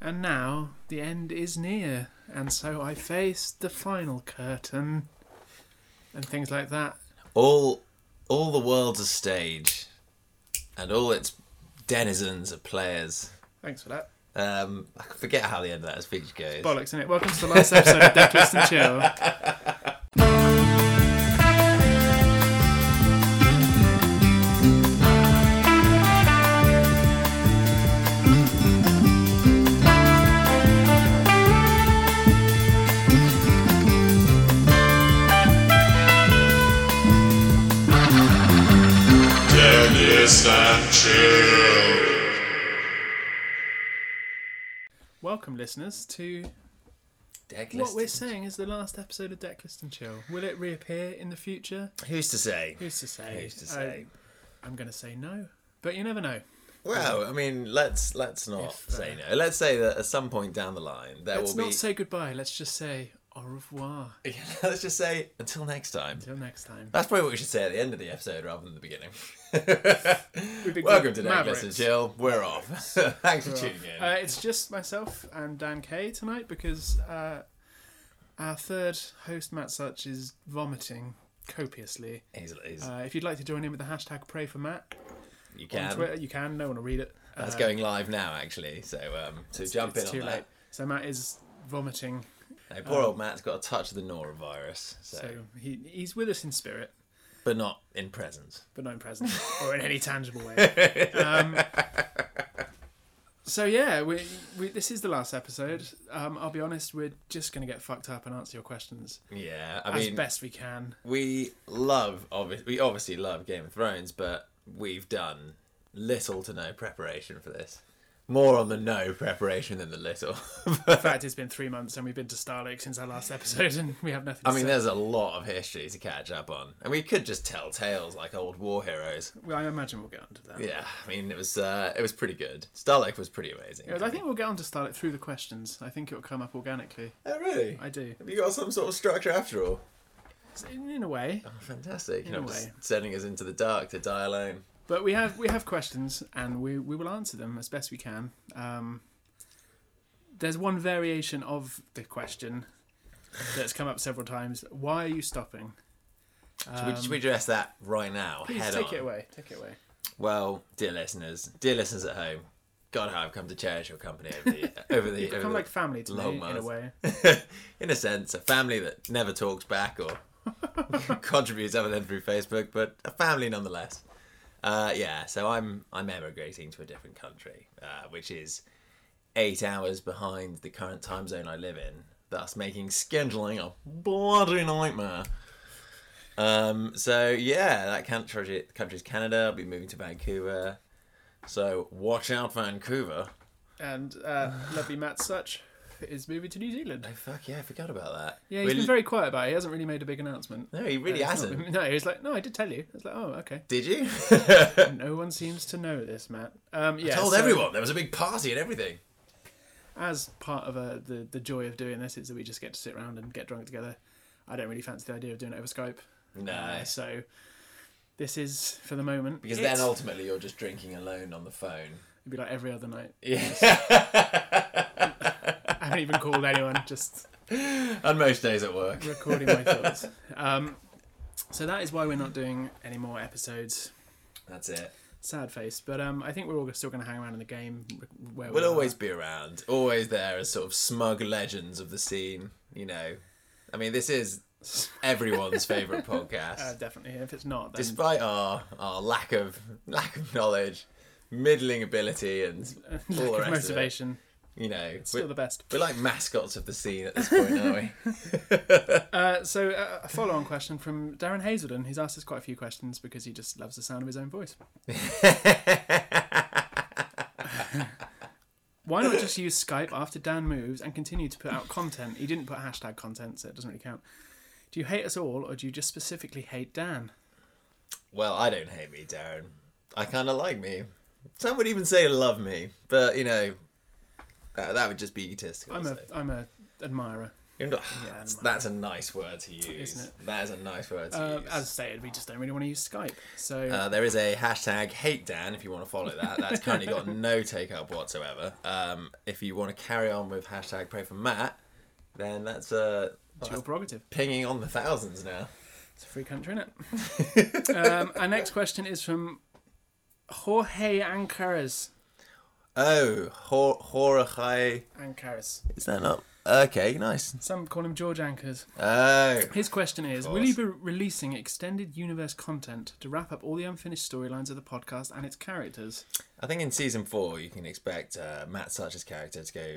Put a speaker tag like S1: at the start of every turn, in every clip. S1: And now the end is near, and so I faced the final curtain, and things like that.
S2: All all the world's a stage, and all its denizens are players.
S1: Thanks for that.
S2: Um, I forget how the end of that speech goes.
S1: Bollocks in it. Welcome to the last episode of Dead Twist and Chill.
S3: Dennis and Chill.
S1: Welcome, listeners, to
S2: Deck
S1: what
S2: list-
S1: we're saying is the last episode of Decklist and Chill. Will it reappear in the future?
S2: Who's to say?
S1: Who's to say?
S2: Who's to say?
S1: I, am going to say no, but you never know.
S2: Well, I mean, let's let's not
S1: If, uh,
S2: say no. Let's say that at some point down the line there
S1: Let's
S2: will
S1: not
S2: be.
S1: say goodbye. Let's just say au revoir.
S2: let's just say until next time.
S1: Until next time.
S2: That's probably what we should say at the end of the episode rather than the beginning.
S1: been
S2: Welcome to
S1: called
S2: Necklace and
S1: Mavericks.
S2: Chill. We're off. Thanks for tuning in.
S1: Uh, it's just myself and Dan Kay tonight because uh, our third host, Matt Such, is vomiting copiously.
S2: He's- he's-
S1: Uh, if you'd like to join in with the hashtag pray for Matt
S2: you
S1: on
S2: can.
S1: Twitter, you can. No one will read it.
S2: That's
S1: Uh,
S2: going live now, actually. So um, so jump
S1: it's too
S2: in on
S1: late. So Matt is vomiting.
S2: that. No, poor old Matt's got a touch of the norovirus, so,
S1: So he, he's with us in spirit,
S2: but not in presence.
S1: but not in present or in any tangible way. Um, so yeah, we, we this is the last episode. Um, I'll be honest, we're just going to get fucked up and answer your questions
S2: Yeah, I
S1: as
S2: mean,
S1: best we can.
S2: we love obvi- we obviously love Game of Thrones, but we've done little to no preparation for this. More on the no preparation than the little.
S1: In fact, it's been three months and we've been to Star Lake since our last episode, and we have nothing. To
S2: I mean,
S1: say.
S2: there's a lot of history to catch up on, and we could just tell tales like old war heroes.
S1: Well, I imagine we'll get onto that.
S2: Yeah, I mean, it was uh, it was pretty good. Starlight was pretty amazing.
S1: I think we'll get onto Star Lake through the questions. I think it'll come up organically.
S2: Oh, really?
S1: I do,
S2: Have you got some sort of structure after all?
S1: in, in a way.
S2: Oh, fantastic! You
S1: In a
S2: know, just
S1: way.
S2: sending us into the dark to die alone.
S1: But we have we have questions, and we we will answer them as best we can. Um, there's one variation of the question that's come up several times. Why are you stopping?
S2: Should we, should we address that right now?
S1: Um, Please
S2: head
S1: take
S2: on?
S1: it away. Take it away.
S2: Well, dear listeners, dear listeners at home, God, how I've come to cherish your company over the over the, over
S1: Become
S2: the
S1: like family to
S2: long
S1: me in a
S2: months.
S1: way.
S2: in a sense, a family that never talks back or contributes other than through Facebook, but a family nonetheless. Uh, yeah, so I'm I'm emigrating to a different country, uh, which is eight hours behind the current time zone I live in, thus making scheduling a bloody nightmare. Um, so yeah, that country country's Canada. I'll be moving to Vancouver, so watch out, Vancouver.
S1: And uh, lovely Matt Such is moving to New Zealand.
S2: Oh, fuck yeah, I forgot about that.
S1: Yeah, he's
S2: We're-
S1: been very quiet about it. He hasn't really made a big announcement.
S2: no, he
S1: It's
S2: really
S1: not
S2: hasn't.
S1: been- No, he's like, no, I did tell you. It's like, oh, okay.
S2: Did you?
S1: No one seems to know this, Matt. Um, yeah,
S2: told
S1: so
S2: everyone there was a big party and everything.
S1: As part of uh, the the joy of doing this is that we just get to sit around and get drunk together. I don't really fancy the idea of doing it over Skype. Uh,
S2: Nice.
S1: so this is for the moment
S2: Because
S1: it's-
S2: then ultimately you're just drinking alone on the phone.
S1: it'd be like every other night.
S2: Yeah.
S1: I haven't even called anyone. Just
S2: and most days at work.
S1: recording my thoughts. Um, so that is why we're not doing any more episodes.
S2: That's it.
S1: Sad face, but um, I think we're all still going to hang around in the game. Where we
S2: We'll
S1: are.
S2: always be around, always there as sort of smug legends of the scene, you know. I mean, this is everyone's favourite
S1: Uh,
S2: podcast.
S1: definitely. If it's not, then
S2: Despite our, our lack of lack of knowledge, middling ability and all the
S1: lack
S2: rest
S1: of motivation.
S2: of it, you know.
S1: Still
S2: We're,
S1: the best.
S2: we're like mascots of the scene at this point, aren't we?
S1: Uh, so, uh, a follow on question from Darren Hazelden. He's asked us quite a few questions because he just loves the sound of his own voice. Why not just use Skype after Dan moves and continue to put out content? He didn't put hashtag content, so it doesn't really count. Do you hate us all, or do you just specifically hate Dan?
S2: Well, I don't hate me, Darren. I kind of like me. Some would even say love me, but you know, that, that would just be egotistical.
S1: I'm a
S2: so.
S1: I'm a admirer.
S2: You're not-
S1: Yeah,
S2: that's,
S1: man.
S2: that's a nice word to use.
S1: Isn't
S2: That is a nice word to
S1: Uh,
S2: use.
S1: as stated, we just don't really want to use Skype. So
S2: Uh, there is a hashtag hate Dan if you want to follow that. That's currently got no take up whatsoever. Um, if you want to carry on with hashtag pray for Matt, then that's uh,
S1: it's your prerogative.
S2: pinging on the thousands now.
S1: It's a free country, isn't it? um, our next question is from Jorge Ancares.
S2: Oh, Hor- Horachai.
S1: Ancares.
S2: Is that not? Okay, nice.
S1: Some call him George Anchors.
S2: Oh,
S1: His question is
S2: course.
S1: Will you be releasing extended universe content to wrap up all the unfinished storylines of the podcast and its characters?
S2: I think in season four you can expect uh, Matt Sarge's character to go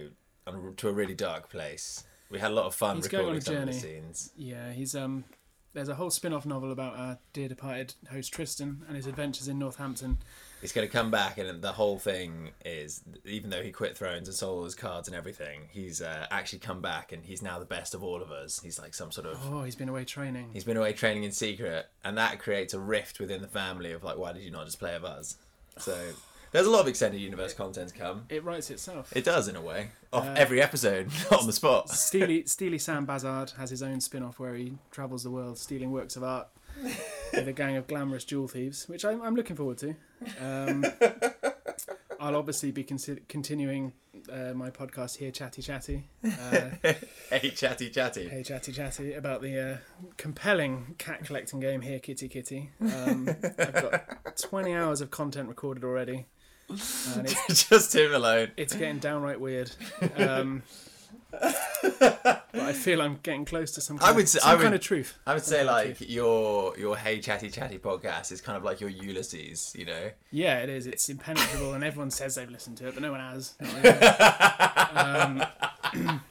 S2: on, to a really dark place. We had a lot of fun
S1: He's going on
S2: recording
S1: a
S2: some of the
S1: journey.
S2: scenes.
S1: Yeah, he's. um. There's a whole spin off novel about our dear departed host Tristan and his adventures in Northampton.
S2: He's going to come back, and the whole thing is, even though he quit Thrones and sold all his cards and everything, he's uh, actually come back, and he's now the best of all of us. He's like some sort of
S1: Oh, he's been away training.
S2: he's been away training in secret, and that creates a rift within the family of like, why did you not just play of us? So there's a lot of extended universe content to come.
S1: It writes itself.
S2: It does in a way, off every episode, not on the spot.
S1: Steely, Steely Sam Bazard has his own spin off where he travels the world stealing works of art with a gang of glamorous jewel thieves, which I'm, I'm looking forward to. Um, I'll obviously be consi- continuing uh, my podcast here, Chatty Chatty. Uh,
S2: Hey, chatty, chatty.
S1: hey, Chatty Chatty, about the uh, compelling cat collecting game here, Kitty Kitty. Um, I've got 20 hours of content recorded already, and it's,
S2: just him alone.
S1: it's getting downright weird. Um, but I feel I'm getting close to some kind,
S2: would
S1: of,
S2: say-
S1: some
S2: I would-
S1: kind of truth.
S2: I would say like your your hey chatty chatty podcast is kind of like your Ulysses, you know.
S1: Yeah, it is. It's impenetrable, and everyone says they've listened to it, but no one has. Not really. um,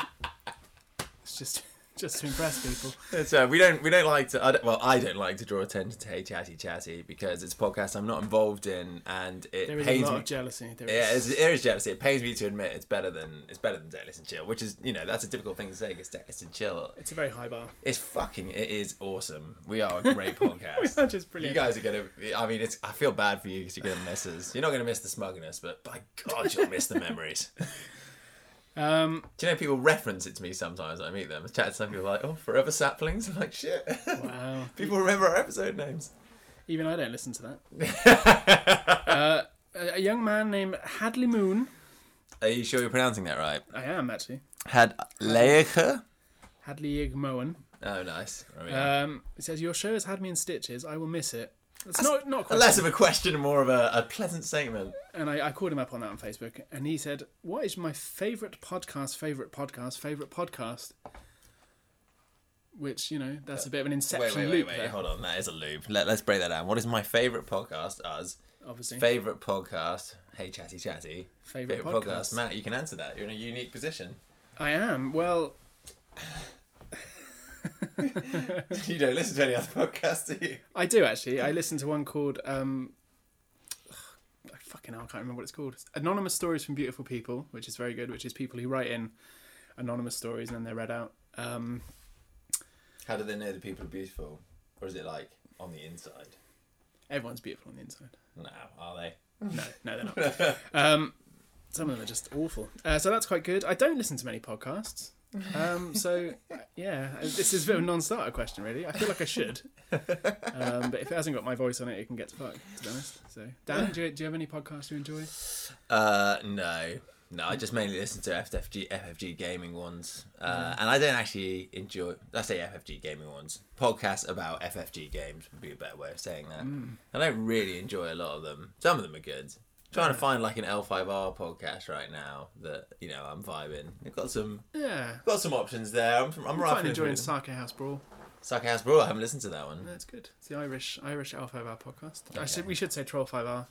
S1: it's just just to impress people.
S2: That's right. uh, We don't we don't like to. I don't, well, I don't like to draw attention to hey chatty chatty because it's a podcast I'm not involved in, and it
S1: There is a
S2: pains
S1: lot
S2: me.
S1: of jealousy. There
S2: yeah,
S1: is.
S2: it's, there is jealousy. It pains me to admit it's better than it's better than Dateless and Chill, which is you know that's a difficult thing to say because Dateless and Chill
S1: It's a very high bar.
S2: it's fucking it is awesome. We are a great podcast.
S1: Which is
S2: You
S1: brilliant.
S2: guys are gonna. I mean, it's. I feel bad for you because you're gonna miss us. You're not gonna miss the smugness, but by God, you'll miss the memories.
S1: Um,
S2: Do you know people reference it to me sometimes when I meet them? I chat to some people like, oh, forever saplings? I'm like, shit.
S1: wow.
S2: people remember our episode names.
S1: Even I don't listen to that. uh, a- a young man named Hadley Moon.
S2: Are you sure you're pronouncing that right?
S1: I am actually
S2: Had Leica.
S1: Hadley Moen.
S2: Oh, nice. There we are.
S1: Um, it says your show has had me in stitches. I will miss it. It's not not quite
S2: Less of a question, more of a, a pleasant statement.
S1: and I, I called him up on that on Facebook, and he said, "What is my favorite podcast? Favorite podcast? Favorite podcast?" Which you know, that's a bit of an
S2: Wait,
S1: inception
S2: wait,
S1: loop
S2: wait, wait.
S1: there,
S2: Hold on. That is a loop. Let, let's break that down. What is my favourite podcast? Us.
S1: obviously.
S2: Favourite podcast? Hey, chatty, chatty.
S1: Favourite
S2: Favourite podcast.
S1: podcast.
S2: Matt, you can answer that. You're in a unique position.
S1: I am well.
S2: you don't listen to any other podcasts, do you?
S1: I do actually. I listened to one called um, I fucking hell, I can't remember what it's called. It's Anonymous Stories from Beautiful People, which is very good. Which is people who write in anonymous stories and then they're read out. Um,
S2: How do they know the people are beautiful? Or is it like on the inside?
S1: everyone's beautiful on the inside.
S2: No, are they?
S1: No, no, they're not. um, some of them are just awful. Uh, so that's quite good. I don't listen to many podcasts. Um, so yeah, this is a bit of a non-starter question, really. I feel like I should, um, but if it hasn't got my voice on it, it can get to fuck. To be honest. So Dan, do you, do you have any podcasts you enjoy?
S2: Uh, no. No, I just mainly listen to FFG, FFG gaming ones. Uh, And I don't actually enjoy, I say FFG gaming ones. Podcasts about FFG games would be a better way of saying that. I don't really enjoy a lot of them. Some of them are good. trying to find like an L5R podcast right now that, you know, I'm vibing. I've got some
S1: Yeah,
S2: got some options there. I'm, I'm
S1: I'm quite
S2: right
S1: enjoying Sake House Brawl.
S2: Sucker House Brawl. I haven't listened to that one.
S1: That's good. It's the Irish Irish Alpha Bar podcast. I should we should say Troll Five R.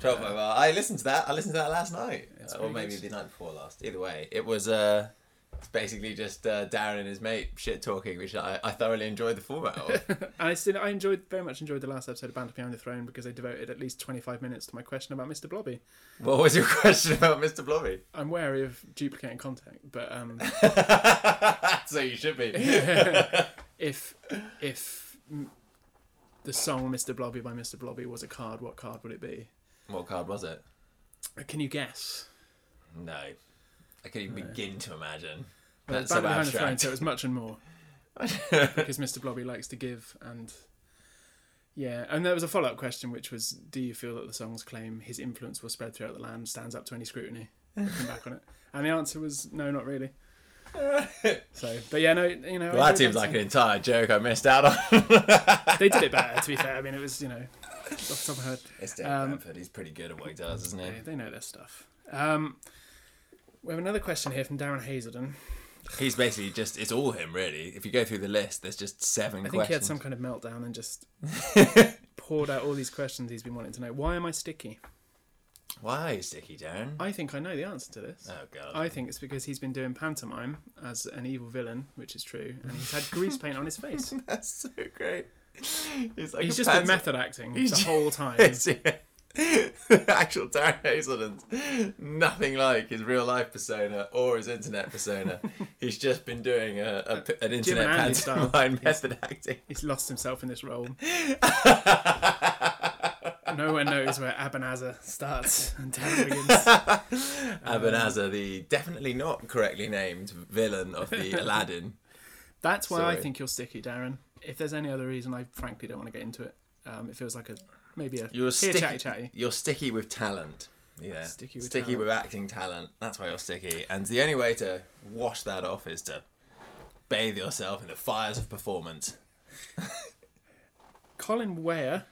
S2: 12 over. I listened to that. I listened to that last night, Uh, or
S1: pretty
S2: maybe
S1: good.
S2: the night before last. Either way, it was uh, it's basically just uh, Darren and his mate shit talking, which I, I thoroughly enjoyed the format of.
S1: And I still I enjoyed very much enjoyed the last episode of Band Behind the Throne because they devoted at least 25 minutes to my question about Mr. Blobby.
S2: what was your question about Mr. Blobby?
S1: I'm wary of duplicating content, but um,
S2: so you should be.
S1: if if m- the song "Mr. Blobby" by Mr. Blobby was a card, what card would it be?
S2: what card was it?
S1: Uh, Can you guess?
S2: No, I couldn't even begin to imagine.
S1: Well, it's
S2: That's
S1: Battle
S2: so
S1: Behind the Throne,
S2: abstract.
S1: so it's much and more. because Mr. Blobby likes to give and yeah, and there was a follow-up question which was, do you feel that the song's claim his influence will spread throughout the land stands up to any scrutiny? Looking back on it, and the answer was no, not really. So, but yeah, no, you know, I
S2: Well, that
S1: do
S2: seems like an entire joke I missed out on.
S1: Um, they did it better. To be fair, I mean, it was you know, off the top of my head,
S2: It's David
S1: Um,
S2: Bamford. He's pretty good at what he does, isn't
S1: they,
S2: he?
S1: they know their stuff. Um, we have another question here from Darren Hazelden.
S2: He's basically just, it's all him, really. If you go through the list, there's just seven
S1: I think he had
S2: questions.
S1: some kind of meltdown and just poured out all these questions he's been wanting to know. Why am I sticky?
S2: Why is Dicky Darren?
S1: I think I know the answer to this.
S2: Oh, God.
S1: I think it's because he's been doing pantomime as an evil villain, which is true, and he's had grease paint on his face.
S2: That's so great. He's, like
S1: He's
S2: a
S1: just been
S2: panto-
S1: method acting the
S2: ju-
S1: whole time.
S2: It's- yeah. Actual Darren Hazelden's nothing like his real life persona or his internet persona. He's just been doing a, a p- an internet
S1: and Andy style.
S2: pantomime method acting.
S1: He's lost himself in this role. no one knows where Abenaza starts and Darren begins.
S2: Abenaza, the definitely not correctly named villain of the Aladdin.
S1: That's why I
S2: Sorry.
S1: think you're sticky, Darren. If there's any other reason, I frankly don't want to get into it. Um, it feels like a maybe a
S2: You're
S1: here,
S2: sticky.
S1: chatty chatty.
S2: You're sticky with talent. Yeah,
S1: Sticky with
S2: sticky
S1: talent.
S2: with acting talent. That's why you're sticky. And the only way to wash that off is to bathe yourself in the fires of performance.
S1: Colin Ware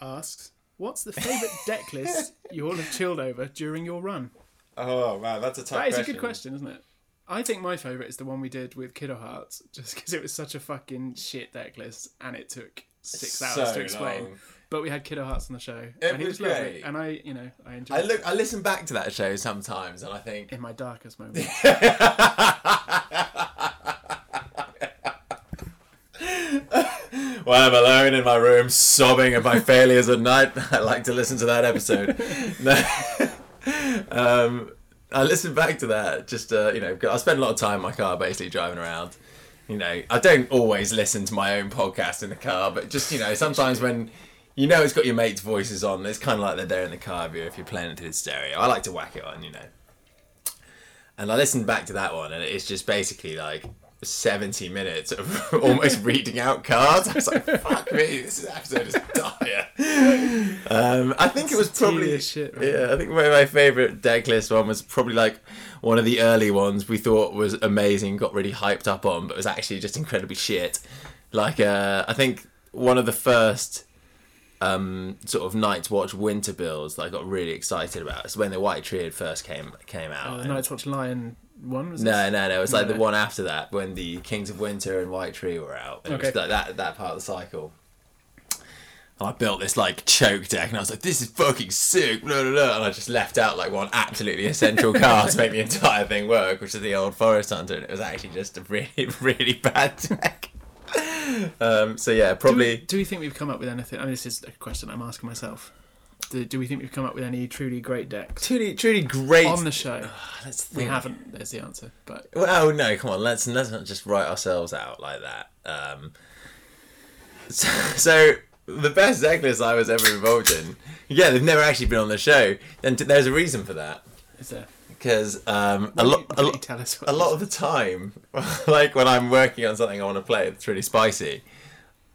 S1: asks, "What's the favourite deck list you all have chilled over during your run?"
S2: Oh wow, that's a tough.
S1: That is a good question, isn't it? I think my favourite is the one we did with Kiddo Hearts, just because it was such a fucking shit deck list, and it took six hours
S2: so
S1: to explain.
S2: long.
S1: But we had Kiddo Hearts on the show, and it
S2: was
S1: was lovely.
S2: great.
S1: And I, you know, I enjoyed.
S2: I look. I listen back to that show sometimes, and I think
S1: in my darkest moment.
S2: when I'm alone in my room sobbing at my failures at night, I like to listen to that episode. No. um, I listen back to that just, uh, you know, 'cause I spend a lot of time in my car basically driving around. You know, I don't always listen to my own podcast in the car, but just, you know, sometimes when you know it's got your mate's voices on, it's kind of like they're there in the car with you if you're playing it to the stereo. I like to whack it on, you know. And I listened back to that one, and it's just basically like 70 minutes of almost reading out cards. I was like, fuck me, this episode is dire. Um, I think it was probably.
S1: tedious shit, right?
S2: yeah, I think my, my favourite deck list one was probably like one of the early ones we thought was amazing, got really hyped up on, but was actually just incredibly shit. Like, uh, I think one of the first um, sort of Night's Watch winter builds that I got really excited about. It's when the White Triad first came came out.
S1: the
S2: and-
S1: Oh, Night's Watch Lion one was
S2: no, no, no. It's like the
S1: No.
S2: one after that when the Kings of Winter and White Tree were out. And It was
S1: Okay.
S2: like that that part of the cycle. And I built this like choke deck, and I was like, "This is fucking sick!" Blah, blah, blah. And I just left out like one absolutely essential card to make the entire thing work, which is the old Forest Hunter, and it was actually just a really, really bad deck. um, so yeah,
S1: Do
S2: probably.
S1: we, do we think we've come up with anything? I mean, this is a question I'm asking myself. Do, do we think we've come up with any truly great decks
S2: Truly, truly great.
S1: on the show?
S2: Let's
S1: We
S2: think.
S1: haven't. There's the answer. But
S2: Well, no, come on. Let's let's not just write ourselves out like that. Um, so, so the best deck list I was ever involved in. Yeah, they've never actually been on the show. Then t- there's a reason for that
S1: is there?
S2: because um, a lot a
S1: Can you
S2: lot
S1: tell us what
S2: a
S1: it
S2: lot
S1: is?
S2: of the time, like when I'm working on something I want to play that's really spicy,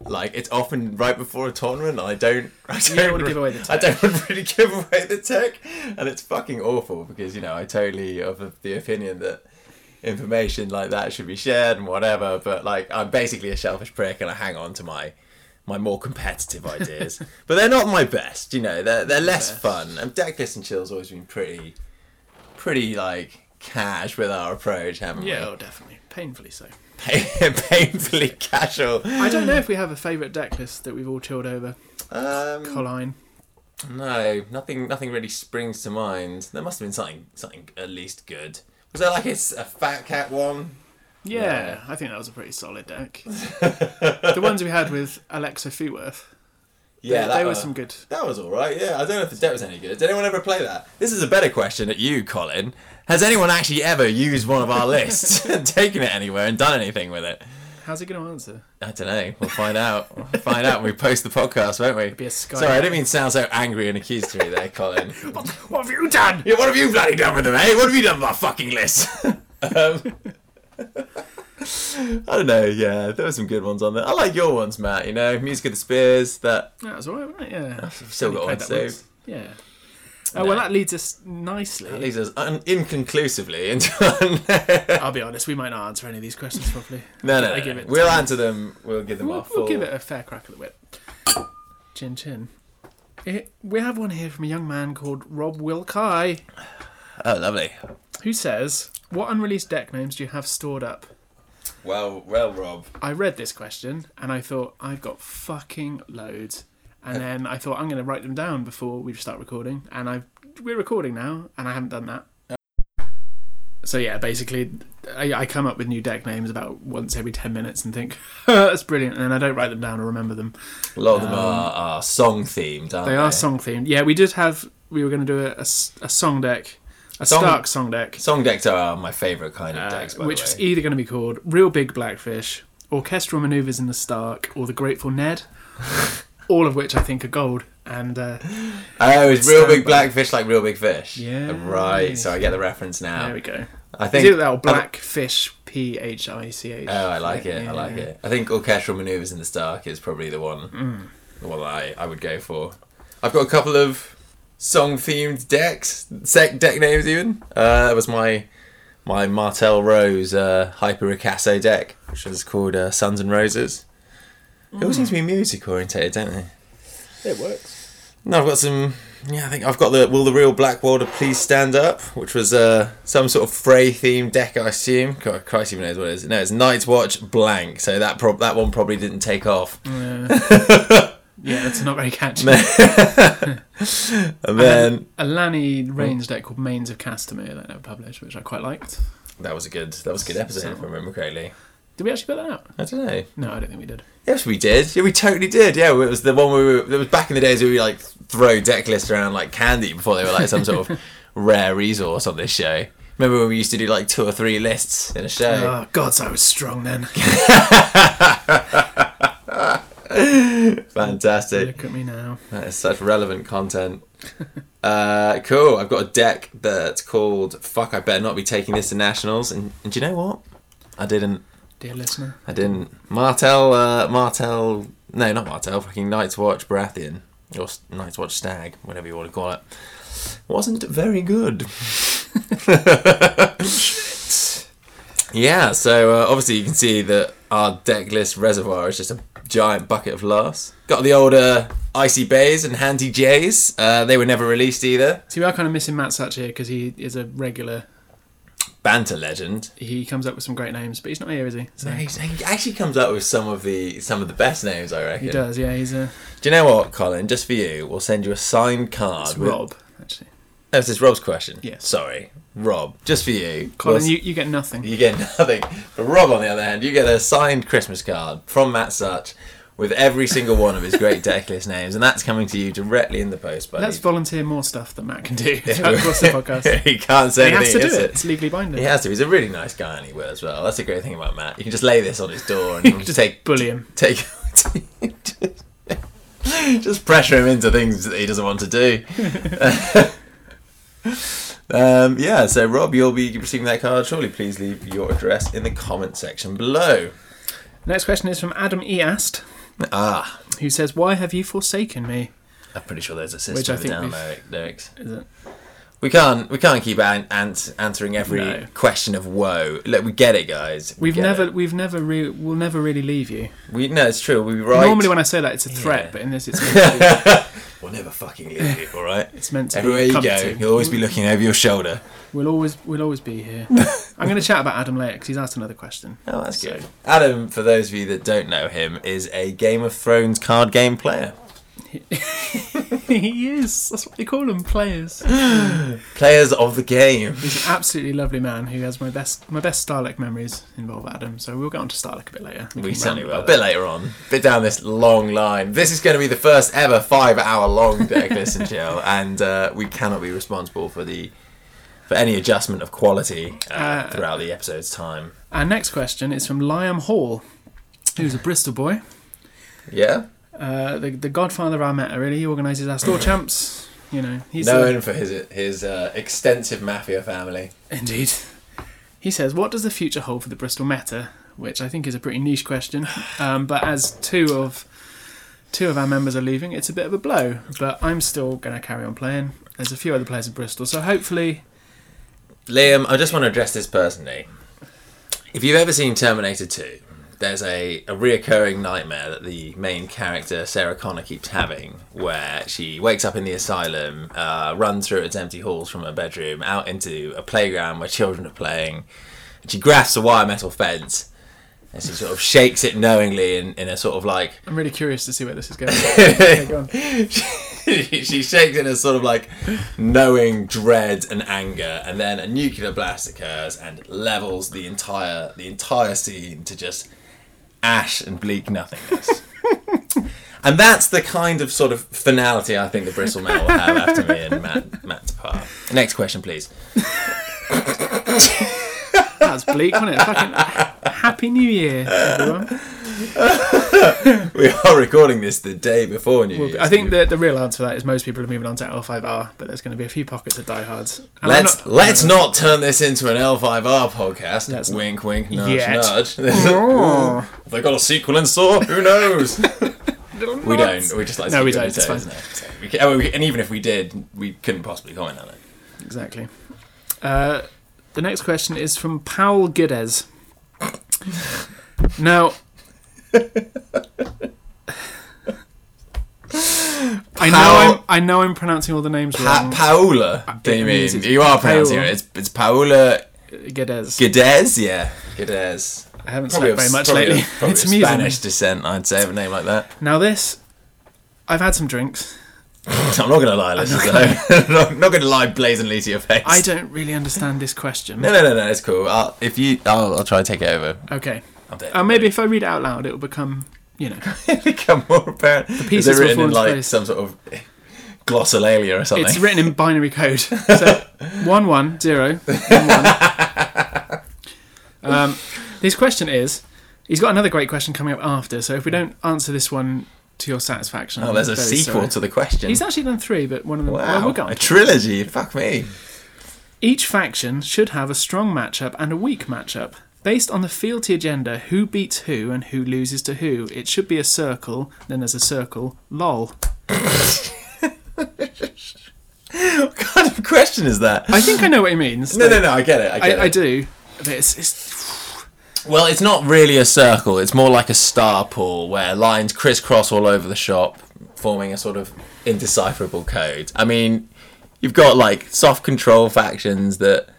S2: like it's often right before a tournament. And I don't, I don't,
S1: want to
S2: re-
S1: give away the
S2: I don't really give away the tech, and it's fucking awful because you know I totally of the- the opinion that information like that should be shared and whatever. But like I'm basically a selfish prick, and I hang on to my. My more competitive ideas, but they're not my best. You know, they're they're less fun. And Decklist and Chill's always been pretty, pretty like cash with our approach, haven't we?
S1: Yeah, oh, definitely. Painfully so.
S2: pain, painfully casual.
S1: I don't know if we have a favourite deck list that we've all chilled over.
S2: Um,
S1: Colline.
S2: no, nothing. Nothing really springs to mind. There must have been something, something at least good. Was there like it's a fat cat one?
S1: Yeah,
S2: Yeah.
S1: I think that was a pretty solid deck. the ones we had with Alexa Feeworth.
S2: Yeah,
S1: they,
S2: that
S1: were
S2: was
S1: some good.
S2: That was all right. Yeah, I don't know if the deck was any good. Did anyone ever play that? This is a better question at you, Colin. Has anyone actually ever used one of our lists and taken it anywhere and done anything with it?
S1: How's he going to answer?
S2: I don't know. We'll find out. We'll find out when we post the podcast, won't we?
S1: be a Skype.
S2: Sorry, I didn't mean to sound so angry and accusatory there, Colin.
S1: What have you done?
S2: Yeah, what have you bloody done with them, eh? What have you done with my fucking list? um, I don't know. Yeah, there were some good ones on there. I like your ones, Matt. You know, Music of the Spears. That
S1: That was alright, wasn't it? Yeah.
S2: still got one
S1: Played that
S2: saved.
S1: once. Yeah. Uh, well, that leads us nicely.
S2: That leads us un- inconclusively into our next-
S1: I'll be honest, we might not answer any of these questions properly.
S2: no, no,
S1: I
S2: no,
S1: give
S2: no.
S1: it
S2: We'll answer them. We'll give them
S1: We'll,
S2: off.
S1: we'll give it a fair crack at the whip. Chin chin. Eh, we have one here from a young man called Rob Wilkai,
S2: Oh, lovely.
S1: who says, "What unreleased deck names do you have stored up?"
S2: Well, well, Rob.
S1: I read this question and I thought I've got fucking loads, and then I thought I'm going to write them down before we start recording, and I we're recording now, and I haven't done that. So yeah, basically, I, I come up with new deck names about once every ten minutes and think that's brilliant, and then I don't write them down or remember them.
S2: A lot of them are, are song themed, aren't they?
S1: Um, They are song themed. Yeah, we did have. We were going to do a, a s- a song deck, a
S2: Song-
S1: Stark song deck,
S2: Song decks are my favourite kind of
S1: uh,
S2: decks, by
S1: which
S2: the way.
S1: was either going to be called Real Big Blackfish, Orchestral Maneuvers in the Stark, or The Grateful Ned. all of which I think are gold. And uh,
S2: oh, it's real big
S1: Stand by.
S2: blackfish, like real big fish.
S1: Yeah.
S2: Right. So I get the reference now.
S1: there we go.
S2: I
S1: Is
S2: think
S1: it that or Blackfish? P H I C H.
S2: Oh, I like it. I like it. I think orchestral maneuvers in the Stark is probably the one. The one that I, I would go for. I've got a couple of song themed decks, sec deck names even. Uh, that was my my Martel Rose uh, Hyper Ricasso deck, which was called uh, Suns and Roses. They all seem to be music orientated, don't they?
S1: It works.
S2: No, I've got some. Yeah, I think I've got the Will the Real Black Walder Please Stand Up, which was uh, some sort of Frey themed deck, I assume. God, Christ even knows what it is. No, it's Night's Watch blank, so that prob- that one probably didn't take off.
S1: Yeah, that's not very catchy.
S2: And then
S1: A Lanny
S2: Mm.
S1: Range deck called Mains of Castamere that I never published, which I quite liked.
S2: that was a good that was a good episode if I remember correctly.
S1: Did we actually put that out?
S2: I don't know.
S1: No, I don't think we did.
S2: Yes, we did. Yeah, we totally did. Yeah, it was the one where we were, it was back in the days where we like throw deck lists around like candy before they were like some sort of rare resource on this show. Remember when we used to do like two or three lists in a show?
S1: Oh, gods, I was strong then.
S2: Fantastic.
S1: Look at me now.
S2: That is such relevant content. uh, cool. I've got a deck that's called "Fuck." I better not be taking this to nationals. And, and do you know what? I didn't.
S1: Dear listener.
S2: I didn't. Martel. Uh, Martel. No, not Martel. Fucking Night's Watch Baratheon or S- Night's Watch Stag, whatever you want to call it. Wasn't very good. yeah. So uh, obviously you can see that our deck list reservoir is just a giant bucket of laughs. Got the older Icy Bays and Handy Jays. Uh, they were never released either.
S1: See, we are kind of missing Matt Such here because he is a regular.
S2: Banter legend.
S1: He comes up with some great names, but he's not here, is he? So
S2: He he actually comes up with some of the some of the best names, I reckon.
S1: he does. Yeah, he's a
S2: Do you know what, Colin? Just for you, we'll send you a signed card.
S1: it's
S2: with-
S1: Rob. Actually,
S2: No, this is Rob's question.
S1: Yeah.
S2: Sorry, Rob. Just for you,
S1: Colin,
S2: we'll-
S1: you, you get nothing.
S2: you get nothing. But Rob, on the other hand, you get a signed Christmas card from Matt Such with every single one of his great deck list names, and that's coming to you directly in the post. Buddy.
S1: Let's volunteer more stuff that Matt can do across the podcast.
S2: he can't say
S1: He has to do
S2: anything. is
S1: it. It's legally binding.
S2: He has to. He's a really nice guy, and he will as well. That's the great thing about Matt. You can just lay this on his door and he'll
S1: Just
S2: take
S1: bully him.
S2: take just pressure him into things that he doesn't want to do. um, yeah, so Rob, you'll be receiving that card shortly. Please leave your address in the comment section below.
S1: Next question is from Adam East,
S2: Ah,
S1: who says, "Why have you forsaken me?"
S2: I'm pretty sure there's a system
S1: Which I
S2: of
S1: think
S2: down
S1: we've-
S2: lyric, lyrics.
S1: Is it?
S2: We can't we can't keep an, ant, answering every
S1: No.
S2: question of woe. Look, we get it, guys. We
S1: We've
S2: get
S1: never,
S2: it.
S1: we've never, re- we'll never really leave you.
S2: we no, it's true. We right.
S1: Normally, when I say that, it's a threat,
S2: Yeah.
S1: but in this, it's meant to be,
S2: we'll never fucking leave you. All right.
S1: it's meant to
S2: Everywhere
S1: be
S2: you go,
S1: comforting.
S2: you'll always be looking over your shoulder.
S1: We'll always, we'll always be here. I'm going to chat about Adam later because he's asked another question.
S2: Oh, that's
S1: So-
S2: good. Adam, for those of you that don't know him, is a Game of Thrones card game player.
S1: he is. That's what they call them, players.
S2: Players of the game.
S1: He's an absolutely lovely man who has my best, my best Starlek memories involve Adam. So we'll get on to Starlek a bit later.
S2: We
S1: can
S2: certainly
S1: rant
S2: will. A
S1: about
S2: bit later on. A bit down this long line. This is going to be the first ever five hour long deck list and chill, and uh, we cannot be responsible for the for any adjustment of quality uh, throughout the episode's time.
S1: that. Our next question is from Liam Hall, who's a Bristol boy.
S2: Yeah?
S1: Uh, the, the godfather of our meta, really. He organises our store champs. You know, he's the-
S2: Known for his his uh, extensive mafia family.
S1: indeed. He says, "What does the future hold for the Bristol Meta?" Which I think is a pretty niche question, um, but as two of two of our members are leaving, it's a bit of a blow. But I'm still going to carry on playing. There's a few other players in Bristol, so hopefully,
S2: Liam, I just want to address this personally. If you've ever seen Terminator 2, there's a, a reoccurring nightmare that the main character, Sarah Connor, keeps having where she wakes up in the asylum, uh, runs through its empty halls from her bedroom out into a playground where children are playing, and she grasps a wire metal fence. And she sort of shakes it knowingly in, in a sort of like
S1: I'm really curious to see where this is going. Okay, go on.
S2: she she shakes in a sort of like knowing dread and anger, and then a nuclear blast occurs and levels the entire the entire scene to just ash and bleak nothingness. and that's the kind of sort of finality I think the Bristle Man will have after me and Matt Matt's part. Next question, please.
S1: That's bleak, wasn't it? Fucking Happy New Year, everyone.
S2: We are recording this the day before New Year's.
S1: I think the the real answer to that is most people are moving on to L5R, but there's going to be a few pockets of diehards. And I'm
S2: Let's
S1: not-
S2: let's not turn this into an L5R podcast. wink, wink, nudge,
S1: Yet.
S2: nudge.
S1: Oh.
S2: Have they got a sequel in store? Who knows? we don't. We just like to
S1: No,
S2: keep
S1: we
S2: it
S1: don't,
S2: on
S1: it's
S2: toes,
S1: fine.
S2: isn't it? So we can- oh, we- and even if we did, we couldn't possibly comment on it.
S1: Exactly. Uh, the next question is from Paul Gidez. Now, I know I'm,
S2: Paul-
S1: I know I'm pronouncing all the names
S2: Pa-
S1: wrong.
S2: Paola, do you
S1: Um, it means
S2: mean?
S1: it's
S2: You are pronouncing
S1: Paola.
S2: it. It's, it's Paola
S1: Gidez.
S2: Gidez, yeah. Gidez.
S1: I haven't
S2: Probably
S1: slept
S2: of-
S1: very much
S2: probably
S1: lately.
S2: of- probably
S1: it's
S2: of
S1: amusing.
S2: Spanish descent, I'd say, of a name like that.
S1: Now this, I've had some drinks.
S2: I'm not going to lie, listeners. though. I'm not going to lie blazingly to your face.
S1: I don't really understand this question.
S2: No, no, no, no. It's cool. I'll, if you, I'll, I'll try to take it over.
S1: Okay.
S2: I'll do it.
S1: Uh, maybe if I read it out loud, it will become, you know,
S2: become more apparent. The
S1: pieces
S2: Is it
S1: will
S2: written
S1: fall
S2: in
S1: into
S2: like
S1: place.
S2: some sort of glossolalia or something?
S1: it's written in binary code. So one one zero one one. Um, this question is. He's got another great question coming up after. So if we don't answer this one to your satisfaction,
S2: oh, there's a
S1: I'm very
S2: sequel
S1: sorry.
S2: to the question.
S1: He's actually done three, but one of them. Well,
S2: wow,
S1: Oh, we're gone.
S2: a trilogy. Fuck me.
S1: Each faction should have a strong matchup and a weak matchup. Based on the fealty agenda, who beats who and who loses to who? It should be a circle, then there's a circle. Lol.
S2: What kind of question is that?
S1: I think I know what he means.
S2: no, no, no. I get it. I get
S1: I,
S2: it.
S1: I do. But it's, it's,
S2: Well, it's not really a circle. It's more like a star pool where lines crisscross all over the shop, forming a sort of indecipherable code. I mean, you've got like soft control factions that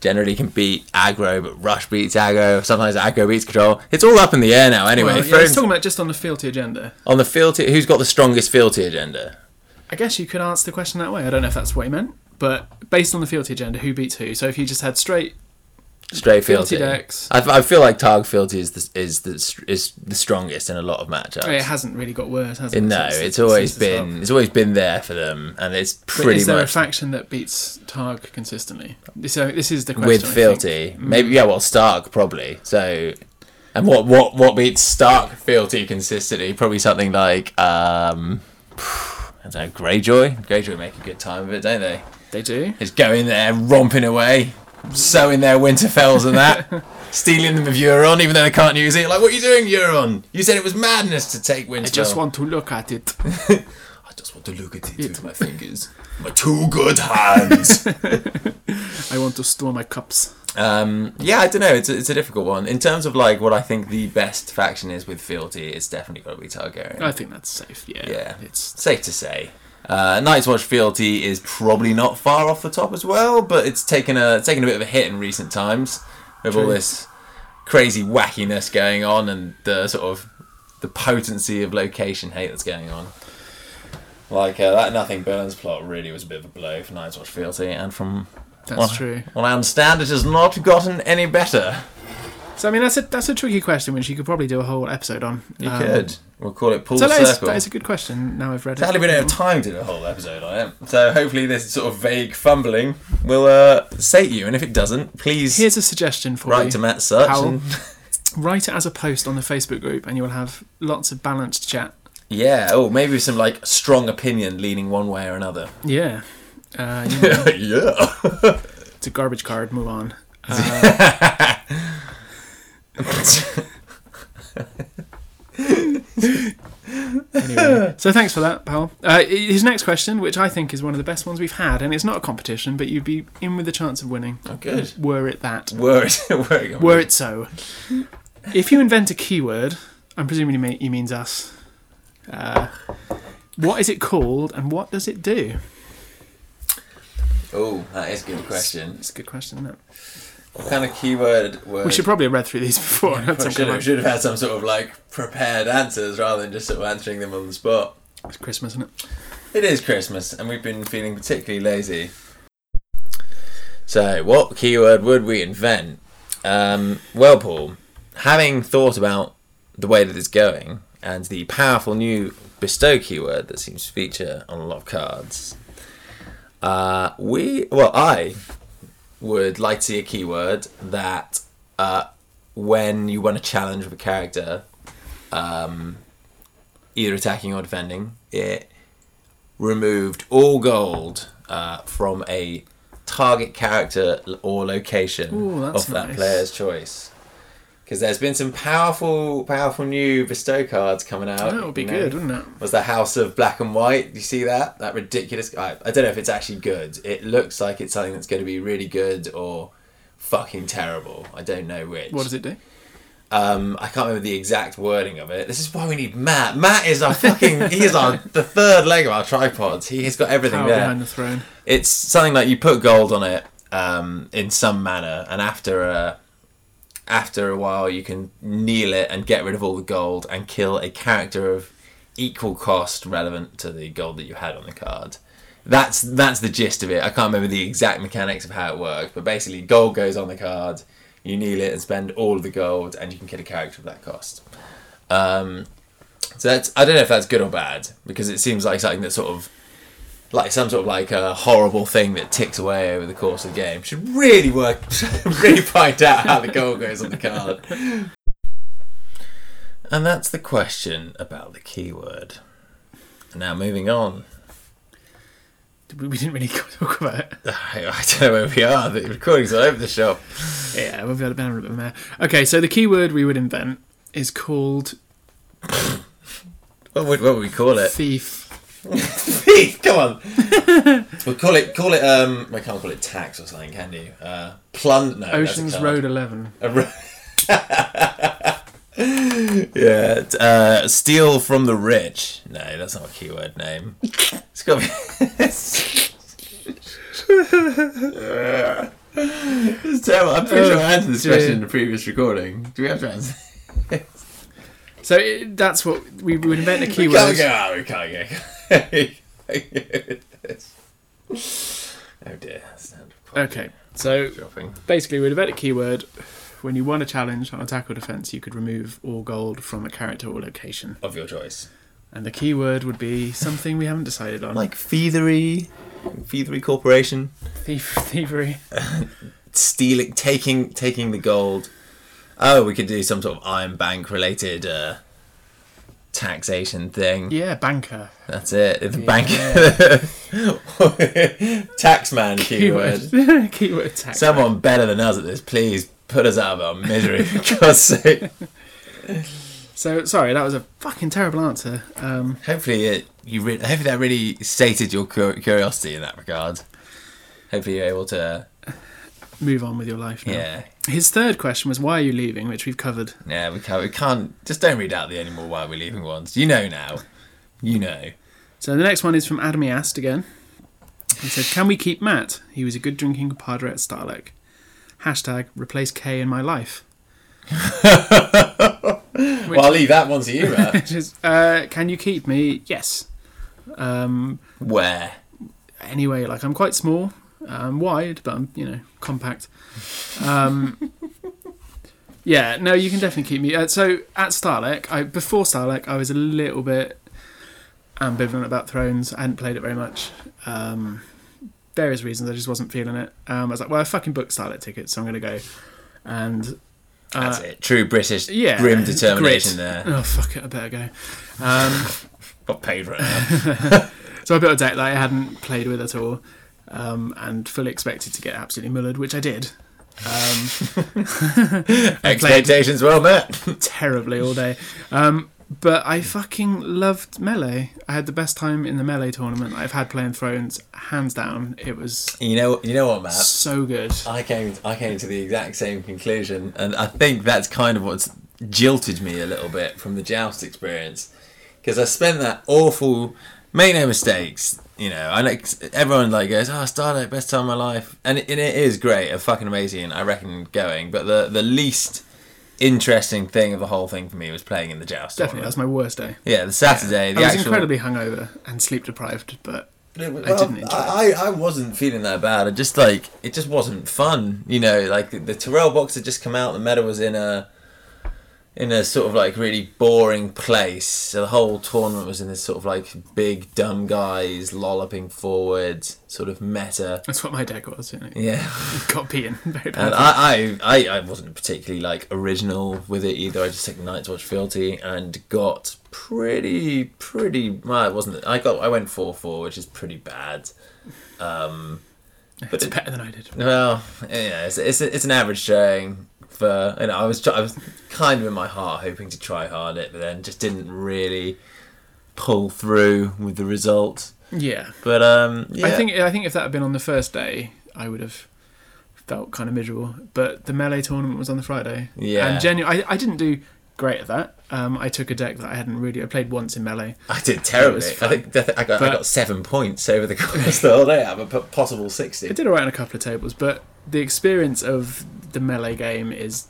S2: generally can beat aggro, but rush beats aggro. Sometimes aggro beats control. It's all up in the air now. Anyway,
S1: well,
S2: For
S1: yeah, it's
S2: ins-
S1: talking about just on the fealty agenda.
S2: on the fealty, who's got the strongest fealty agenda?
S1: I guess you could answer the question that way. I don't know if that's what he meant, but based on the fealty agenda, who beats who? So if you just had straight,
S2: Straight
S1: Fealty
S2: fealty.
S1: decks.
S2: I, I feel like Targ fealty is the, is the str- is the strongest in a lot of matchups.
S1: it hasn't really got worse, has it?
S2: No,
S1: Oh, since-
S2: it's
S1: since
S2: always
S1: the start.
S2: been it's always been there for them, and it's
S1: But
S2: pretty
S1: is there a
S2: much
S1: faction that beats Targ consistently? So this is the question.
S2: with
S1: I think. Mm.
S2: fealty. Maybe yeah, well Stark probably. So, and what what what beats Stark fealty consistently? Probably something like um, I don't know, Greyjoy. Greyjoy make a good time of it, don't they?
S1: They do.
S2: It's going there, romping away, sowing their Winterfells and that, stealing them of Euron, even though they can't use it. Like, what are you doing, Euron? You said it was madness to take Winterfell.
S1: I just want to look at it.
S2: I just want to look at it with my fingers, my two good hands.
S1: I want to store my cups.
S2: Um, yeah, I don't know. It's a, it's a difficult one in terms of like what I think the best faction is with fealty. It's definitely got to be Targaryen.
S1: I think that's safe. Yeah.
S2: yeah,
S1: It's
S2: safe to say. Uh, Night's Watch fealty is probably not far off the top as well, but it's taken a it's taken a bit of a hit in recent times with all
S1: True.
S2: this crazy wackiness going on and the sort of the potency of location hate that's going on. Like uh, that Nothing Burns plot really was a bit of a blow for Night's Watch fealty, and from
S1: that's
S2: well,
S1: true.
S2: Well, I understand it has not gotten any better.
S1: So I mean that's a that's a tricky question which you could probably do a whole episode on.
S2: You
S1: Um,
S2: could. We'll call it Paul
S1: So that is,
S2: Circle.
S1: that is a good question. Now I've read
S2: Sadly, we
S1: it.
S2: don't have time to do a whole episode on it. So hopefully, this sort of vague fumbling will uh, sate you. And if it doesn't, please
S1: Here's a suggestion for you.
S2: write to Matt Such.
S1: Powell.
S2: And,
S1: write it as a post on the Facebook group, and you will have lots of balanced chat.
S2: yeah. Oh, maybe some like strong opinion leaning one way or another.
S1: Yeah, uh, you know,
S2: yeah.
S1: it's a garbage card. Move on. Anyway, so thanks for that, pal. Uh, his next question, which I think is one of the best ones we've had, and it's not a competition, but you'd be in with the chance of winning.
S2: Oh, good.
S1: Were it that.
S2: Word. Word.
S1: Were it so. If you invent a keyword, I'm presuming he mea- he means us. Uh, what is it called, and what does it do?
S2: Oh, that is a good question. Uh,
S1: It's a good question, isn't it?
S2: What kind of keyword word?
S1: We should probably have read through these before. and had
S2: Probably
S1: some
S2: should
S1: kind
S2: have,
S1: of-
S2: should have had some sort of like prepared answers rather than just sort of answering them on the spot.
S1: It's Christmas, isn't it?
S2: It is Christmas, and we've been feeling particularly lazy. So, what keyword would we invent? Um, well, Paul, having thought about the way that it's going and the powerful new bestow keyword that seems to feature on a lot of cards, uh, we, well, I would like to see a keyword that uh, when you run a challenge with a character, um, either attacking or defending, it removed all gold uh, from a target character l- or location
S1: Ooh, that's
S2: of that
S1: nice.
S2: player's choice. Because there's been some powerful, powerful new bestow cards coming out.
S1: That would be
S2: you know.
S1: good, wouldn't it?
S2: Was the House of Black and White? Do you see that? That ridiculous. I, I don't know if it's actually good. It looks like it's something that's going to be really good or fucking terrible. I don't know which.
S1: What does it do?
S2: Um, I can't remember the exact wording of it. This is why we need Matt. Matt is our fucking. he is our the third leg of our tripods. He has got everything
S1: Power
S2: there
S1: behind the throne.
S2: it's something like you put gold on it um, in some manner, and after a after a while, you can kneel it and get rid of all the gold and kill a character of equal cost relevant to the gold that you had on the card. That's that's the gist of it. I can't remember the exact mechanics of how it works, but basically, gold goes on the card. You kneel it and spend all of the gold, and you can kill a character of that cost. Um, so that's I don't know if that's good or bad because it seems like something that sort of like some sort of like a horrible thing that ticks away over the course of the game. Should really work, really find out how the goal goes on the card. And that's the question about the keyword. Now moving on.
S1: We we didn't really talk about it.
S2: I, I don't know where we are. The recording's all over the shop.
S1: Yeah, we've got a banner of there. Okay, so the keyword we would invent is called
S2: What would, what would we call it?
S1: thief.
S2: Thief. Come on. we'll call it call it um. We can't call it tax or something, can you? Uh, plunder. No, that's a
S1: Ocean's
S2: card.
S1: Road 11.
S2: A ro- yeah, t- uh, steal from the rich. No, that's not a keyword name. It's got to be. it's terrible. I'm pretty sure I answered this
S1: dear.
S2: question in the previous recording. Do we have to answer?
S1: So it, that's what we would invent a
S2: We can't go
S1: keyword.
S2: out. We can't go. oh dear. That's not quite
S1: Okay, so
S2: dropping.
S1: basically we'd invent a keyword. When you won a challenge on attack or defense, you could remove all gold from a character or location.
S2: Of your choice.
S1: And the keyword would be something we haven't decided on.
S2: Like Feathery. Feathery Corporation.
S1: thief, thievery.
S2: stealing, taking, taking the gold. Oh, we could do some sort of Iron Bank related uh, taxation thing.
S1: Yeah, banker.
S2: That's it. The bank, taxman keyword.
S1: Keyword. keyword tax.
S2: Someone better than us at this, please put us out of our misery for God's sake.
S1: So sorry, that was a fucking terrible answer. Um,
S2: Hopefully, it you re- hopefully that really sated your cu- curiosity in that regard. Hopefully, you're able to.
S1: move on with your life now.
S2: Yeah,
S1: His third question was, "Why are you leaving?" Which we've covered.
S2: yeah. We can't. We can't. Just don't read out the anymore while we're leaving ones. You know now. You know.
S1: So the next one is from Adam Ast again. He said, "Can we keep Matt? He was a good drinking compadre at Starlake." Hashtag replace K in my life.
S2: well, I'll leave that one to you, Matt.
S1: Which is, uh, can you keep me? Yes. Um,
S2: Where?
S1: anyway, like I'm quite small, I'm wide, but I'm you know compact. Um, yeah, no, you can definitely keep me. Uh, so at Starlek, I before Starlek, I was a little bit ambivalent about Thrones. I hadn't played it very much. Um, various reasons, I just wasn't feeling it. Um, I was like, well, I fucking booked Starlek tickets, so I'm gonna go. And uh,
S2: That's it. True British
S1: yeah,
S2: grim determination
S1: grit.
S2: there.
S1: oh fuck it, I better go. Um,
S2: Got paid for it. now.
S1: So I built a deck that I hadn't played with at all, um, and fully expected to get absolutely mullered, which I did.
S2: Expectations well met.
S1: terribly all day. Um, but I fucking loved melee. I had the best time in the melee tournament I've had playing Thrones, hands down. It was
S2: You know, you know what, Matt?
S1: so good.
S2: I came, I came to the exact same conclusion, and I think that's kind of what's jilted me a little bit from the joust experience, because I spent that awful. Make no mistakes, you know. I like everyone like goes, "Oh, Starlight, best time of my life," and it, and it is great, and fucking amazing. I reckon going, but the the least interesting thing of the whole thing for me was playing in the joust.
S1: Definitely, that
S2: tournament.
S1: was my worst day.
S2: yeah, the Saturday, the
S1: I was
S2: actual
S1: incredibly hungover and sleep deprived, but
S2: But it was-
S1: I
S2: well,
S1: didn't enjoy
S2: I, I I wasn't feeling that bad. I just like it just wasn't fun, you know. Like the, the Terrell box had just come out. The meta was in a in a sort of like really boring place. So the whole tournament was in this sort of like big dumb guys lolloping forward sort of meta.
S1: that's what my deck was. You know.
S2: Yeah, Uh,
S1: Got beaten very bad.
S2: and I, I, I, I wasn't particularly like original with it either. I just took Night's Watch Fealty and got pretty, pretty. Well, it wasn't. I got. I went four four, which is pretty bad.
S1: it's better than I did.
S2: Well, yeah, it's it's, it's an average showing for you know. I was try- I was kind of in my heart hoping to try hard it, but then just didn't really pull through with the result.
S1: Yeah.
S2: But um, yeah.
S1: I think I think if that had been on the first day, I would have felt kind of miserable. But the melee tournament was on the Friday.
S2: Yeah.
S1: And genu- I, I didn't do great at that. Um, I took a deck that I hadn't really. I played once in melee.
S2: I did terribly.
S1: was
S2: I think that- I got I
S1: But-
S2: got seven points over the course of the whole day out of a po- possible sixty.
S1: I did alright on a couple of tables, but the experience of the melee game is,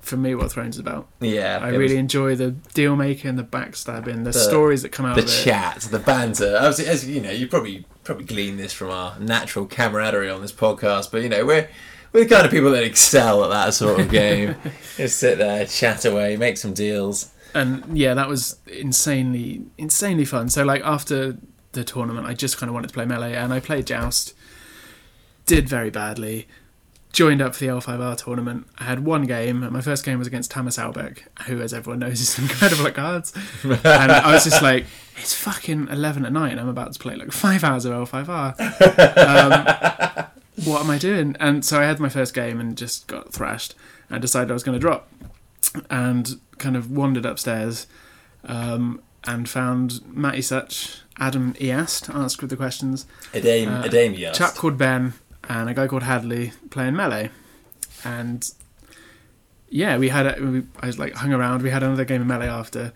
S1: for me, what Thrones is about.
S2: Yeah,
S1: I
S2: it was-
S1: really enjoy the deal making, the backstabbing, the,
S2: The-
S1: stories that come out
S2: the
S1: of it.
S2: chat, the banter. As, as you know, you probably probably glean this from our natural camaraderie on this podcast, but you know we're we're the kind of people that excel at that sort of game. Just sit there, chat away, make some deals.
S1: and yeah, that was insanely, insanely fun. So like after the tournament, I just kind of wanted to play melee, and I played joust. Did very badly. Joined up for the L5R tournament. I had one game, and my first game was against Thomas Albeck, who, as everyone knows, is incredible at cards. And I was just like, it's fucking 11 at night, and I'm about to play like five hours of L5R. Um, what am I doing? And so I had my first game and just got thrashed, and decided I was going to drop and kind of wandered upstairs um, and found Matty Such, Adam East, asked with the questions,
S2: A dame, a dame, yes.
S1: a Uh, chap called Ben, and a guy called Hadley playing melee. And yeah, we had a, we, I was like hung around. We had another game of melee after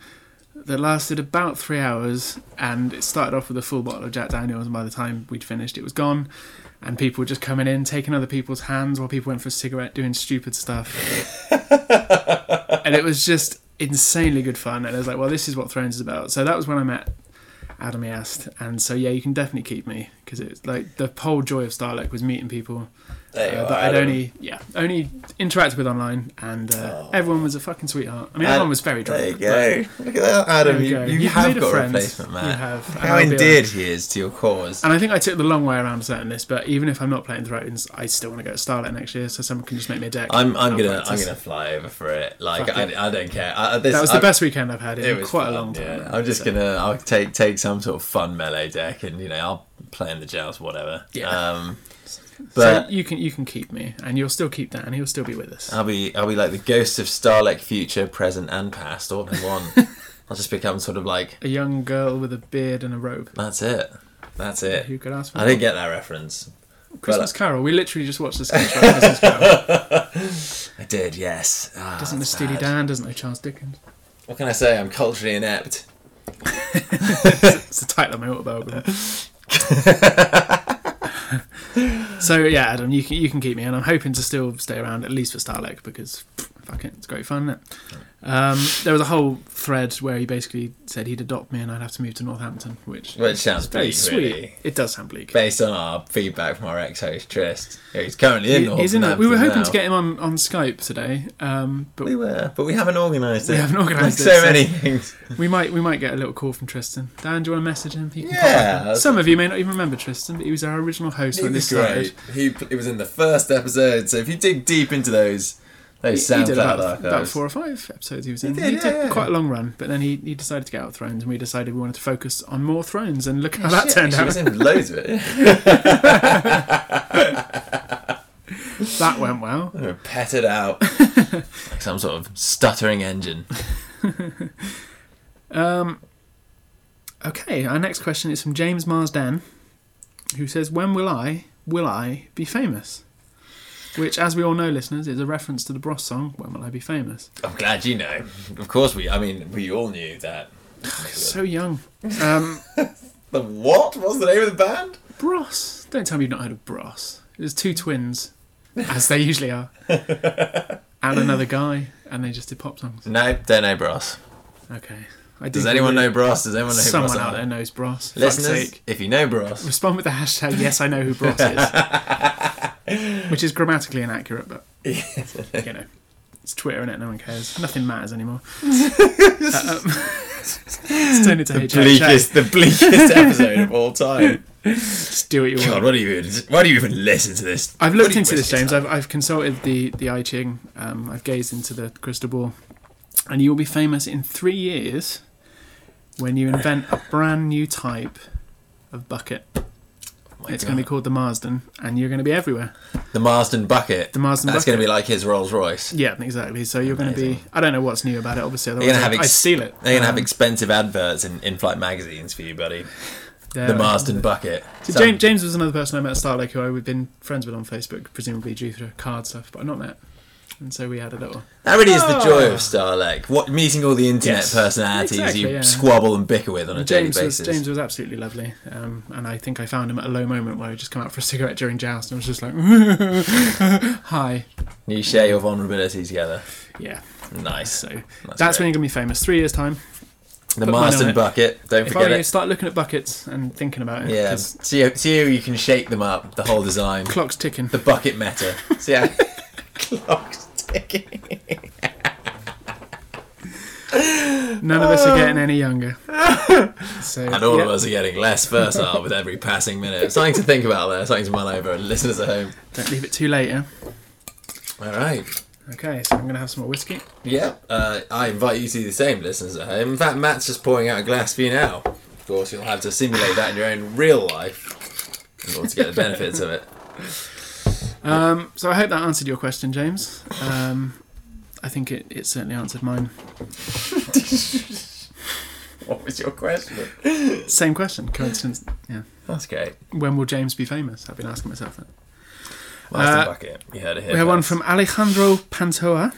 S1: that lasted about three hours, and it started off with a full bottle of Jack Daniels. And by the time we'd finished, it was gone. And people were just coming in, taking other people's hands while people went for a cigarette, doing stupid stuff. and it was just insanely good fun. And I was like, well, this is what Thrones is about. So that was when I met Adam Yast. And so, yeah, you can definitely keep me because it's like the whole joy of Starlek was meeting people
S2: There you
S1: uh,
S2: are,
S1: that I'd
S2: Adam.
S1: only, yeah, only interacted with online. And uh, everyone was a fucking sweetheart. I mean,
S2: Ad-
S1: everyone was very drunk.
S2: Oh. Uh, There you go.
S1: but
S2: Look at that, Adam.
S1: there we
S2: You,
S1: go.
S2: you
S1: You've made
S2: have
S1: a
S2: got a
S1: friend.
S2: replacement, man.
S1: You have. And
S2: How
S1: I'll be
S2: endeared he is to your cause.
S1: And I think I took the long way around certain this, but even if I'm not playing Thrones, I still want to go to Starlet next year, so someone can just make me a deck.
S2: I'm, I'm
S1: I'll
S2: gonna, I'm
S1: practice.
S2: gonna fly over for it. Like,
S1: Fuck
S2: I,
S1: it.
S2: I don't care. I, I- this,
S1: That was
S2: I-
S1: the best weekend I've had
S2: It
S1: in
S2: was
S1: quite
S2: fun,
S1: a long time.
S2: Yeah. I'm just gonna I'll take take some sort of fun melee deck and you know I'll play in the jails whatever.
S1: Yeah.
S2: Um,
S1: So
S2: but Uh,
S1: you can you can keep me, and you'll still keep Dan. He'll still be with us.
S2: I'll be I'll be like the ghost of Starlek future, present and past all in one. I'll just become sort of like
S1: a young girl with a beard and a robe.
S2: that's it, that's it.
S1: Who could ask for
S2: I
S1: more?
S2: didn't get that reference.
S1: Christmas Carol? We literally just watched the sketch about Christmas Carol.
S2: I did, yes. Ah,
S1: Doesn't
S2: that's
S1: Miss Steely
S2: bad.
S1: Dan? Doesn't know Charles Dickens?
S2: What can I say? I'm culturally inept.
S1: It's the title of my autobiography. so yeah, Adam, you can you can keep me, and I'm hoping to still stay around at least for Starlek because fuck it, it's great fun. Isn't it? Um, there was a whole thread where he basically said he'd adopt me, and I'd have to move to Northampton, which
S2: Which sounds
S1: is very
S2: bleak,
S1: sweet.
S2: really.
S1: It does sound bleak.
S2: Based on our feedback from our ex-host Trist, who's currently in.
S1: He- he's in that. We were hoping
S2: Northampton now.
S1: to get him on, on Skype today, um, but
S2: We
S1: we,
S2: were, but we haven't organised it.
S1: haven't organised
S2: like
S1: it,
S2: So
S1: so-
S2: many things.
S1: might we might get a little call from Tristan. Dan, do you want to message him? He can
S2: Yeah,
S1: pop up.
S2: that's-
S1: Some of you may not even remember Tristan, but he was our original host
S2: He
S1: when this
S2: was
S1: started.
S2: great. He it was in the first episode, so if you dig deep into those those
S1: He- he did
S2: SoundCloud
S1: about,
S2: archives,
S1: about four or five episodes he was in. He,
S2: did, yeah,
S1: did
S2: yeah.
S1: quite a long run, but then he, he decided to get out of Thrones, and we decided we wanted to focus on more Thrones, and look how that
S2: Shit,
S1: turned
S2: she was
S1: out.
S2: in loads of it.
S1: That went well.
S2: They were petted out like some sort of stuttering engine.
S1: Okay, our next question is from James Marsden, who says, "When will I, will I be famous?" Which, as we all know, listeners, is a reference to the Bros song "When Will I Be Famous."
S2: I'm glad you know. Of course, we. I mean, we all knew that.
S1: So young, um,
S2: The what? What's the name of the band?
S1: Bros. Don't tell me you've not heard of Bros. It was two twins, as they usually are, and another guy, and they just did pop songs.
S2: No, don't know Bros.
S1: Okay, I did
S2: Does anyone
S1: really-
S2: know Bros? Does anyone know who
S1: Someone
S2: Bros
S1: out
S2: are?
S1: there knows Bros. For fuck's
S2: Listeners,
S1: sake.
S2: if you know Bros,
S1: respond with the hashtag yes i know who bros is which is grammatically inaccurate but you know it's twitter and it no one cares nothing matters anymore Uh, um, it's turned into HHA.
S2: bleakest, the bleakest episode of all time.
S1: Just do what you
S2: God,
S1: want
S2: what do you even? Why do you even listen to this?
S1: i've
S2: What
S1: looked
S2: do you
S1: into this
S2: waste your
S1: james
S2: time?
S1: I've, I've consulted the the i ching um, i've gazed into the crystal ball and you will be famous in three years when you invent a brand new type of bucket
S2: My
S1: it's going to be
S2: God.
S1: called the marsden and you're going to be everywhere
S2: the Marsden bucket.
S1: the marsden
S2: That's
S1: bucket
S2: going to be like his Rolls Royce.
S1: Yeah, exactly. So you're going to be.
S2: Amazing.
S1: I don't know what's new about it. Obviously,
S2: They're gonna have
S1: I
S2: ex-
S1: steal it.
S2: They're gonna have
S1: Um,
S2: expensive adverts in in-flight magazines for you, buddy.
S1: they're-
S2: The Marsden bucket.
S1: So
S2: Some-
S1: James, James was another person I met at Starlake who I've been friends with on Facebook, presumably due to card stuff, but I've not met. And so we had a little.
S2: That really is the joy of Starlake. What meeting all the internet
S1: Oh. Yes.
S2: personalities
S1: Exactly,
S2: you
S1: yeah.
S2: squabble and bicker with on a daily
S1: James was
S2: basis.
S1: James was absolutely lovely, um, and I think I found him at a low moment where I just come out for a cigarette during joust and was just like, "Hi,
S2: You share your vulnerability together.
S1: yeah."
S2: Nice.
S1: So that's,
S2: That's
S1: when
S2: great.
S1: you're gonna be famous. Three years time.
S2: The
S1: put mine on
S2: Marsden
S1: it.
S2: bucket. Don't
S1: If I
S2: forget
S1: were you,
S2: it.
S1: start looking at buckets and thinking about it.
S2: Yeah.
S1: 'cause
S2: See how, see how you can shake them up. The whole design.
S1: Clock's ticking.
S2: The bucket meta. See how clock's ticking.
S1: None of us are getting any younger. So,
S2: And all
S1: yeah.
S2: of us are getting less versatile with every passing minute. Something to think about there. Something to mull over. Listeners at home.
S1: Don't leave it too late, yeah?
S2: All right.
S1: Okay, so I'm going to have some more whiskey.
S2: Yeah, uh, I invite you to do the same, listeners at home. In fact, Matt's just pouring out a glass for you now. Of course, you'll have to simulate that in your own real life in order to get the benefits of it.
S1: Um, so I hope that answered your question, James. Um, I think it, it certainly answered mine.
S2: What was your question?
S1: Same question, coincidence. Yeah.
S2: That's great.
S1: When will James be famous? I've been asking myself that.
S2: Master
S1: Uh,
S2: Bucket, you heard it here.
S1: We have one
S2: first.
S1: from Alejandro Pantoa,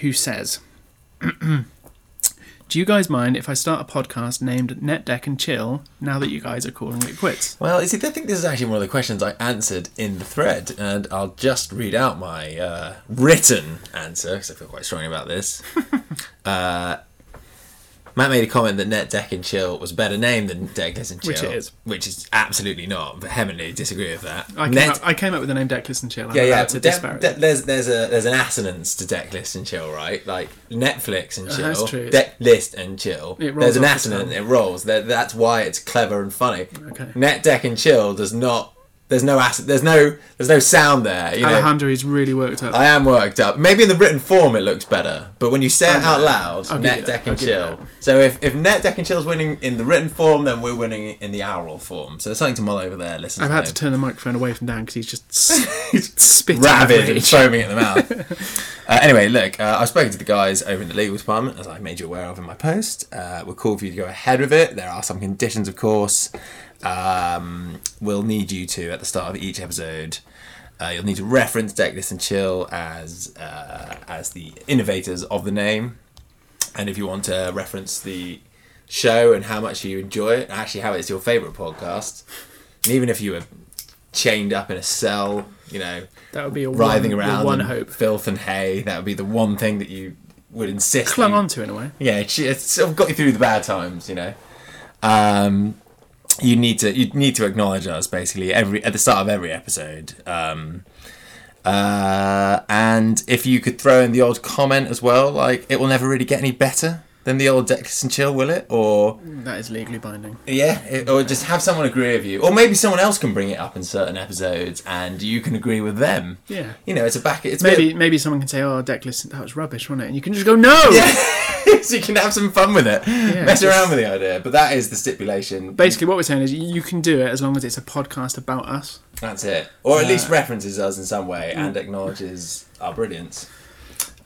S1: who says, "Do you guys mind if I start a podcast named Net Deck and Chill now that you guys are calling it quits?"
S2: Well, you see, I think this is actually one of the questions I answered in the thread, and I'll just read out my uh, written answer because I feel quite strongly about this. uh, Matt made a comment that Net Deck and Chill was a better name than Deckless and Chill,
S1: Which it is.
S2: which is absolutely not. Vehemently disagree with that.
S1: I came,
S2: Net-
S1: up, I came up with the name Deckless and Chill. I'm
S2: yeah, yeah.
S1: allowed To
S2: de-
S1: disparage.
S2: de- there's there's a there's an assonance to deck list and chill, right? Like Netflix and chill,
S1: that's true.
S2: deck list and chill.
S1: It rolls
S2: there's an
S1: off the
S2: assonance. It
S1: tongue.
S2: rolls. That, that's why it's clever and funny.
S1: Okay.
S2: Net deck and chill does not. There's no ass. There's no. There's no sound there. You know.
S1: Alejandro is really worked up.
S2: I am worked up. Maybe in the written form it looks better, but when you say it out loud,
S1: give you
S2: net
S1: that.
S2: deck
S1: I'll
S2: and
S1: give you
S2: chill. So if, if net deck and chill's winning in the written form, then we're winning in the oral form. So there's something to mull over there. Listen,
S1: I've had to turn the microphone away from Dan because he's just s-
S2: He's
S1: spitting.
S2: rabid
S1: with
S2: and
S1: rage.
S2: foaming at the mouth. uh, anyway, look, uh, I've spoken to the guys over in the legal department, as I made you aware of in my post. Uh, we're cool for you to go ahead with it. There are some conditions, of course. Um, we'll need you to, at the start of each episode, uh, you'll need to reference Decklist and Chill as uh, as the innovators of the name. And if you want to reference the show and how much you enjoy it, actually how it's your favourite podcast, and even if you were chained up in a cell, you know,
S1: That would be a
S2: writhing
S1: one,
S2: around
S1: the one
S2: in
S1: hope.
S2: filth and hay. That would be the one thing that you would insist.
S1: Clung
S2: you-
S1: on to in a way.
S2: Yeah, it's, it's sort of got you through the bad times, you know. Um, you need to you need to acknowledge us basically every at the start of every episode. Um, uh, and if you could throw in the odd comment as well, like it will never really get any better than the old Deckless and Chill, will it? Or
S1: That is legally binding.
S2: yeah, it, or just have someone agree with you, or maybe someone else can bring it up in certain episodes, and you can agree with them.
S1: Yeah.
S2: You know, it's a back. It's a bit of-
S1: Maybe maybe someone can say, "Oh, Deckless, that was rubbish, wasn't it?" And you can just go, "No."
S2: so you can have some fun with it, mess around with the idea. But that is the stipulation.
S1: Basically, what we're saying is you can do it as long as it's a podcast about us.
S2: That's it. Or at least references us in some way and acknowledges our brilliance.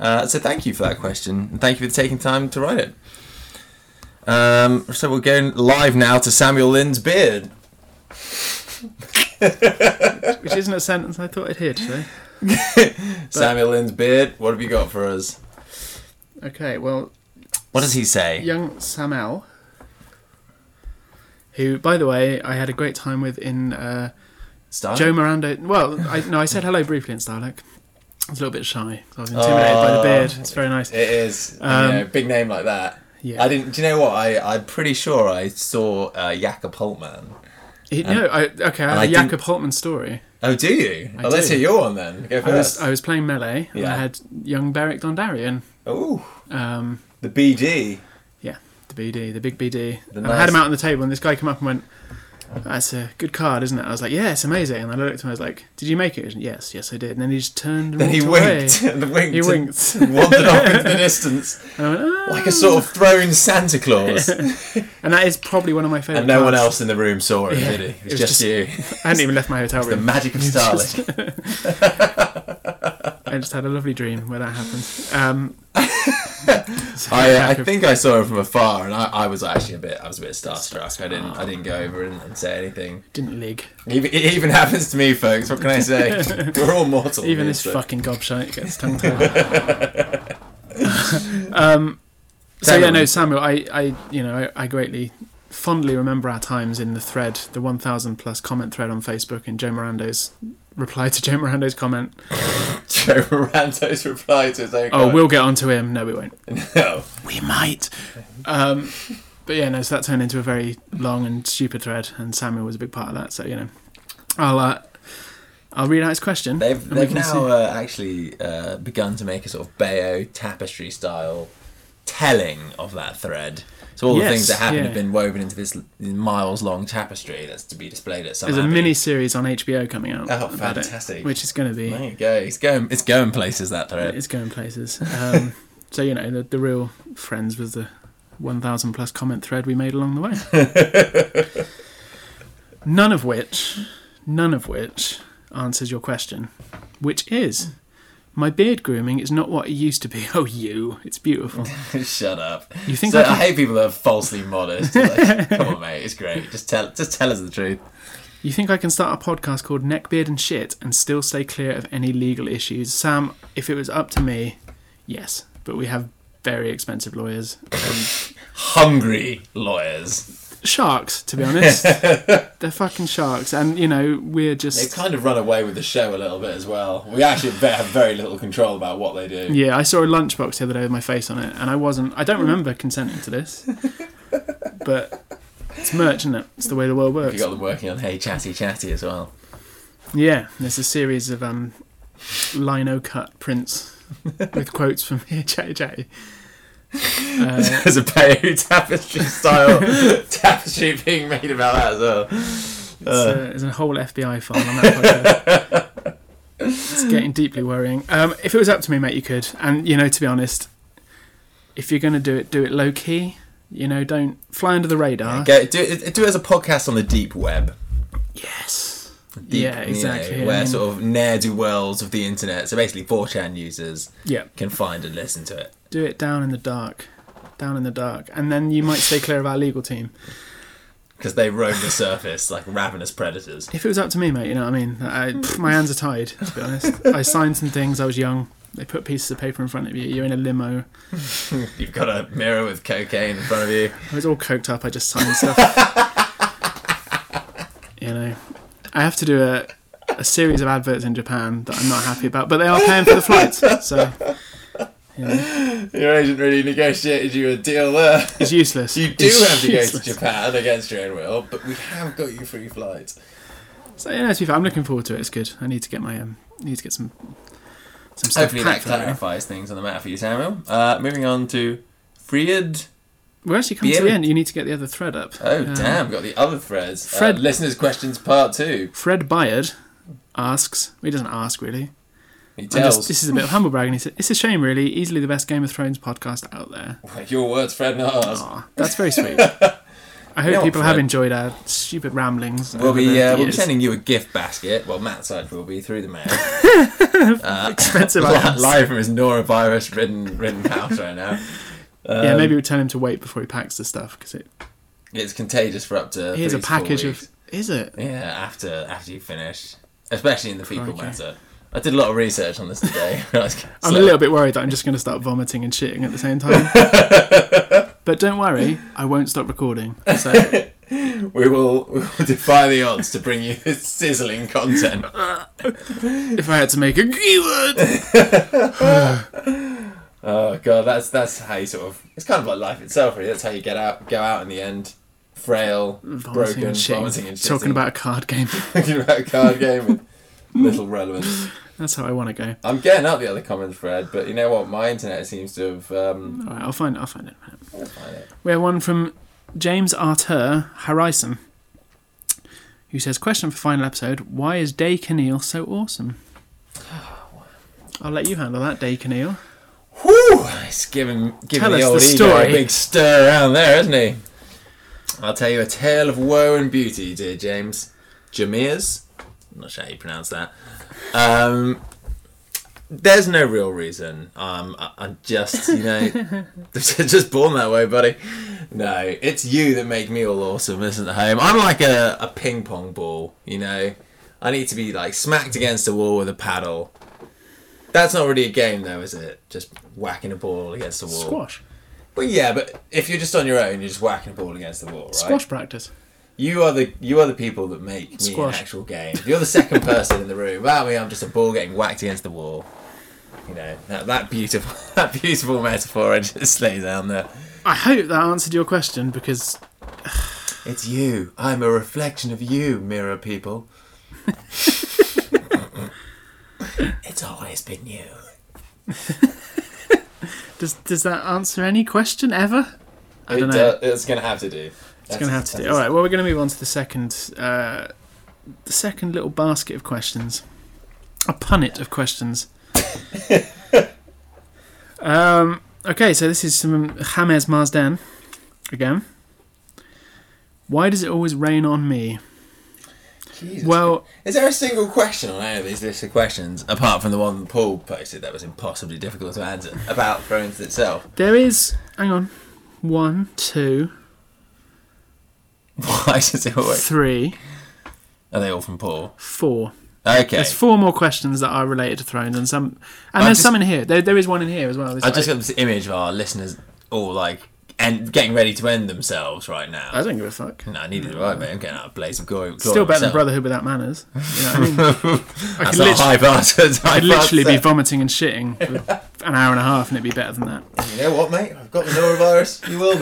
S2: Uh, so thank you for that question. And thank you for taking time to write it. Um, so we're going live now to Samuel Lynn's beard.
S1: Which isn't a sentence I thought I'd hear today.
S2: Samuel Lynn's beard, what have you got for us?
S1: Okay, well,
S2: What does he say?
S1: young Samel, who, by the way, I had a great time with in uh,
S2: Star?
S1: Joe Miranda. Well, I, no, I said hello briefly in Starlink. I was a little bit shy. I was intimidated by
S2: Oh.
S1: the beard. It's very nice.
S2: It is. you know, big name like that.
S1: Um, yeah.
S2: I didn't. Do you know what? I, I'm pretty sure I saw uh, Jakob Holtman.
S1: He- no, I, okay, I
S2: I
S1: have a
S2: didn't-
S1: Jakob Holtman story.
S2: Oh, do you? oh, let's
S1: do. Uh,
S2: hear your one then. Go
S1: I was,
S2: first.
S1: I was playing Melee, and
S2: Yeah.
S1: I had young Beric Dondarrion.
S2: Ooh,
S1: Um,
S2: the BD.
S1: yeah, the BD, the big BD.
S2: The
S1: and I had him
S2: nice-
S1: out on the table, and this guy came up and went, "That's a good card, isn't it?" I was like, "Yeah, it's amazing." And I looked at him, I was like, "Did you make it?" He was, yes, yes, I did. And then he just turned and
S2: Then he
S1: walked
S2: winked.
S1: away.
S2: the winked.
S1: He
S2: and
S1: winked.
S2: Wandered off into the distance
S1: And, I went, "Ah."
S2: like a sort of thrown Santa Claus,
S1: And that is probably one of my favorite.
S2: and no one else in the room saw it, did he? It
S1: it
S2: was,
S1: was
S2: just,
S1: just-
S2: you.
S1: I hadn't even left my hotel
S2: The
S1: room.
S2: magic of Starlink.
S1: I just had a lovely dream where that happened. Um,
S2: I, I think I saw him from afar, and I, I was actually a bit, I was a bit starstruck. I didn't, I didn't go over and, and say anything.
S1: didn't lig.
S2: Even- It even happens to me, folks. What can I say? We're all mortal.
S1: Even this
S2: obviously.
S1: fucking gobshite gets tongue tied. um, so
S2: Samuel.
S1: yeah, no, Samuel, I, I, you know, I, I greatly, fondly remember our times in the thread, the one thousand plus comment thread on Facebook, and Joe Mirando's reply to Joe Mirando's comment.
S2: Joe Moranto's reply to his own
S1: Oh,
S2: comment.
S1: we'll get onto him. No, we won't.
S2: No.
S1: We might. Um, but yeah, no, so that turned into a very long and stupid thread, and Samuel was a big part of that. So you know, I'll uh, I'll read out his question.
S2: They've,
S1: and we
S2: they've
S1: can see-
S2: now uh, actually uh, begun to make a sort of Bayeux tapestry style telling of that thread. So all the
S1: Yes,
S2: things that happened
S1: yeah.
S2: have been woven into this miles long tapestry that's to be displayed at some.
S1: There's a
S2: abbey.
S1: mini series on HBO coming out.
S2: Oh,
S1: about it,
S2: fantastic.
S1: which is going to be
S2: There you go. It's going. It's going places. That thread.
S1: it's going places. Um, so you know, the, the real friends was the 1,000 plus comment thread we made along the way. none of which, none of which answers your question, which is. My beard grooming is not what it used to be. Oh, you! It's beautiful.
S2: Shut up.
S1: You think
S2: so
S1: I
S2: I,
S1: can-
S2: hate people that are falsely modest. Like, Come on, mate. It's great. Just tell. Just tell us the truth.
S1: You think I can start a podcast called Neckbeard and Shit and still stay clear of any legal issues? Sam, if it was up to me, yes. But we have very expensive lawyers.
S2: Hungry lawyers.
S1: Sharks, to be honest. They're fucking sharks. And, you know, we're
S2: They've
S1: just.
S2: kind of run away with the show a little bit as well. We actually ve- have very little control about what they do.
S1: Yeah, I saw a lunchbox the other day with my face on it, and I wasn't. I don't remember consenting to this. But it's merch, isn't it? It's the way the world
S2: You
S1: works.
S2: got them working on Hey Chatty Chatty as well.
S1: Yeah, there's a series of um, lino cut prints with quotes from here, JJ. Uh,
S2: There's a Peru tapestry style tapestry being made about that as well.
S1: It's, uh, there's a whole FBI file on that photo. it's getting deeply worrying. Um, if it was up to me, mate, you could. And you know, to be honest, if you're going to do it, do it low key. You know, don't fly under the radar.
S2: Go, do, it- do it as a podcast on the deep web.
S1: yes.
S2: Deep,
S1: yeah,
S2: you know,
S1: exactly. I
S2: where
S1: mean,
S2: sort of ne'er do wells of the internet, so basically 4chan users
S1: yeah,
S2: can find and listen to it.
S1: do it down in the dark, down in the dark, and then you might stay clear of our legal team.
S2: Because they roam the surface like ravenous predators.
S1: If it was up to me, mate, you know what I mean. I, pff, my hands are tied, to be honest. I signed some things. I was young. They put pieces of paper in front of you. You're in a limo.
S2: You've got a mirror with cocaine in front of you.
S1: I was all coked up. I just signed stuff. you know, I have to do a, a series of adverts in Japan that I'm not happy about, but they are paying for the flights, so you know,
S2: Your agent really negotiated you a deal there.
S1: it's useless.
S2: You do
S1: It's
S2: have to go to
S1: useless.
S2: Japan against your own will, but we have got you free flights.
S1: So yeah, to be fair, I'm looking forward to it. It's good. I need to get my um, need to get some some stuff
S2: Hopefully that
S1: packed. up.
S2: clarifies things on the matter for you, Samuel. Uh, moving on to Fred.
S1: We're actually coming
S2: Be
S1: to the
S2: able-
S1: end. You need to get the other thread up.
S2: Oh,
S1: Um,
S2: damn, got the other threads.
S1: Fred-
S2: Uh, listeners' questions part two.
S1: Fred Byard asks. Well, he doesn't ask really.
S2: He
S1: I'm
S2: tells
S1: Just, this is a bit of humble bragging. He said, "It's a shame, really. Easily the best Game of Thrones podcast out there." Oh,
S2: your words, Fred, not ours.
S1: Aw, that's very sweet. I hope
S2: know what,
S1: people have
S2: Fred?
S1: enjoyed our stupid ramblings.
S2: We'll
S1: over
S2: be
S1: the
S2: uh, we'll be
S1: years.
S2: sending you a gift basket. Well, Matt's side will be through the mail.
S1: expensive
S2: Li-
S1: items.
S2: Live from his norovirus ridden ridden house right now. Um,
S1: yeah, maybe we tell him to wait before he packs the stuff because it
S2: It's contagious for up to.
S1: here's a
S2: three to four
S1: package of.
S2: weeks.
S1: Is it?
S2: Yeah, after after you finish, especially in the fecal
S1: Crikey.
S2: matter. I did a lot of research on this today. I was-
S1: I'm a little bit worried that I'm just going to start vomiting and shitting at the same time. but don't worry, I won't stop recording. So
S2: We will, we will defy the odds to bring you this sizzling content.
S1: if I had to make a keyword,
S2: Oh god, that's that's how you sort of. It's kind of like life itself, really. That's how you get out, go out in the end, frail,
S1: Mm, vomiting
S2: broken,
S1: and shitting,
S2: vomiting and shitting.
S1: talking about a card game.
S2: talking about a card game with little relevance.
S1: That's how I want to go.
S2: I'm getting up the other comments, Fred, but you know what? My internet seems to have. Um,
S1: All right, I'll find. I'll find it.
S2: find it.
S1: We have one from James Artur Harrison, who says, "Question for final episode: Why is Day Keneal so awesome?" I'll let you handle that, Day Keneal.
S2: Whew, it's giving giving
S1: Tell
S2: the
S1: us
S2: old
S1: the
S2: ego a
S1: story.
S2: big stir around there, isn't he? I'll tell you a tale of woe and beauty, dear James. Jameers? I'm not sure how you pronounce that. Um, there's no real reason. Um, I, I'm just, you know, just born that way, buddy. No, it's you that make me all awesome, isn't it, home? I'm like a, a ping pong ball, you know. I need to be like smacked against the wall with a paddle. That's not really a game, though, is it? Just whacking a ball against the wall.
S1: Squash,
S2: Well, yeah, but if you're just on your own, you're just whacking a ball against the wall, right?
S1: squash practice.
S2: You are the you are the people that make me
S1: Squash.
S2: an actual game. You're the second person in the room. Well, I mean, I'm just a ball getting whacked against the wall. You know that, that beautiful that beautiful metaphor I just lay down there.
S1: I hope that answered your question because
S2: It's you. I'm a reflection of you, mirror people. it's always been you.
S1: does does that answer any question ever?
S2: it,
S1: dunno.
S2: do- it's gonna have to do.
S1: It's gonna have to do. All right. Well, we're gonna move on to the second, uh, the second little basket of questions, a punnet of questions. um. Okay. So this is some James Marsden again. Why does it always rain on me? Well,
S2: Is there a single question on any of these list of questions, apart from the one that Paul posted that was impossibly difficult to answer, about Thrones itself?
S1: there is. Hang on. One, two,
S2: Why does it always.
S1: three,
S2: Are they all from Paul?
S1: four.
S2: Okay.
S1: There's four more questions that are related to Thrones, and some, and
S2: I
S1: there's
S2: just-
S1: some in here. There, there is one in here as well. There's-
S2: I just got this image of our listeners all like and getting ready to end themselves right now.
S1: I don't give a fuck.
S2: no, neither do I, mate. I'm getting out of blaze of glory. glory
S1: Still better than
S2: myself.
S1: Brotherhood without manners. You know what I mean? I
S2: That's
S1: could
S2: not
S1: lit-
S2: high bar. That's high
S1: I'd
S2: bar,
S1: literally
S2: sir.
S1: be vomiting and shitting for an hour and a half, and it'd be better than that.
S2: You know what, mate? I've got the norovirus. You will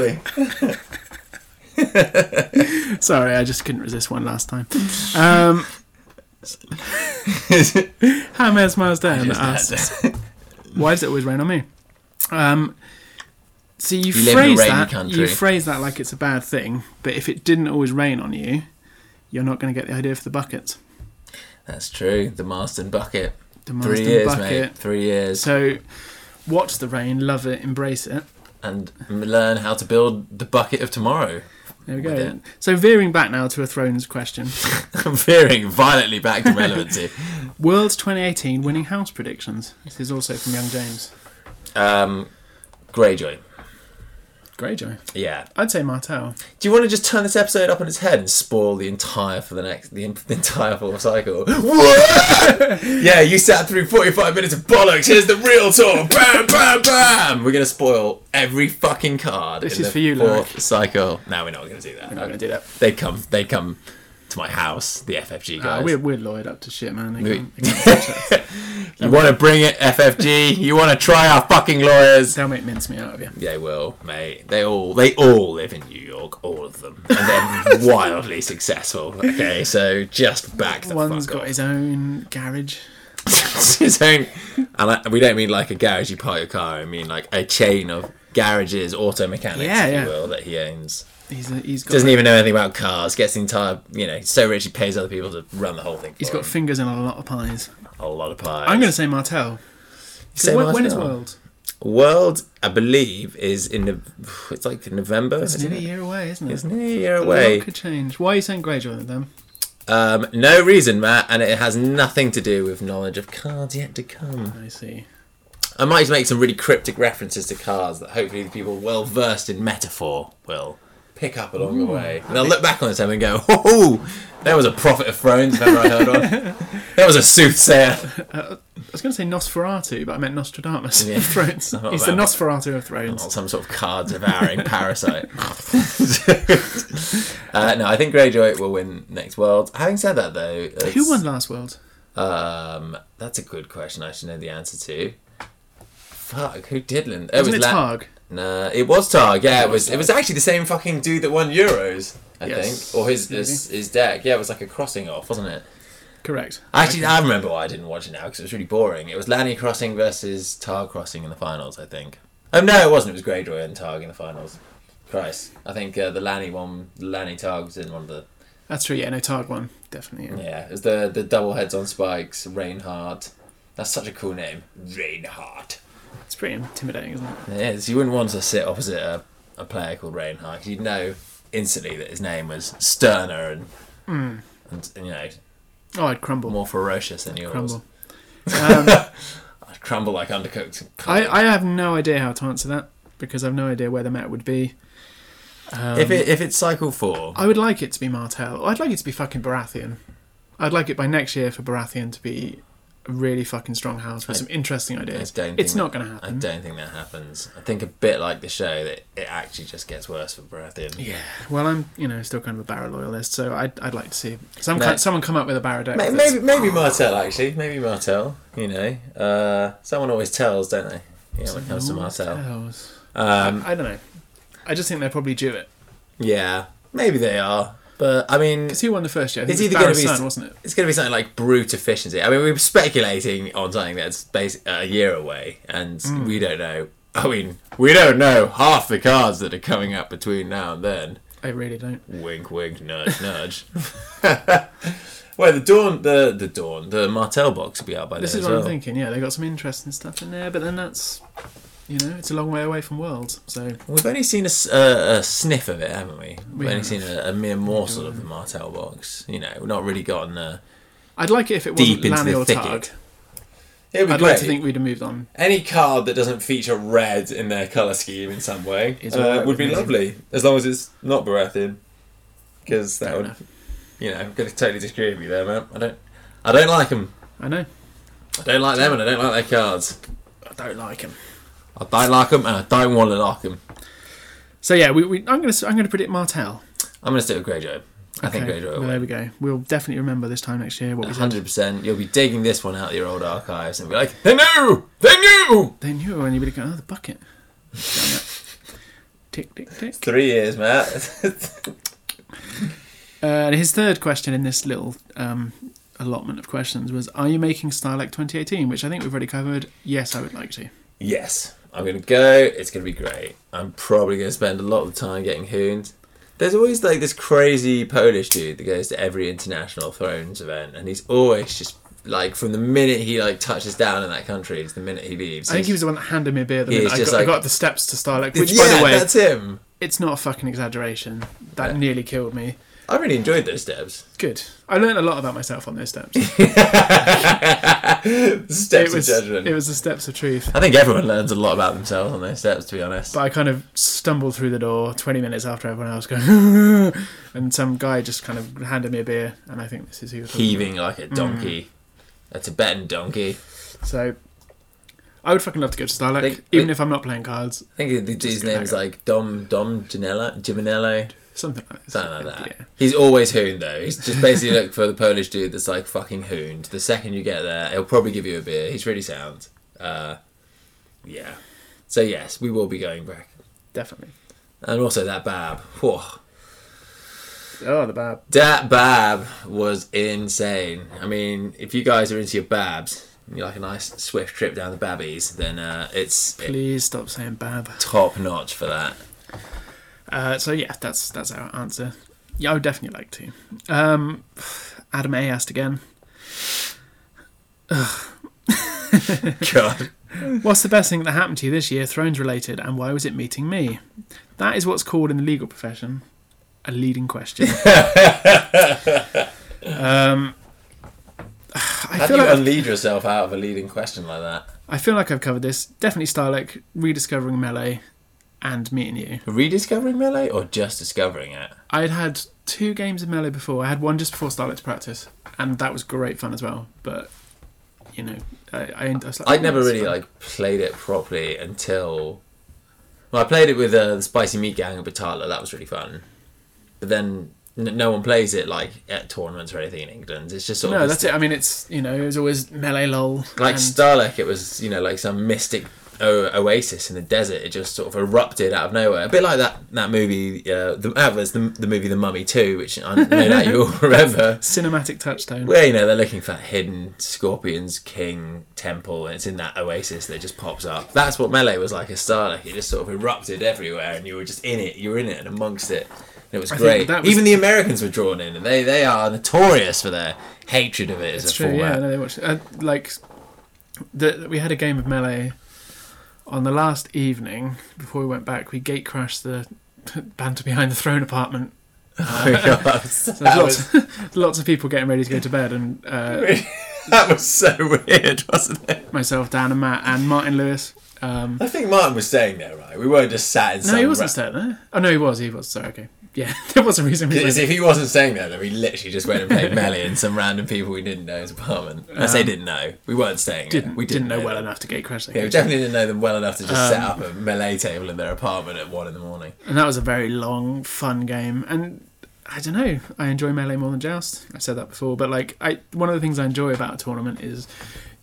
S2: be.
S1: Sorry, I just couldn't resist one last time. Um, James Miles Down asks, "Why does it always rain on me?" Um, so you,
S2: live in a
S1: phrase
S2: rainy
S1: that
S2: country.
S1: you phrase that like it's a bad thing, but if it didn't always rain on you, you're not going to get the idea for the buckets.
S2: That's true. The Marston bucket.
S1: The
S2: Three
S1: Marsden
S2: years,
S1: bucket.
S2: mate. Three years.
S1: So watch the rain, love it, embrace it.
S2: and learn how to build the bucket of tomorrow.
S1: There we
S2: With
S1: go.
S2: it.
S1: So veering back now to a Thrones question.
S2: I'm veering violently back to relevancy.
S1: World's 2018 winning house predictions. This is also from Young James.
S2: um, Greyjoy.
S1: Greyjoy.
S2: Yeah.
S1: I'd say Martell.
S2: Do you want to just turn this episode up on its head and spoil the entire for the next the, en- the entire full cycle? What? yeah, you sat through forty five minutes of bollocks. Here's the real talk. Bam, bam, bam. We're gonna spoil every fucking card.
S1: This
S2: in
S1: is
S2: the
S1: for you, Larry.
S2: fourth cycle. No, we're not gonna do that.
S1: I'm not going to do that.
S2: They come. They come to my house. The FFG
S1: Uh,
S2: guys.
S1: we're, we're lawyered up to shit, man. They
S2: We-
S1: can't- they can't touch us.
S2: you want to bring it, FFG? You want to try our fucking lawyers?
S1: They'll make mince me out of you.
S2: They will, mate. They all they all live in New York, all of them, and they're wildly successful. Okay, so just back the
S1: One's
S2: fuck
S1: got
S2: off.
S1: his own garage.
S2: His... own, and I, we don't mean like a garage you park your car. I mean like a chain of garages, auto mechanics,
S1: Yeah,
S2: if
S1: yeah.
S2: you will, that he owns.
S1: He's, a, he's got
S2: Doesn't even know anything about cars. Gets the entire, you know, so rich he pays other people to run the whole thing. For
S1: he's got
S2: him.
S1: fingers in a lot of pies.
S2: a lot of pies.
S1: I'm going to say Martell. 'Cause
S2: Say
S1: when, when is
S2: Martell.
S1: World?
S2: World, I believe, is in the. It's like November,
S1: It's
S2: isn't
S1: nearly a
S2: it?
S1: year away, isn't it?
S2: It's nearly a year
S1: A lot
S2: away.
S1: could change. Why are you saying Greyjoy then?
S2: Um, no reason, Matt, and it has nothing to do with knowledge of cards yet to come.
S1: I see.
S2: I might make some really cryptic references to cards that hopefully the people well versed in metaphor will pick up along the way. And they'll look back on this and go, oh, there was a prophet of thrones, if ever I heard one. There was a soothsayer.
S1: I was going to say Nosferatu, but I meant Nostradamus
S2: Yeah.
S1: of Thrones.
S2: Not
S1: He's the
S2: bad.
S1: Nosferatu of Thrones.
S2: Not some sort of card devouring parasite. uh, no, I think Greyjoy will win next world. Having said that, though,
S1: Who
S2: it's-
S1: won Last World?
S2: Um, that's a good question. I should know the answer to. Fuck, who did win? It
S1: Wasn't it
S2: La-
S1: Targ?
S2: Nah, it was Targ. Yeah, it was. It was actually the same fucking dude that won Euros. I
S1: Yes,
S2: think, or his,
S1: maybe.
S2: his his deck. Yeah, it was like a crossing off, wasn't it?
S1: Correct.
S2: Actually, I remember why I didn't watch it now because it was really boring. It was Lanny crossing versus Targ crossing in the finals, I think. Oh no, it wasn't. It was Greyjoy and Targ in the finals. Christ, I think uh, the Lanny one, Lanny Targ was in one of the
S1: That's true. Yeah, no, Targ won definitely. yeah.
S2: yeah, it was the the double heads on spikes, Reinhardt. That's such a cool name, Reinhardt.
S1: It's pretty intimidating, isn't it?
S2: It is. You wouldn't want to sit opposite a, a player called Reinhardt 'cause you'd know instantly that his name was sterner and,
S1: Hmm.
S2: and, and, you know
S1: Oh, I'd crumble.
S2: more ferocious than yours.
S1: crumble. Um,
S2: I'd crumble like undercooked.
S1: I, I have no idea how to answer that because I've no idea where the mat would be. Um,
S2: if it if it's cycle four,
S1: I would like it to be Martell. I'd like it to be fucking Baratheon. I'd like it by next year for Baratheon to be a really fucking strong house with some interesting ideas.
S2: don't
S1: It's
S2: think
S1: not going to
S2: I
S1: happen.
S2: don't think that happens. I think a bit like the show that it actually just gets worse for Baratheon.
S1: Yeah. Well, I'm you know still kind of a barra loyalist, so I'd, I'd like to see some
S2: No.
S1: kind, someone come up with a barra deck.
S2: Maybe,
S1: that's-
S2: maybe, maybe Martel actually. Maybe Martel. You know, uh, someone always tells, don't they? Yeah, when it comes to Martel.
S1: Martells.
S2: Um,
S1: I don't know. I just think they'll probably do it.
S2: yeah, maybe they are. But I mean,
S1: Because who won the first year? I think
S2: It's
S1: it was
S2: either gonna
S1: Barra's
S2: be-
S1: son, wasn't it?
S2: it's going to be something like brute efficiency. I mean, we're speculating on something that's bas a year away, and we don't know. I mean, we don't know half the cards that are coming up between now and then.
S1: I really don't.
S2: Wink, wink, nudge, nudge. well, the dawn, the the dawn, the Martel box will be out by
S1: This
S2: then
S1: is
S2: as
S1: what I'm
S2: well.
S1: thinking. Yeah, they got some interesting stuff in there, but then that's you know it's a long way away from Worlds, so
S2: We've only seen a, s- a- a sniff of it, haven't we? We've only
S1: have.
S2: seen a, a mere morsel of the Martel box. You know, we've not really gotten uh,
S1: I'd like it if it
S2: deep
S1: wasn't
S2: into
S1: Lanny
S2: the
S1: or
S2: thicket.
S1: Targ.
S2: It would be
S1: I'd like to think we'd have moved on.
S2: Any card that doesn't feature red in their colour scheme in some way
S1: Is
S2: uh,
S1: alright
S2: would
S1: with
S2: be
S1: me.
S2: lovely, as long as it's not Baratheon. Because that
S1: Fair
S2: would,
S1: enough.
S2: you know, I'm going to totally disagree with you there, man. I don't, I don't like them.
S1: I know.
S2: I don't like them, and I don't like their cards.
S1: I don't like him.
S2: I don't like them, and I don't want to like them.
S1: So yeah, we, we I'm gonna s- I'm gonna predict Martell.
S2: I'm going to stick with Greyjoy. I think
S1: Okay,
S2: Greyjoy will
S1: well,
S2: win.
S1: there we go. We'll definitely remember this time next year what we said.
S2: Hundred percent. You'll be digging this one out of your old archives and be like, "They knew, they knew."
S1: They knew it when you'd be going, oh, the bucket. Damn it. tick, tick, tick.
S2: Three years, Matt.
S1: Uh, and his third question in this little um, allotment of questions was, are you making Starlight 2018? Which I think we've already covered. Yes, I would like to.
S2: yes, I'm gonna go. It's gonna be great. I'm probably gonna spend a lot of time getting hooned. There's always like this crazy Polish dude that goes to every international Thrones event, and he's always just like, from the minute he like touches down in that country, it's the minute he leaves.
S1: I think he was the one that handed me a beer the
S2: He
S1: minute
S2: is
S1: I
S2: just
S1: got, I
S2: like-
S1: got up the steps to Starlight, which,
S2: yeah,
S1: by the way,
S2: that's him.
S1: it's not a fucking exaggeration. That
S2: Yeah.
S1: nearly killed me.
S2: I really enjoyed those steps.
S1: Good. I learned a lot about myself on those steps.
S2: Steps
S1: it was
S2: of judgment.
S1: it was the steps of truth.
S2: I think everyone learns a lot about themselves on those steps, to be honest.
S1: But I kind of stumbled through the door 20 minutes after everyone else going, and some guy just kind of handed me a beer, and I think this is who. we're talking
S2: heaving like a donkey, a Tibetan donkey.
S1: So I would fucking love to go to Starlick,
S2: Like-
S1: even
S2: like-
S1: if I'm not playing cards,
S2: I think the dude's name is like Dom Dom Janella Giminello,
S1: something like that.
S2: something like that. He's always hooned though. He's just basically look for the Polish dude that's like fucking hooned. The second you get there, he'll probably give you a beer. He's really sound. Uh, yeah. So yes, we will be going back,
S1: Definitely.
S2: and also that Bab. Whew.
S1: Oh, the bad.
S2: That Bab was insane. I mean, if you guys are into your Babs, and you like a nice swift trip down the Babbies, then uh, it's
S1: Please stop saying bab.
S2: top notch for that.
S1: Uh, so yeah, that's that's our answer. Yeah, I would definitely like to. Um, Adam A asked again.
S2: God.
S1: What's the best thing that happened to you this year, Thrones related, and why was it meeting me? That is what's called in the legal profession a leading question. um, I
S2: How
S1: feel
S2: do you
S1: like
S2: unlead yourself out of a leading question like that?
S1: I feel like I've covered this. Definitely Starlick, rediscovering melee, and meeting you.
S2: Rediscovering melee or just discovering it?
S1: I had had two games of melee before. I had one just before Starlight's practice, and that was great fun as well. But you know, I I, I was like,
S2: I'd never
S1: "Oh, that's
S2: really
S1: fun."
S2: like played it properly until. Well, I played it with uh, the Spicy Meat Gang and Batala. That was really fun. But then n- no one plays it like at tournaments or anything in England. It's just sort
S1: No,
S2: of
S1: that's it. I mean, it's you know, it was always melee lol.
S2: like
S1: and-
S2: Starlek, it was you know like some mystic o- oasis in the desert. It just sort of erupted out of nowhere, a bit like that that movie. Uh, the uh, was the, the movie The Mummy Two, which I know that you all remember.
S1: cinematic touchstone.
S2: Where you know they're looking for that hidden scorpions king temple, and it's in that oasis that just pops up. That's what melee was like. A Starlek, it just sort of erupted everywhere, and you were just in it. You were in it and amongst it. And it was
S1: I think
S2: great.
S1: that was-
S2: Even the Americans were drawn in, and they, they are notorious for their hatred of it as
S1: It's
S2: a
S1: true.
S2: format.
S1: Yeah, no, they watched. Uh, like, the, we had a game of melee on the last evening before we went back. We gatecrashed the banter behind the throne apartment.
S2: Oh my God.
S1: So there's
S2: That
S1: lots, lots of people getting ready to go to bed, and uh,
S2: that was so weird, wasn't it?
S1: myself, Dan, and Matt, and Martin Lewis. Um,
S2: I think Martin was staying there, right? We weren't just sat in
S1: No,
S2: some.
S1: he wasn't
S2: ra-
S1: staying there. Oh no, he was. He was. Sorry. Okay. Yeah, there was a reason. We
S2: Because
S1: went.
S2: if he wasn't staying there, then we literally just went and played melee in some random people we didn't know his apartment. I say didn't know. We weren't staying. there.
S1: Um, Didn't
S2: We didn't,
S1: know, well
S2: them.
S1: enough Um, to gate crash.
S2: Yeah, we definitely didn't know them well enough to just set up a melee table in their apartment at one in the morning.
S1: And that was a very long, fun game. And I don't know. I enjoy melee more than joust. I said that before, but like, I one of the things I enjoy about a tournament is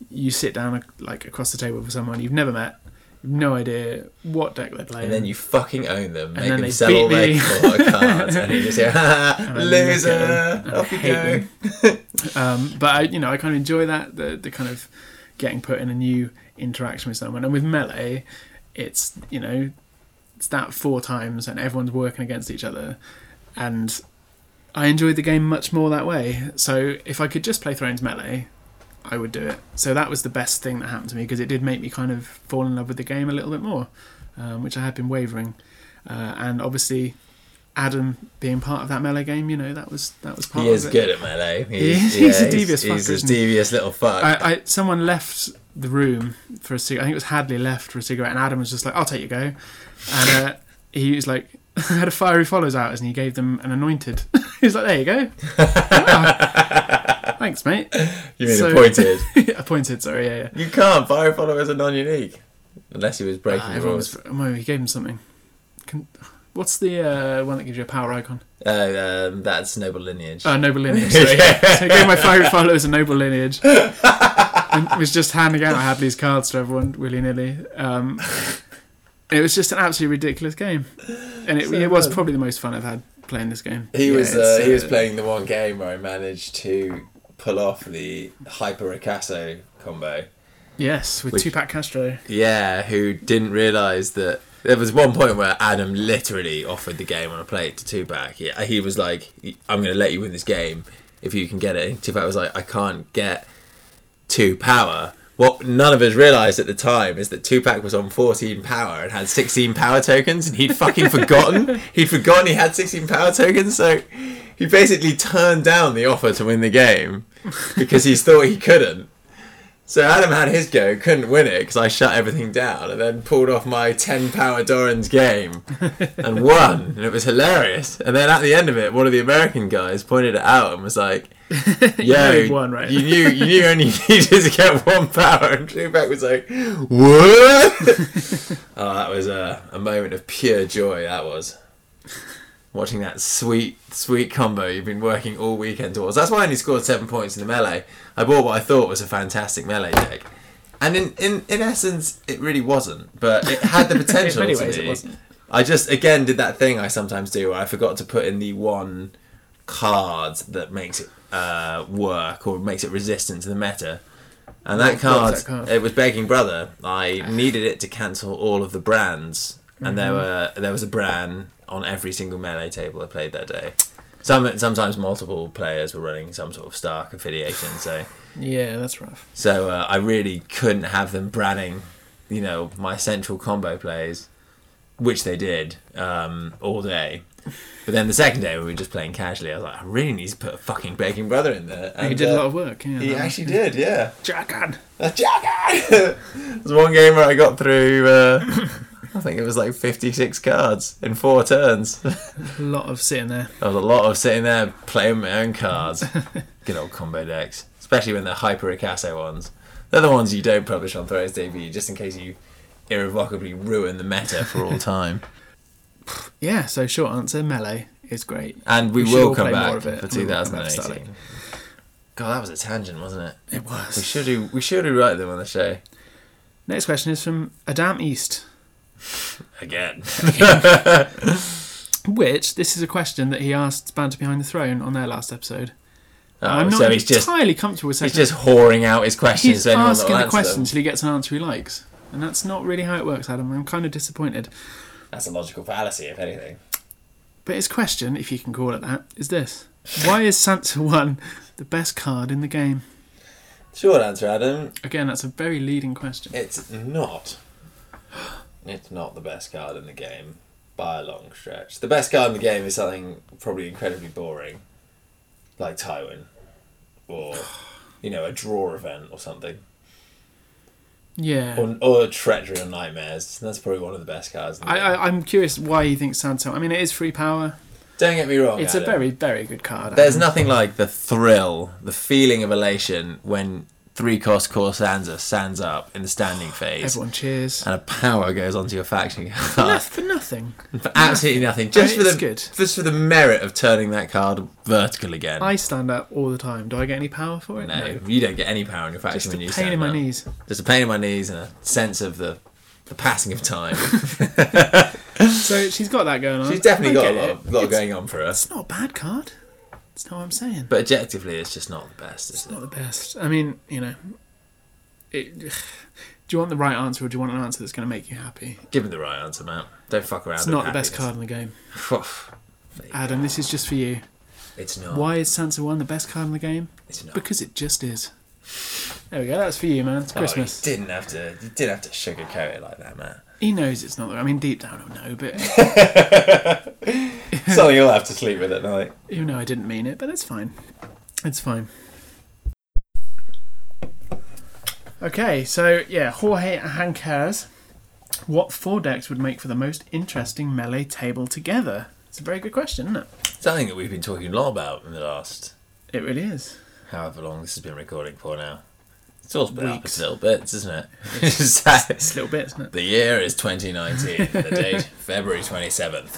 S1: you sit down like across the table with someone you've never met, you've no idea what deck they're playing.
S2: And then you fucking own them, make
S1: Mm. then
S2: them
S1: they
S2: sell
S1: beat
S2: all their
S1: me.
S2: cards, and you just hear, "Ha, ha,
S1: I look at
S2: loser,
S1: them and I
S2: off you
S1: hate
S2: go.
S1: them. um, but I, you know, I kind of enjoy that the, the kind of getting put in a new interaction with someone. And with melee, it's you know, it's that four times, and everyone's working against each other, and I enjoyed the game much more that way. So if I could just play Thrones melee, I would do it. So that was the best thing that happened to me because it did make me kind of fall in love with the game a little bit more, um, which I had been wavering. Uh, and obviously, Adam being part of that melee game, you know, that was that was part
S2: He
S1: of
S2: is
S1: it.
S2: good at melee.
S1: He is- he's a devious fucker,
S2: He's a
S1: isn't he?
S2: devious little fuck.
S1: I, I someone left the room for a cigarette. I think it was Hadley left for a cigarette, and Adam was just like, "I'll take your go," and uh, he was like, had a fiery follows out, and he gave them an anointed. he was like, "There you go, Yeah. thanks, mate."
S2: you mean
S1: so-
S2: appointed?
S1: Appointed, sorry, yeah, yeah.
S2: You can't. Fire followers are non-unique, unless he was breaking
S1: Uh,
S2: the
S1: everyone
S2: rules.
S1: was, well, he gave him something. Can, what's the uh, one that gives you a power icon?
S2: Uh, um, that's noble lineage.
S1: Uh, noble lineage. Sorry. So he gave my fiery followers a noble lineage. and was just handing out Hadley's cards to everyone willy nilly. Um, it was just an absolutely ridiculous game, and it, it was probably the most fun I've had playing this game.
S2: He
S1: Yeah,
S2: was. Uh,
S1: it's,
S2: he was playing the one game where I managed to pull off the hyper Ricasso combo.
S1: Yes, with
S2: Which-
S1: Tupac Castro.
S2: Yeah, who didn't realise that there was one point where Adam literally offered the game on a plate to Tupac. He, he was like, "I'm going to let you win this game if you can get it." And Tupac was like, "I can't get two power." What none of us realised at the time is that Tupac was on 14 power and had 16 power tokens, and he'd fucking forgotten. He'd forgotten he had 16 power tokens, so he basically turned down the offer to win the game because he thought he couldn't. So Adam had his go, couldn't win it because I shut everything down, and then pulled off my ten power Doran's game and won, and it was hilarious. And then at the end of it, one of the American guys pointed it out and was like, "Yo,
S1: only won, right?"
S2: you knew you knew only needed to get one power." And Tupac was like, "What?" oh, that was a, a moment of pure joy. That was. Watching that sweet, sweet combo you've been working all weekend towards. That's why I only scored seven points in the melee. I bought what I thought was a fantastic melee deck. And in, in, in essence, it really wasn't, but it had the potential
S1: many
S2: to
S1: ways,
S2: be.
S1: it wasn't.
S2: I just, again, did that thing I sometimes do where I forgot to put in the one card that makes it uh, work or makes it resistant to the meta. And that card,
S1: that card?
S2: it was begging brother. I needed it to cancel all of the brands, and there were
S1: Mm-hmm.
S2: there was a brand on every single melee table I played that day. Some sometimes multiple players were running some sort of Stark affiliation, so
S1: Yeah, that's rough.
S2: so uh, I really couldn't have them branning you know, my central combo plays, which they did um, all day. But then the second day, when we were just playing casually, I was like, I really need to put a fucking Baking Brother in there. And,
S1: He did a
S2: uh,
S1: lot of work. Yeah,
S2: He
S1: that-
S2: actually did, yeah.
S1: Dragon.
S2: There's one game where I got through, uh, I think it was like 56 cards in four turns. There
S1: A lot of sitting there.
S2: was a lot of sitting there playing my own cards. Good old combo decks, especially when they're hyper Ricasso ones. They're the ones you don't publish on Throws TV just in case you irrevocably ruin the meta for all time.
S1: Yeah. So short answer, melee is great.
S2: And we,
S1: We should
S2: will
S1: all
S2: come
S1: play more
S2: back
S1: of it.
S2: for
S1: We will come back to Starlink.
S2: 2018. God, that was a tangent, wasn't it?
S1: It
S2: We
S1: was.
S2: should do, we should do right them on the show
S1: Next question is from Adam East.
S2: again. Oh,
S1: Which this is a question that he asked Banter Behind the Throne on their last episode. I'm
S2: Oh,
S1: not
S2: so he's just
S1: entirely comfortable with
S2: He's
S1: second.
S2: just whoring out his questions.
S1: He's
S2: so anyone that'll
S1: asking the
S2: answer
S1: question
S2: them.
S1: until he gets an answer he likes, and that's not really how it works, Adam. I'm kind of disappointed.
S2: That's a logical fallacy, if anything.
S1: But his question, if you can call it that, is this: Why is Sansa One the best card in the game?
S2: Short answer, Adam.
S1: Again, that's a very leading question.
S2: It's not. It's not the best card in the game by a long stretch. The best card in the game is something probably incredibly boring, like Tywin, or you know, a draw event or something,
S1: Yeah.
S2: or, or treachery or nightmares. That's probably one of the best cards. In the
S1: I,
S2: game.
S1: I, I'm curious why he thinks Sansa. I mean, it is free power.
S2: Don't get me wrong.
S1: It's a
S2: Adam.
S1: very, very good card.
S2: Oh, There's nothing like the thrill, the feeling of elation when three cost core Sansa stands up in the standing phase
S1: Everyone cheers.
S2: and a power goes onto your faction
S1: No,
S2: card
S1: for nothing.
S2: for absolutely nothing. Just for
S1: It's
S2: the
S1: good.
S2: just for the merit of turning that card vertical again.
S1: I stand up all the time. Do I get any power for it?
S2: no, you don't get any power on your faction
S1: Just a
S2: when you
S1: pain
S2: stand
S1: in my
S2: up.
S1: knees.
S2: Just a pain in my knees and a sense of the the passing of time.
S1: So she's got that going on.
S2: She's definitely
S1: I
S2: got a
S1: get
S2: lot,
S1: it.
S2: of, lot
S1: it's
S2: going on for us.
S1: it's not a bad card. That's not what I'm saying.
S2: But objectively, it's just not the best. Is
S1: It's
S2: it?
S1: not the best. I mean, you know. It, do you want the right answer or do you want an answer that's going to make you happy?
S2: Give me the right answer, Matt. Don't fuck around.
S1: It's
S2: with
S1: not the best
S2: happiness.
S1: card in the game.
S2: There you go.
S1: Adam, this is just for you.
S2: It's not.
S1: Why is Sansa 1 the best card in the game?
S2: It's not.
S1: Because it just is. There we go. That's for you, man. It's Christmas.
S2: Oh, you didn't have to. You didn't have to sugarcoat it like that, man.
S1: He knows it's not. the- I mean, deep down, I know, but
S2: Something you'll have to sleep with at night.
S1: even though I didn't mean it, but that's fine. It's fine. Okay, so yeah, Jorge Hancares. What four decks would make for the most interesting melee table together? It's a very good question, isn't it?
S2: Something that we've been talking a lot about in the last
S1: It really is.
S2: however long this has been recording for now. It's all been up
S1: Weeks.
S2: a little bit, isn't it?
S1: It's a little bit, isn't it?
S2: the year is 2019. The date February 27th.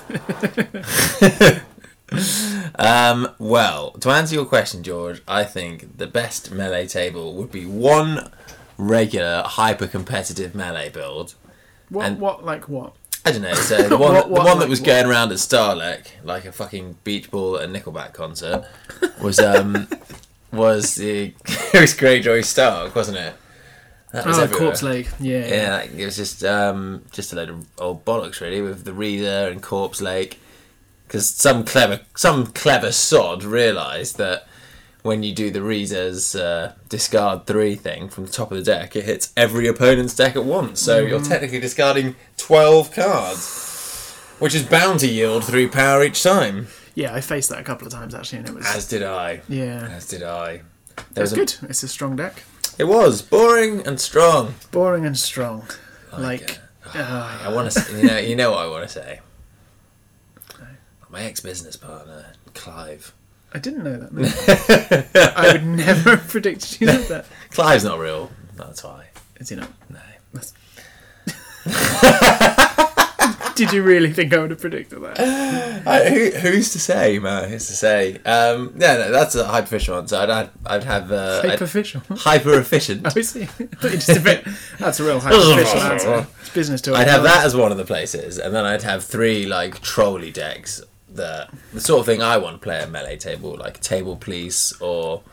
S2: um, well, to answer your question, George, I think the best melee table would be one regular hyper-competitive melee build.
S1: What,
S2: And-
S1: what, like what?
S2: I don't know. So the one,
S1: What- what,
S2: the one that
S1: like,
S2: was
S1: what?
S2: going around at Starlek, like a fucking beach ball at a Nickelback concert, was um was the it was Greyjoy Stark, wasn't it? That was
S1: Oh,
S2: everywhere.
S1: Corpse Lake. Yeah.
S2: Yeah, like, it was just um just a load of old bollocks really with the Reader and Corpse Lake, because some clever some clever sod realised that when you do the Reader's uh, discard three thing from the top of the deck, it hits every opponent's deck at once. So you're
S1: Mm.
S2: technically discarding twelve cards, which is bound to yield three power each time.
S1: Yeah, I faced that a couple of times actually, and it was.
S2: As did I.
S1: yeah.
S2: As did I. There
S1: It's
S2: was a-
S1: good. It's a strong deck.
S2: It was boring and strong.
S1: Boring and strong. Like, uh,
S2: I want to. You know. You know what I want to say. My ex-business partner, Clive.
S1: I didn't know that. no. I would never have predicted you said that.
S2: Clive's not real. That's why.
S1: Is he not?
S2: No.
S1: That's- Did you really think I would have predicted
S2: Uh,
S1: that?
S2: I, who, who's to say, man? Who's to say? Um, no, no. That's a hyperficial answer. I'd, I'd, I'd have uh, I'd-
S1: Hyperficial.
S2: hyper efficient.
S1: I see. Just a bit. That's a real hyperficial answer. It's business to
S2: I'd have that as one of the places, and then I'd have three like trolley decks. The the sort of thing I want to play at melee table, like table police, or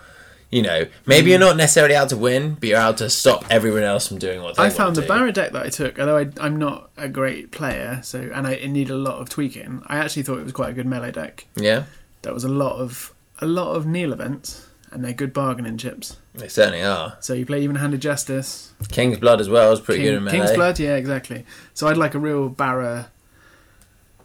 S2: you know, maybe
S1: Mm.
S2: you're not necessarily out to win, but you're out to stop everyone else from doing what they
S1: I
S2: want
S1: found
S2: to
S1: the
S2: do.
S1: Barra deck that I took, although I, I'm not a great player, so and I it needed a lot of tweaking. I actually thought it was quite a good melee deck.
S2: Yeah.
S1: There was a lot of a lot of Neil events and they're good bargaining chips.
S2: They certainly are.
S1: So you play even-handed justice.
S2: King's Blood as well is pretty good in melee.
S1: King's blood, yeah, exactly. So I'd like a real Barra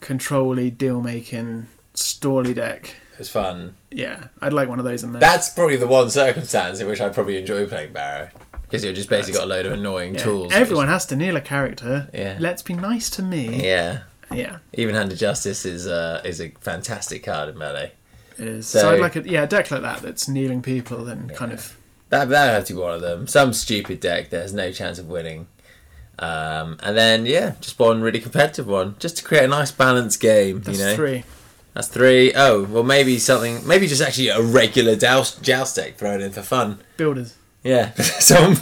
S1: controlly deal making story deck.
S2: It's fun.
S1: Yeah, I'd like one of those in there.
S2: That's probably the one circumstance in which I probably enjoy playing Barrow. Because you've just basically got a load of annoying
S1: Yeah.
S2: tools.
S1: Everyone has to kneel a character.
S2: Yeah.
S1: Let's be nice to me.
S2: Yeah.
S1: Yeah,
S2: Even Handed Justice is uh, is a fantastic card in melee.
S1: it is. So,
S2: So-
S1: I'd like a yeah a deck like that that's kneeling people and kind of
S2: That that have to be one of them. Some stupid deck that has no chance of winning. Um, and then yeah, just one really competitive one, just to create a nice balanced game.
S1: that's
S2: you know,
S1: three.
S2: that's three. Oh, well, maybe something, maybe just actually a regular joust, joust deck thrown in for fun.
S1: Builders.
S2: Yeah, some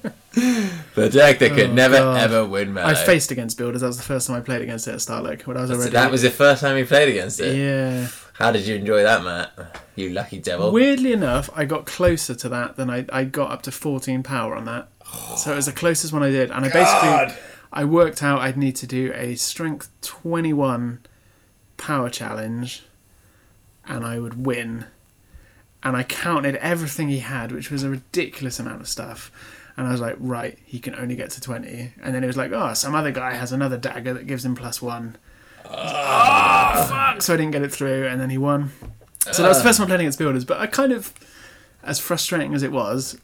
S2: the deck that could
S1: Oh,
S2: never
S1: God.
S2: ever win melee.
S1: I faced against builders. That was the first time I played against it at Starlink when I was
S2: So
S1: already.
S2: that was the first time you played against it.
S1: yeah.
S2: How did you enjoy that, Matt? You lucky devil.
S1: Weirdly enough, I got closer to that than I, I got up to 14 power on that. So it was the closest one I did. And I
S2: God.
S1: basically I worked out I'd need to do a strength 21 power challenge and I would win. And I counted everything he had, which was a ridiculous amount of stuff. And I was like, right, he can only get to 20. And then it was like, oh, some other guy has another dagger that gives him plus one. I was like, oh, fuck. So I didn't get it through, and then he won. So that
S2: Ah.
S1: was the first time I played against builders, but I kind of, as frustrating as it was,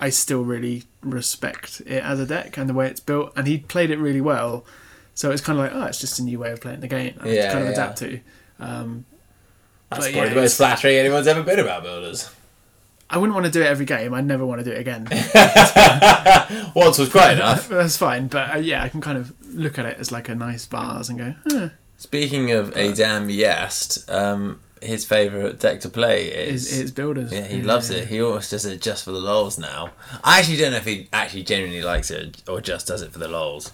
S1: I still really respect it as a deck and the way it's built. And he played it really well, so it's kind of like, oh, it's just a new way of playing the game. I have
S2: Yeah,
S1: to kind of
S2: yeah.
S1: adapt to. Um,
S2: That's
S1: but
S2: probably
S1: yeah,
S2: the most
S1: it's-
S2: flattering anyone's ever been about builders.
S1: I wouldn't want to do it every game. I'd never want to do it again.
S2: Once was quite enough.
S1: That's fine, but uh, yeah, I can kind of look at it as like a nice bars and go, eh,
S2: Speaking of a damn yes, um, his favourite deck to play is.
S1: it's, it's builders.
S2: yeah, he loves it. He almost does it just for the lols now. I actually don't know if he actually genuinely likes it or just does it for the lols.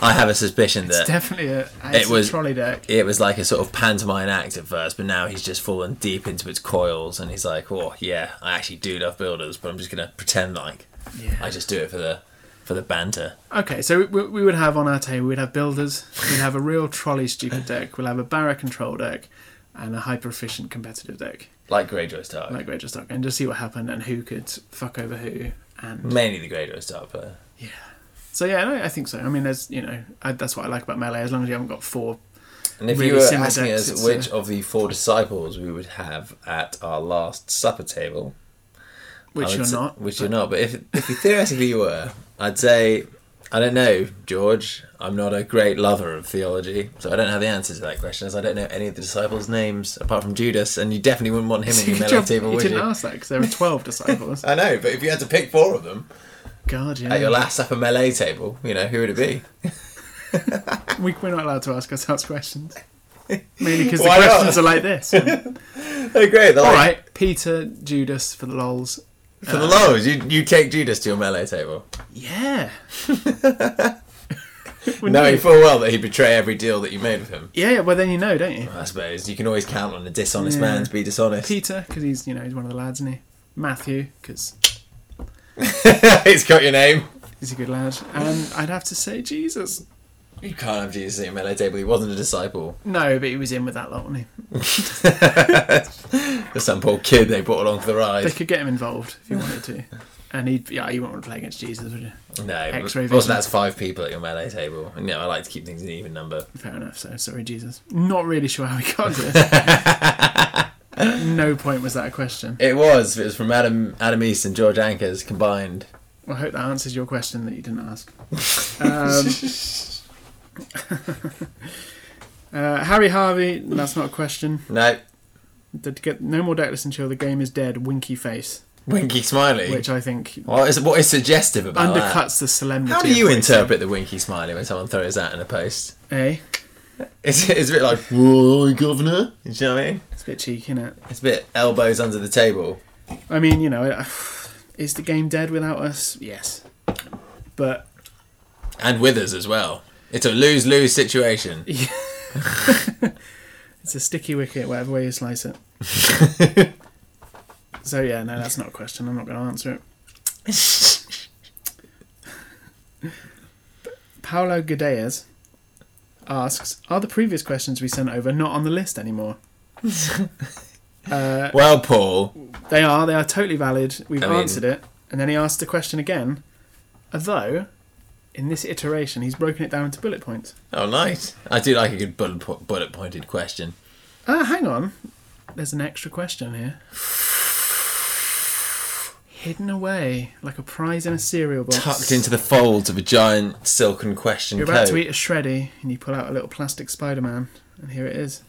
S2: I have a suspicion that
S1: It's definitely a, it's
S2: was-
S1: a trolley deck.
S2: it was like a sort of pantomime act at first, but now he's just fallen deep into its coils and he's like, "Oh yeah, I actually do love builders, but I'm just gonna pretend like
S1: Yeah.
S2: I just do it for the for the banter."
S1: Okay, so we, we would have on our table, we'd have builders, we'd have a real trolley stupid deck, we'll have a barra control deck, and a hyper efficient competitive deck,
S2: Like Greyjoy's Stark,
S1: like Rachel Stark, and just see what happened and who could fuck over who. And
S2: mainly the Greyjoy Stark player.
S1: so, yeah, no, I think so. I mean, there's, you know, I, that's what I like about melee, as long as you haven't got four.
S2: And if
S1: Really
S2: you were
S1: similar
S2: asking
S1: decks,
S2: us
S1: it's,
S2: which of the four disciples we would have at our last supper table, I
S1: Which
S2: would
S1: you're
S2: s-
S1: not.
S2: which you're not, but if if you theoretically you were, I'd say. I don't know, George. I'm not a great lover of theology, so I don't have the answer to that question, as I don't know any of the disciples' names apart from Judas, and you definitely wouldn't want him in your
S1: Good
S2: melee
S1: job
S2: table,
S1: you
S2: would
S1: didn't
S2: you?
S1: ask that because there were 12 disciples.
S2: I know, but if you had to pick four of them
S1: God, yeah.
S2: at your last upper melee table, you know who would it be?
S1: We, we're not allowed to ask ourselves questions. Mainly because the
S2: Why not?
S1: questions are like this.
S2: Oh, great! they're
S1: All
S2: like-
S1: right, Peter, Judas for the lols.
S2: For the lows, you you take Judas to your melee table,
S1: Yeah. Wouldn't
S2: knowing
S1: you?
S2: full well that he'd betray every deal that you made with him.
S1: Yeah, yeah, well then you know, don't you?
S2: I suppose you can always count on a dishonest
S1: Yeah.
S2: man to be dishonest.
S1: Peter, because he's you know he's one of the lads, isn't he? Matthew, because
S2: it's got your name.
S1: he's a good lad. And I'd have to say Jesus.
S2: You can't have Jesus at your melee table. He wasn't a disciple.
S1: No, but he was in with that lot, wasn't he?
S2: There's some poor kid they brought along for the
S1: They
S2: ride.
S1: could get him involved if you wanted to. And he'd yeah, you wouldn't want to play against Jesus, would you?
S2: No, but
S1: X-ray
S2: also
S1: vision.
S2: that's five people at your melee table. And, you know, I like to keep things in even number.
S1: Fair enough. So sorry, Jesus. Not really sure how he got to this. At no point was that a question.
S2: It was. It was from Adam Adam East and George Ankers combined.
S1: Well, I hope that answers your question that you didn't ask. Um, uh, Harry Harvey, that's not a question.
S2: No,
S1: The, get, no more decklist until the game is dead. Winky face,
S2: Winky Smiley.
S1: which I think
S2: What is what is suggestive about Oh, that?
S1: undercuts the solemnity.
S2: How do you
S1: of it,
S2: interpret the Winky Smiley when someone throws that in a post?
S1: Eh?
S2: It's, it's a bit like, whoa, governor. You know what I mean?
S1: It's a bit cheeky, innit?
S2: It's a bit elbows under the table.
S1: I mean, you know, it- is the game dead without us? Yes, but
S2: And Withers as well. It's a lose lose situation.
S1: it's a sticky wicket, whatever way you slice it. so yeah, no, that's not a question. I'm not going to answer it. Paolo Gadeas asks, "Are the previous questions we sent over not on the list anymore?"
S2: Well, Paul,
S1: They are. They are totally valid. We've
S2: I mean-
S1: answered it. And then he asked the question again, although in this iteration he's broken it down into bullet points.
S2: Oh, nice. I do like a good bullet, po- bullet pointed question.
S1: Ah, hang on. There's an extra question here. Hidden away like a prize in a cereal box.
S2: Tucked into the folds of a giant silken question
S1: You're about
S2: coat.
S1: to eat a shreddy, and you pull out a little plastic Spider-Man, and here it is.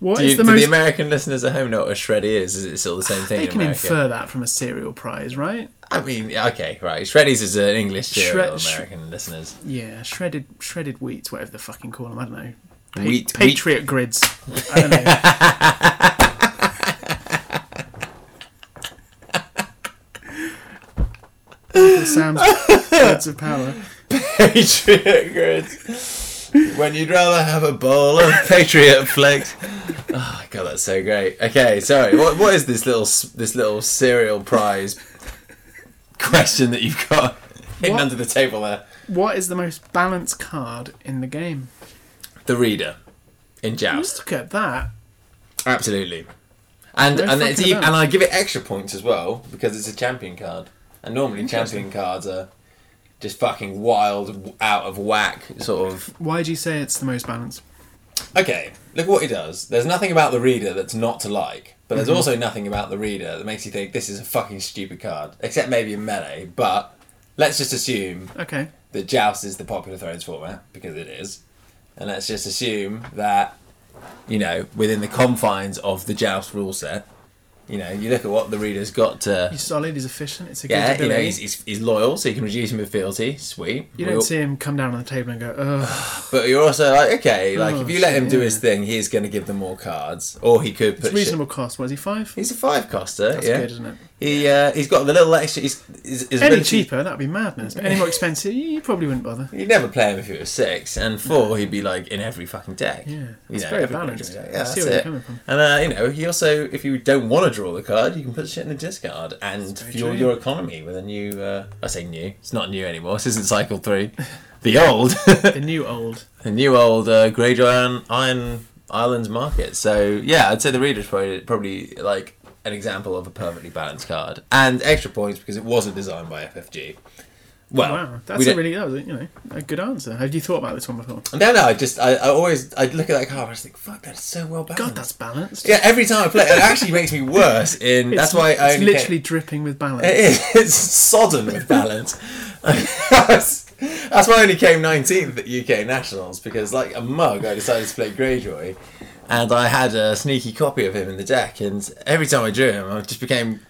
S1: What
S2: do,
S1: is
S2: you,
S1: the
S2: do
S1: most?
S2: the American listeners at home know what a shred is? Is it still the same thing
S1: they
S2: in
S1: can
S2: America?
S1: infer that from a cereal prize, right?
S2: I mean, okay, right. Shreddies is an English cereal,
S1: Shred- sh-
S2: American listeners.
S1: Yeah, shredded shredded wheats, whatever the fucking call them. I don't know. Pa-
S2: Wheat-
S1: Patriot grids. I don't know. Uncle Sam's grids of power.
S2: Patriot grits. When you'd rather have a bowl of Patriot flakes. Oh god, that's so great. Okay, sorry. What what is this little s- this little cereal prize question that you've got hidden
S1: What?
S2: under the table there?
S1: What is the most balanced card in the game?
S2: The reader in joust.
S1: Look at that.
S2: Absolutely. And
S1: No
S2: and it's
S1: fucking
S2: even,
S1: about.
S2: and I give it extra points as well because it's a champion card. And normally champion cards are just fucking wild, out of whack sort of
S1: Why do you say it's the most balanced?
S2: Okay, look what he does. There's nothing about the reader that's not to like, but there's also nothing about the reader that makes you think this is a fucking stupid card, except maybe in melee. But let's just assume
S1: Okay.
S2: that Joust is the popular Thrones format because it is, and let's just assume that you know within the confines of the Joust rule set, you know you look at what the reader's got to.
S1: He's solid, he's efficient, it's a good
S2: Yeah, you know
S1: ability.
S2: he's, he's, he's loyal, so you can reduce him with fealty. Sweet.
S1: you
S2: We'll-
S1: don't see him come down on the table and go, ugh.
S2: But you're also like, okay, like
S1: Oh,
S2: if you let him do
S1: shit,
S2: his thing, he's going to give them more cards, or he could put shit-
S1: Reasonable cost. What is he, five?
S2: He's a five coster.
S1: That's
S2: yeah,
S1: good, isn't it?
S2: he uh, he's got the little extra. He's, his, his
S1: Any
S2: ability-
S1: cheaper, that'd be madness. But any more expensive, you probably wouldn't bother.
S2: You'd never play him if he was six, and four he'd be like in every fucking deck.
S1: Yeah,
S2: You
S1: it's
S2: know,
S1: very
S2: every fucking
S1: balanced.
S2: deck.
S1: I
S2: Yeah, that's
S1: see where you're
S2: it.
S1: coming from.
S2: And uh, you know, he also, if you don't want to draw the card, you can put shit in the discard and fuel
S1: true.
S2: your economy with a new. Uh, I say new. It's not new anymore. This isn't cycle three. The old, the
S1: The new old.
S2: new old uh, Greyjoy Iron, Iron Islands market. So yeah, I'd say the reader's probably probably like an example of a perfectly balanced card and extra points because it wasn't designed by FFG. Well,
S1: Wow,
S2: Oh. we
S1: that's
S2: don't-
S1: a really that was a, you know a good answer. Have you thought about this one before?
S2: No, no, I just, I, I always, I look at that card and I just think, fuck, that's so well balanced.
S1: God, that's balanced.
S2: Yeah, every time I play it, it actually makes me worse in,
S1: It's-
S2: that's why I
S1: it's
S2: only
S1: literally dripping with balance.
S2: Came, it is, it's sodden with balance. that's why I only came 19th at UK Nationals, because like a mug, I decided to play Greyjoy, and I had a sneaky copy of him in the deck, and every time I drew him, I just became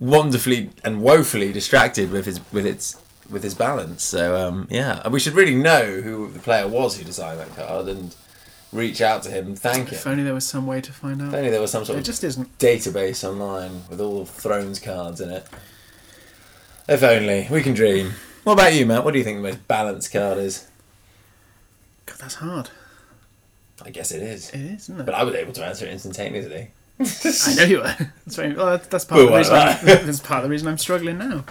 S2: wonderfully and woefully distracted with his, with its, with his balance. So um, yeah, and we should really know who the player was who designed that card and reach out to him and thank him.
S1: If only there was some way to find out.
S2: If only there was some sort
S1: It
S2: of
S1: just isn't.
S2: database online with all the Thrones cards in it. If only we can dream. What about you, Matt? What do you think the most balanced card is?
S1: God, that's hard.
S2: I guess it is,
S1: It is, isn't it?
S2: but I was able to answer it instantaneously.
S1: I know you are. That's, very, well, that's, that's part of
S2: Boo,
S1: the reason.
S2: I
S1: I'm, that's part of the reason I'm struggling now.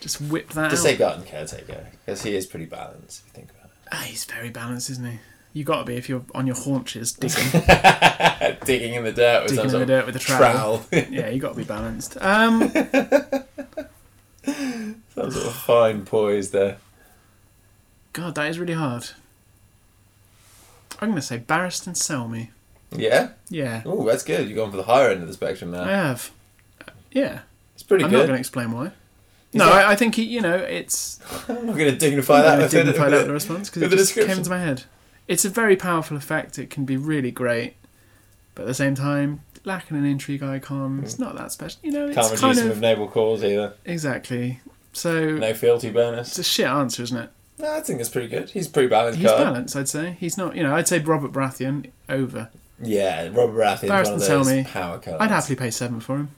S1: Just whip that
S2: uh, Just
S1: out.
S2: say Garden Caretaker because he is pretty balanced. If you think about
S1: Ah, he's very balanced, isn't he? You got to be if you're on your haunches digging.
S2: it, Uh, digging in the dirt with
S1: Digging
S2: some
S1: in
S2: sort
S1: the
S2: of
S1: dirt with a trowel. yeah, you got to be balanced. Um,
S2: some sort of fine poise there.
S1: God, that is really hard. I'm gonna say Barristan Selmy.
S2: Yeah.
S1: Yeah,
S2: Oh, that's good. You've gone for the higher end of the spectrum
S1: I
S2: there.
S1: have. Uh, Yeah,
S2: It's pretty
S1: I'm not
S2: good.
S1: going to explain why. no,
S2: that-
S1: I, I think he, you know it's.
S2: I'm not going to dignify that.
S1: I
S2: with it-
S1: didn't find
S2: with
S1: out
S2: it-
S1: the response
S2: with
S1: because
S2: the
S1: it just came
S2: description.
S1: into my head. It's a very powerful effect. It can be really great, but at the same time, lacking an intrigue icon, it's not that special. You know, it's
S2: Hmm. Can't
S1: kind
S2: reduce him
S1: of
S2: with noble cause either.
S1: exactly. So
S2: No fealty bonus.
S1: it's a shit answer, isn't it?
S2: No, I think that's pretty good. He's a pretty balanced
S1: He's
S2: card.
S1: balanced, I'd say. He's not, you know, I'd say Robert Baratheon over.
S2: Yeah, Robert Rath is one
S1: Barristan
S2: of those
S1: Selmy.
S2: power cards.
S1: I'd happily pay seven for him,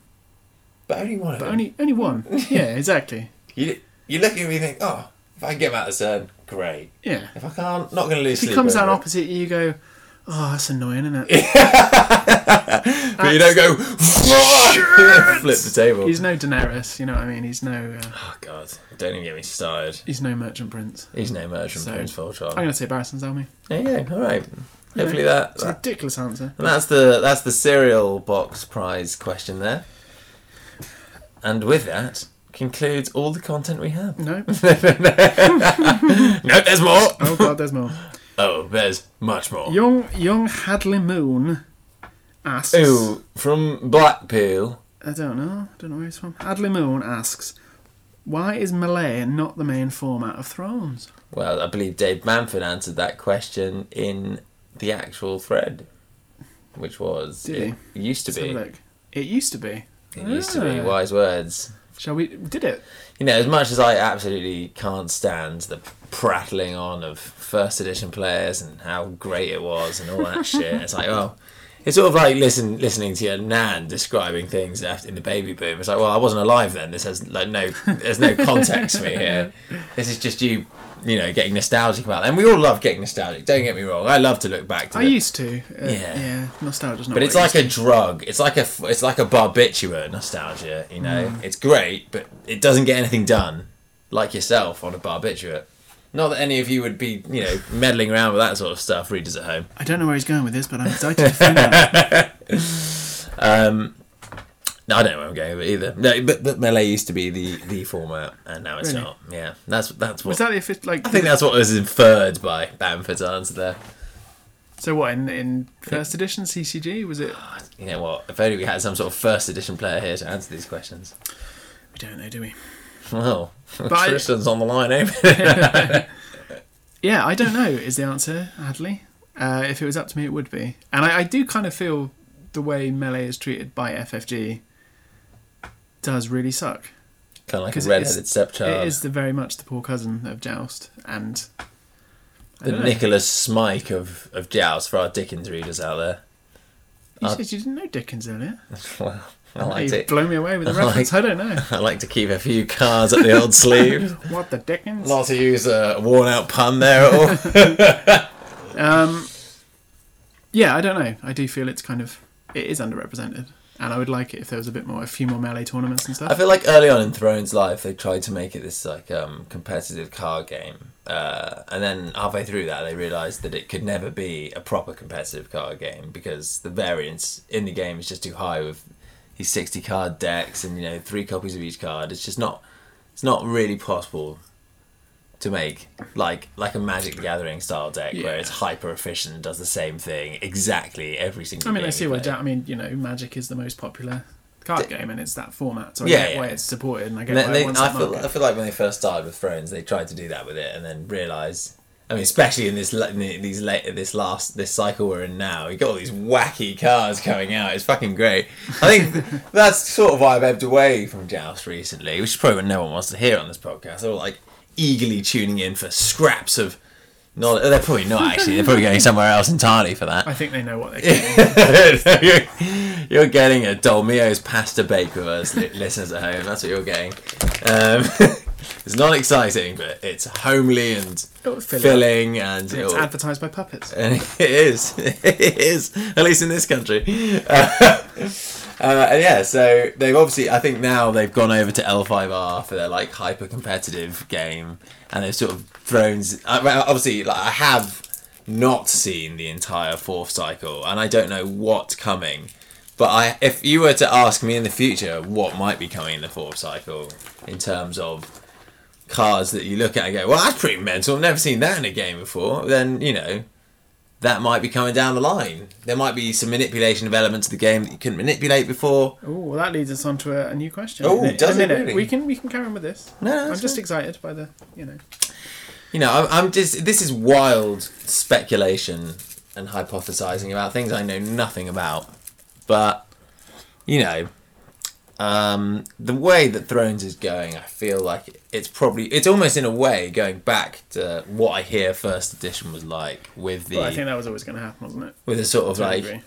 S2: but only one. Of
S1: but
S2: them.
S1: only only one. yeah, exactly.
S2: you, you look at him and you think, oh, if I can get him out of the turn, great.
S1: Yeah.
S2: If I can't, not going to lose.
S1: If he
S2: sleep
S1: comes
S2: over
S1: down
S2: it.
S1: opposite you, you go, oh, that's annoying, isn't it?
S2: but you don't go flip the table.
S1: He's no Daenerys, you know what I mean? He's no uh,
S2: Oh God, don't even get me started.
S1: he's no merchant prince.
S2: He's no merchant
S1: So-
S2: prince
S1: I'm
S2: Voltron.
S1: gonna say Barristan Selmy.
S2: There you go. All right. Hopefully that,
S1: It's a ridiculous answer.
S2: and that's the that's the cereal box prize question there. And with that concludes all the content we have.
S1: No.
S2: No, there's more.
S1: Oh god, there's more.
S2: Oh, there's much more.
S1: Young Young Hadley Moon asks.
S2: Ooh, from Blackpool.
S1: I don't know. I don't know where he's from. Hadley Moon asks, why is Malay not the main format of Thrones?
S2: Well, I believe Dave Manford answered that question in the actual thread, which was
S1: Did
S2: it used to
S1: Let's have
S2: be
S1: a look. It used to be.
S2: it used to be
S1: Ah.
S2: wise words.
S1: Shall we? Did it?
S2: You know, as much as I absolutely can't stand the prattling on of first edition players and how great it was and all that shit, it's like, oh, it's sort of like listen, listening to your nan describing things after, in the baby boom. It's like, well, I wasn't alive then. This has like no, there's no context for me here. This is just you, you know, getting nostalgic about. It. And we all love getting nostalgic. Don't get me wrong. I love to look back to.
S1: I
S2: the-
S1: used to. Uh,
S2: Yeah.
S1: Yeah. Nostalgia's not. what
S2: but it's
S1: it
S2: like
S1: used
S2: a drug. It's like a f- it's like a barbiturate nostalgia. You know,
S1: Mm.
S2: it's great, but it doesn't get anything done. Like yourself on a barbiturate. Not that any of you would be you know meddling around with that sort of stuff. Readers at home.
S1: to. I don't know where he's going with this, but I'm excited to find out.
S2: Um, no, I don't know where I'm going with it either. No, but, but melee used to be the the format, and now it's
S1: Really?
S2: not. Yeah, that's that's what
S1: Was that if it's like?
S2: I think that's what was inferred by Bamford's answer there.
S1: So what in in first edition CCG was it?
S2: You know what? If only we had some sort of first edition player here to answer these questions.
S1: We don't know, do we?
S2: Well,
S1: I-
S2: Tristan's on the line, eh?
S1: Yeah, I don't know. Is the answer Hadley? Uh, if it was up to me, it would be. And I, I do kind of feel the way melee is treated by FFG does really suck.
S2: Kind of like
S1: 'Cause
S2: a
S1: it
S2: red-headed
S1: is-
S2: stepchild.
S1: It is the, very much the poor cousin of Joust, and I
S2: the
S1: don't know.
S2: Nicholas Smike of, of Joust for our Dickens readers out there.
S1: You
S2: Uh,
S1: said you didn't know Dickens earlier.
S2: Well, I
S1: Now
S2: liked
S1: You've
S2: it.
S1: blown me away with the
S2: I like-
S1: reference. I don't know.
S2: I like to keep a few cards up the old sleeve.
S1: What the Dickens?
S2: Not to use a worn-out pun there at all.
S1: Um, yeah, I don't know. I do feel it's kind of it is underrepresented, and I would like it if there was a bit more, a few more melee tournaments and
S2: I
S1: stuff.
S2: feel like early on in Throne's life, they tried to make it this like um, competitive card game, uh, and then halfway through that, they realised that it could never be a proper competitive card game because the variance in the game is just too high with these sixty card decks and you know three copies of each card. It's just not, it's not really possible to make like like a Magic the Gathering style deck where
S1: Yeah.
S2: it's hyper efficient and does the same thing exactly every single.
S1: I mean,
S2: game
S1: I
S2: you
S1: see why.
S2: play.
S1: Ja- I mean, you know, Magic is the most popular card game, and it's that format. So I
S2: Yeah,
S1: get why
S2: yeah.
S1: it's supported, and I get
S2: And
S1: why
S2: they-
S1: it wants
S2: I,
S1: that
S2: feel,
S1: market.
S2: I feel like when they first started with Thrones, they tried to do that with it, and then realized. I mean, especially in this la- in the- these late this last this cycle we're in now, you got all these wacky cards coming out. It's fucking great. I think that's sort of why I've ebbed away from Joust recently, which is probably what no one wants to hear on this podcast. They're all like eagerly tuning in for scraps of. Not, they're probably not actually. They're probably going somewhere else entirely for that.
S1: I think they know what they're getting.
S2: you're, you're getting a Dolmio's pasta bake with us, li- listeners at home. That's what you're getting. Um, it's not exciting, but it's homely and
S1: It'll fill it up.
S2: filling, and,
S1: It's
S2: it'll-
S1: advertised by puppets.
S2: and it is. It is. At least in this country. Uh, uh, and yeah, so they've obviously, I think now they've gone over to L5R for their like hyper competitive game, and they've sort of thrown. I- well, Obviously, like, I have not seen the entire fourth cycle, and I don't know what's coming. But I, if you were to ask me in the future what might be coming in the fourth cycle in terms of cards that you look at and go, well, that's pretty mental. I've never seen that in a game before. Then you know that might be coming down the line. There might be some manipulation of elements of the game that you couldn't manipulate before.
S1: Oh, well, that leads us on to a, a new question.
S2: Oh,
S1: in a- in
S2: does
S1: a
S2: it
S1: minute.
S2: really?
S1: We can we can carry on with this.
S2: No, no,
S1: I'm
S2: that's
S1: just
S2: fine.
S1: excited by the you know.
S2: You know, I'm, I'm just this is wild speculation and hypothesizing about things I know nothing about. But you know, um, the way that Thrones is going, I feel like it's probably it's almost in a way going back to what I hear First Edition was like with the
S1: Well, I think that was always going to happen, wasn't it?
S2: with a sort of
S1: To a
S2: like
S1: degree.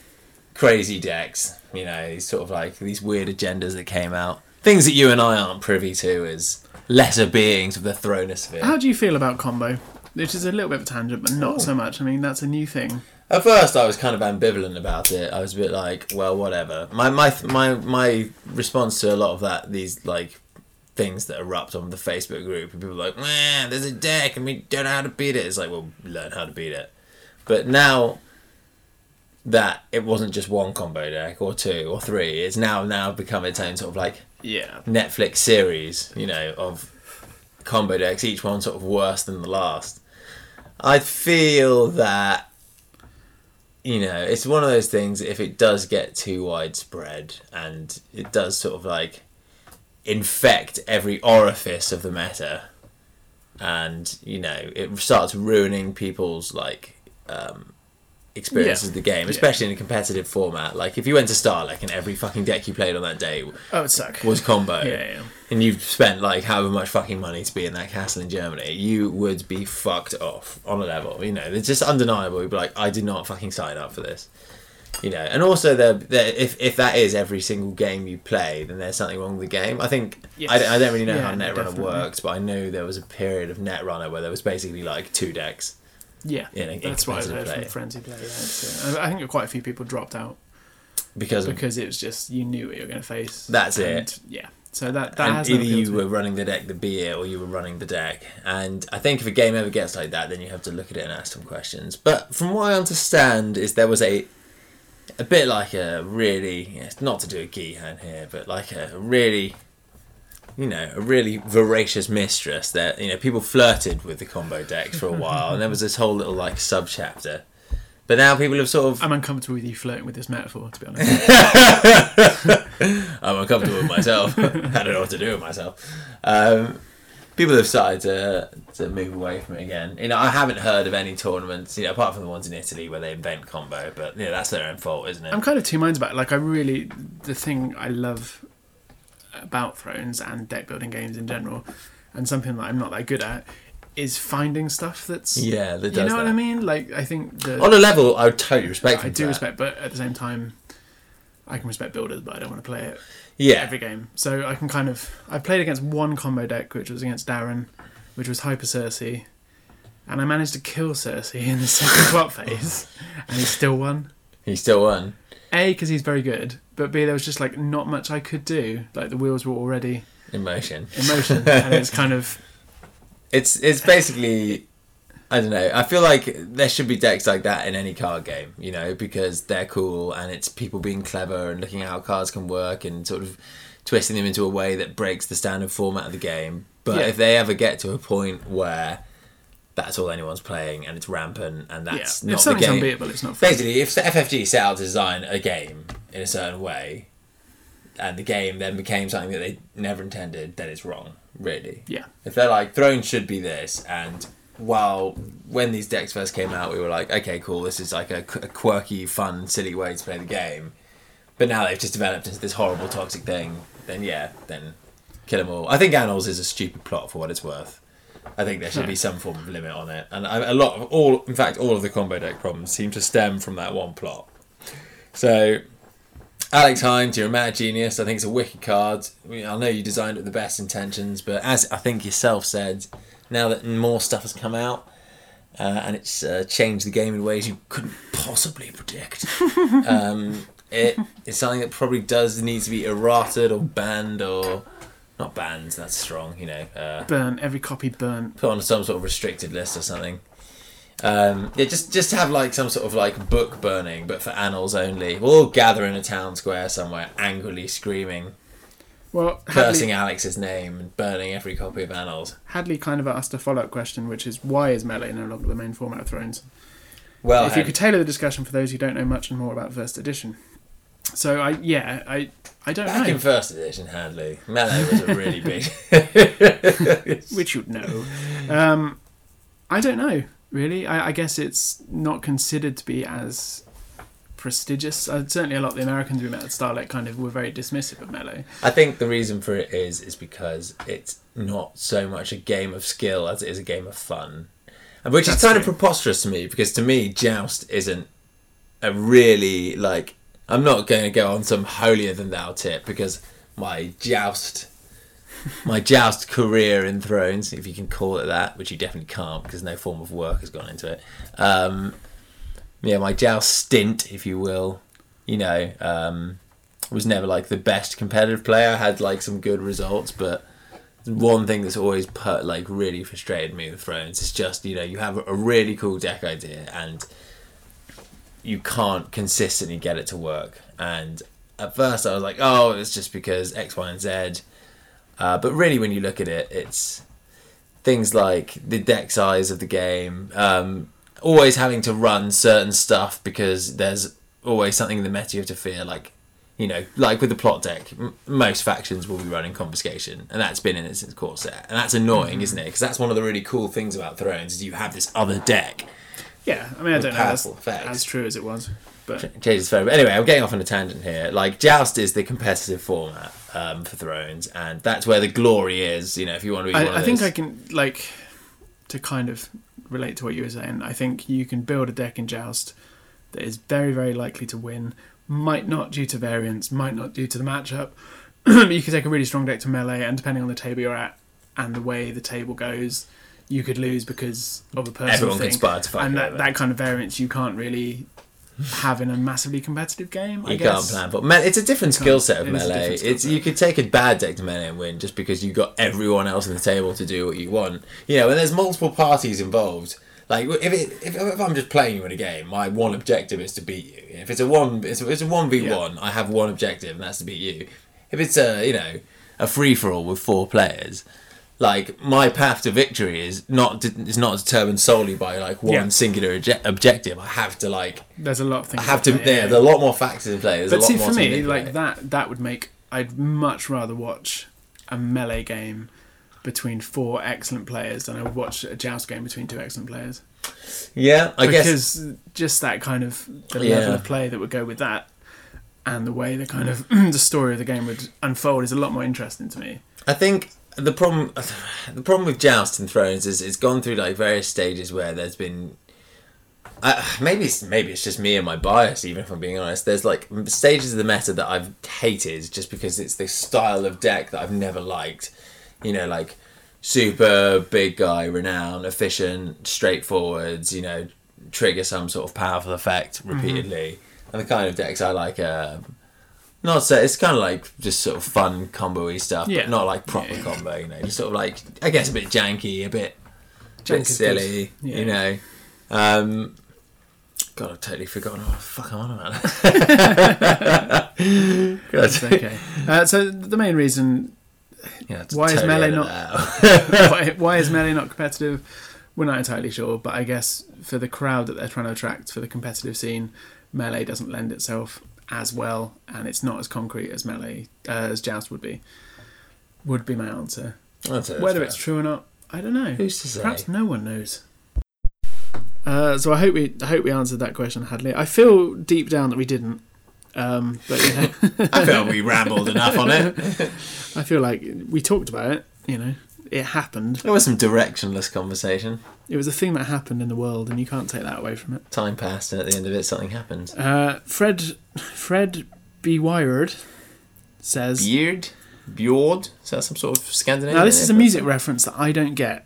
S2: crazy decks. You know, these sort of like these weird agendas that came out. Things that you and I aren't privy to as lesser beings of the thronosphere.
S1: How do you feel about combo? Which is a little bit of a tangent, but not so much. I mean, that's a new thing.
S2: At first, I was kind of ambivalent about it. I was a bit like, well, whatever. My my my my response to a lot of that these like things that erupt on the Facebook group, and people are like, man, there's a deck and we don't know how to beat it. It's like, well, learn how to beat it. But now that it wasn't just one combo deck or two or three. It's now now become its own sort of like
S1: Yeah.
S2: Netflix series, you know, of combo decks, each one sort of worse than the last. I feel that, you know, it's one of those things, if it does get too widespread and it does sort of like infect every orifice of the meta, and, you know, it starts ruining people's, like, um, experiences
S1: Yeah.
S2: of the game, especially in a competitive format. Like, if you went to Starlink and every fucking deck you played on that day
S1: Oh, it would suck.
S2: was combo
S1: Yeah, yeah.
S2: and you've spent like however much fucking money to be in that castle in Germany, you would be fucked off on a level. You know, it's just undeniable. You'd be like, I did not fucking sign up for this. You know, and also there, there if if that is every single game you play, then there's something wrong with the game. I think I, don't, I don't really know
S1: Yes.
S2: how
S1: Yeah,
S2: Netrunner
S1: definitely.
S2: works, but I know there was a period of Netrunner where there was basically like two decks.
S1: Yeah,
S2: in a- in
S1: that's what I
S2: competitive
S1: heard from
S2: play.
S1: friends who play. Yeah, so I I think quite a few people dropped out
S2: Because, of
S1: because it was just you knew what you were going to face.
S2: That's
S1: and,
S2: it.
S1: Yeah. So that that
S2: and
S1: has no
S2: either
S1: appeal
S2: you
S1: to
S2: were
S1: me.
S2: running the deck the beer or you were running the deck. And I think if a game ever gets like that, then you have to look at it and ask some questions. But from what I understand, is there was a a bit like a really it's not to do a Gihan here, but like a really you know a really voracious mistress that you know people flirted with the combo decks for a while, and there was this whole little like sub chapter. But now people have sort of
S1: I'm uncomfortable with you flirting with this metaphor, to be honest.
S2: I'm uncomfortable with myself. I don't know what to do with myself. Um, people have started to, to move away from it again. You know, I haven't heard of any tournaments, you know, apart from the ones in Italy where they invent combo, but you know, that's their own fault, isn't it?
S1: I'm kind of two minds about it. Like, I really the thing I love about Thrones and deck building games in general, and something that I'm not that good at, is finding stuff that's
S2: yeah, that does
S1: you know
S2: that.
S1: what I mean. Like, I think the
S2: On a level, I would totally respect.
S1: I
S2: them
S1: do
S2: for that.
S1: respect, but at the same time, I can respect builders, but I don't want to play it.
S2: Yeah,
S1: every game. So I can kind of I played against one combo deck, which was against Darren, which was Hyper Cersei, and I managed to kill Cersei in the second plot phase, and he still won.
S2: he still won.
S1: A because he's very good, but B there was just like not much I could do. Like the wheels were already
S2: in motion.
S1: in motion, and it's kind of
S2: It's it's basically I don't know. I feel like there should be decks like that in any card game, you know, because they're cool and it's people being clever and looking at how cards can work and sort of twisting them into a way that breaks the standard format of the game. But
S1: Yeah.
S2: if they ever get to a point where that's all anyone's playing and it's rampant and
S1: yeah.
S2: that's
S1: if
S2: not the
S1: something's
S2: game.
S1: unbeatable, it's not. Fun.
S2: Basically, if the FFG set out to design a game in a certain way and the game then became something that they never intended, then it's wrong, really
S1: Yeah,
S2: if they're like throne should be this and while when these decks first came out we were like okay cool this is like a, qu- a quirky fun silly way to play the game but now they've just developed into this horrible toxic thing then yeah then kill them all i think annals is a stupid plot for what it's worth i think there should be some form of limit on it and I, a lot of all in fact all of the combo deck problems seem to stem from that one plot so Alex Hines, you're a mad genius. I think it's a wicked card. We- I know you designed it with the best intentions, but as I think yourself said, now that more stuff has come out uh, and it's uh, changed the game in ways you couldn't possibly predict, um, it is something that probably does need to be errated or banned or not banned. That's strong, you know. Uh,
S1: burn every copy burnt.
S2: put on some sort of restricted list or something. Um, yeah, just just have like some sort of like book burning, but for annals only. We'll all gather in a town square somewhere, angrily screaming,
S1: Well,
S2: cursing
S1: Hadley,
S2: Alex's name, and burning every copy of annals.
S1: Hadley kind of asked a follow-up question, which is why is melee no longer the main format of Thrones?
S2: Well,
S1: if you could tailor the discussion for those who don't know much and more about first edition. So I yeah I I don't
S2: back
S1: know
S2: in first edition, Hadley, Mellow was a really big.
S1: which you'd know. Um, I don't know really. I, I guess it's not considered to be as prestigious. Uh, certainly, a lot of the Americans we met at Starlight kind of were very dismissive of Mellow.
S2: I think the reason for it is is because it's not so much a game of skill as it is a game of fun, and which is
S1: That's
S2: kind of
S1: true.
S2: preposterous to me because to me joust isn't a really like I'm not going to go on some holier than thou tip because my joust my joust career in Thrones, if you can call it that, which you definitely can't because no form of work has gone into it. Um, yeah, my joust stint, if you will, you know, um, was never like the best competitive player. I had like some good results, but one thing that's always put like really frustrated me with Thrones is just you know you have a really cool deck idea and you can't consistently get it to work. And at first, I was like, oh, it's just because X, Y, and Z. Uh, but really, when you look at it, it's things like the deck size of the game, um, always having to run certain stuff because there's always something in the meta you have to fear. Like, you know, like with the plot deck, m- most factions will be running confiscation, and that's been in it since core set, and that's
S1: Mm-hmm.
S2: annoying, isn't it? Because that's one of the really cool things about Thrones is you have this other deck.
S1: Yeah, I mean, I don't know that's
S2: powerful effects.
S1: as true as it was, but
S2: Jesus, very. But anyway, I'm getting off on a tangent here. Like Joust is the competitive format um, for Thrones, and that's where the glory is. You know, if you want to be one of
S1: I, I think
S2: those-
S1: I can like to kind of relate to what you were saying. I think you can build a deck in Joust that is very, very likely to win. Might not due to variance, might not due to the matchup. but you could take a really strong deck to melee, and depending on the table you're at and the way the table goes, you could lose because of a personal
S2: Everyone
S1: thing.
S2: conspired to fuck
S1: and
S2: you
S1: that,
S2: over.
S1: that kind of variance you can't really have in a massively competitive game. I
S2: You
S1: guess.
S2: can't plan for man. It's a different skill set of
S1: It is a
S2: melee.
S1: different skill
S2: It's
S1: set.
S2: you could take a bad deck to melee and win just because you got everyone else on the table to do what you want. You know, and there's multiple parties involved. Like if it, if, if I'm just playing you in a game, my one objective is to beat you. If it's a one, it's a, it's a one v one. I have one objective, and that's to beat you. If it's a you know a free for all with four players, like my path to victory is not is not determined solely by like one
S1: Yeah.
S2: singular obje- objective. I have to like
S1: There's a lot of things.
S2: have to.
S1: play
S2: Yeah, there's a lot more factors in play. There's a
S1: But
S2: lot
S1: see,
S2: more
S1: for
S2: to
S1: me,
S2: manipulate.
S1: like that, that would make. I'd much rather watch a melee game between four excellent players than I would watch a joust game between two excellent players.
S2: Yeah, I guess.
S1: Because just that kind of the level
S2: Yeah.
S1: of play that would go with that, and the way the kind of the story of the game would unfold is a lot more interesting to me.
S2: I think the problem, the problem with Joust and Thrones is it's gone through like various stages where there's been. Uh, maybe it's maybe it's just me and my bias. Even if I'm being honest, there's like m- stages of the meta that I've hated just because it's this style of deck that I've never liked. You know, like super big guy, renown, efficient, straightforwards. You know, trigger some sort of powerful effect
S1: Mm-hmm.
S2: repeatedly, and the kind of decks I like. Uh, not so it's kind of like just sort of fun combo-y stuff,
S1: Yeah.
S2: but not like proper combo. You know, just sort of like I guess a bit janky, a bit, bit
S1: Jank is good.
S2: silly.
S1: Yeah.
S2: You know, um, God, I've totally forgotten what the fuck I'm on about.
S1: It's okay. Uh, so the main reason
S2: Yeah,
S1: Why is Melee
S2: edit
S1: not-
S2: that out.
S1: why, why is melee not competitive? We're not entirely sure, but I guess for the crowd that they're trying to attract for the competitive scene, melee doesn't lend itself as well, and it's not as concrete as melee uh, as joust would be. Would be my answer.
S2: That's it,
S1: Whether
S2: that's
S1: it's true or not, I don't know.
S2: Who's to say?
S1: Perhaps no one knows. Uh, so I hope we I hope we answered that question, Hadley. I feel deep down that we didn't, um, but you know,
S2: fair. I felt we rambled enough on it.
S1: I feel like we talked about it. You know, it happened.
S2: There was some directionless conversation.
S1: It was a thing that happened in the world, and you can't take that away from it.
S2: Time passed, and at the end of it, something happened.
S1: Uh, Fred, Fred B. Wired says.
S2: Beard, Bjord. Is that some sort of Scandinavian?
S1: Now, this is a
S2: influence?
S1: music reference that I don't get,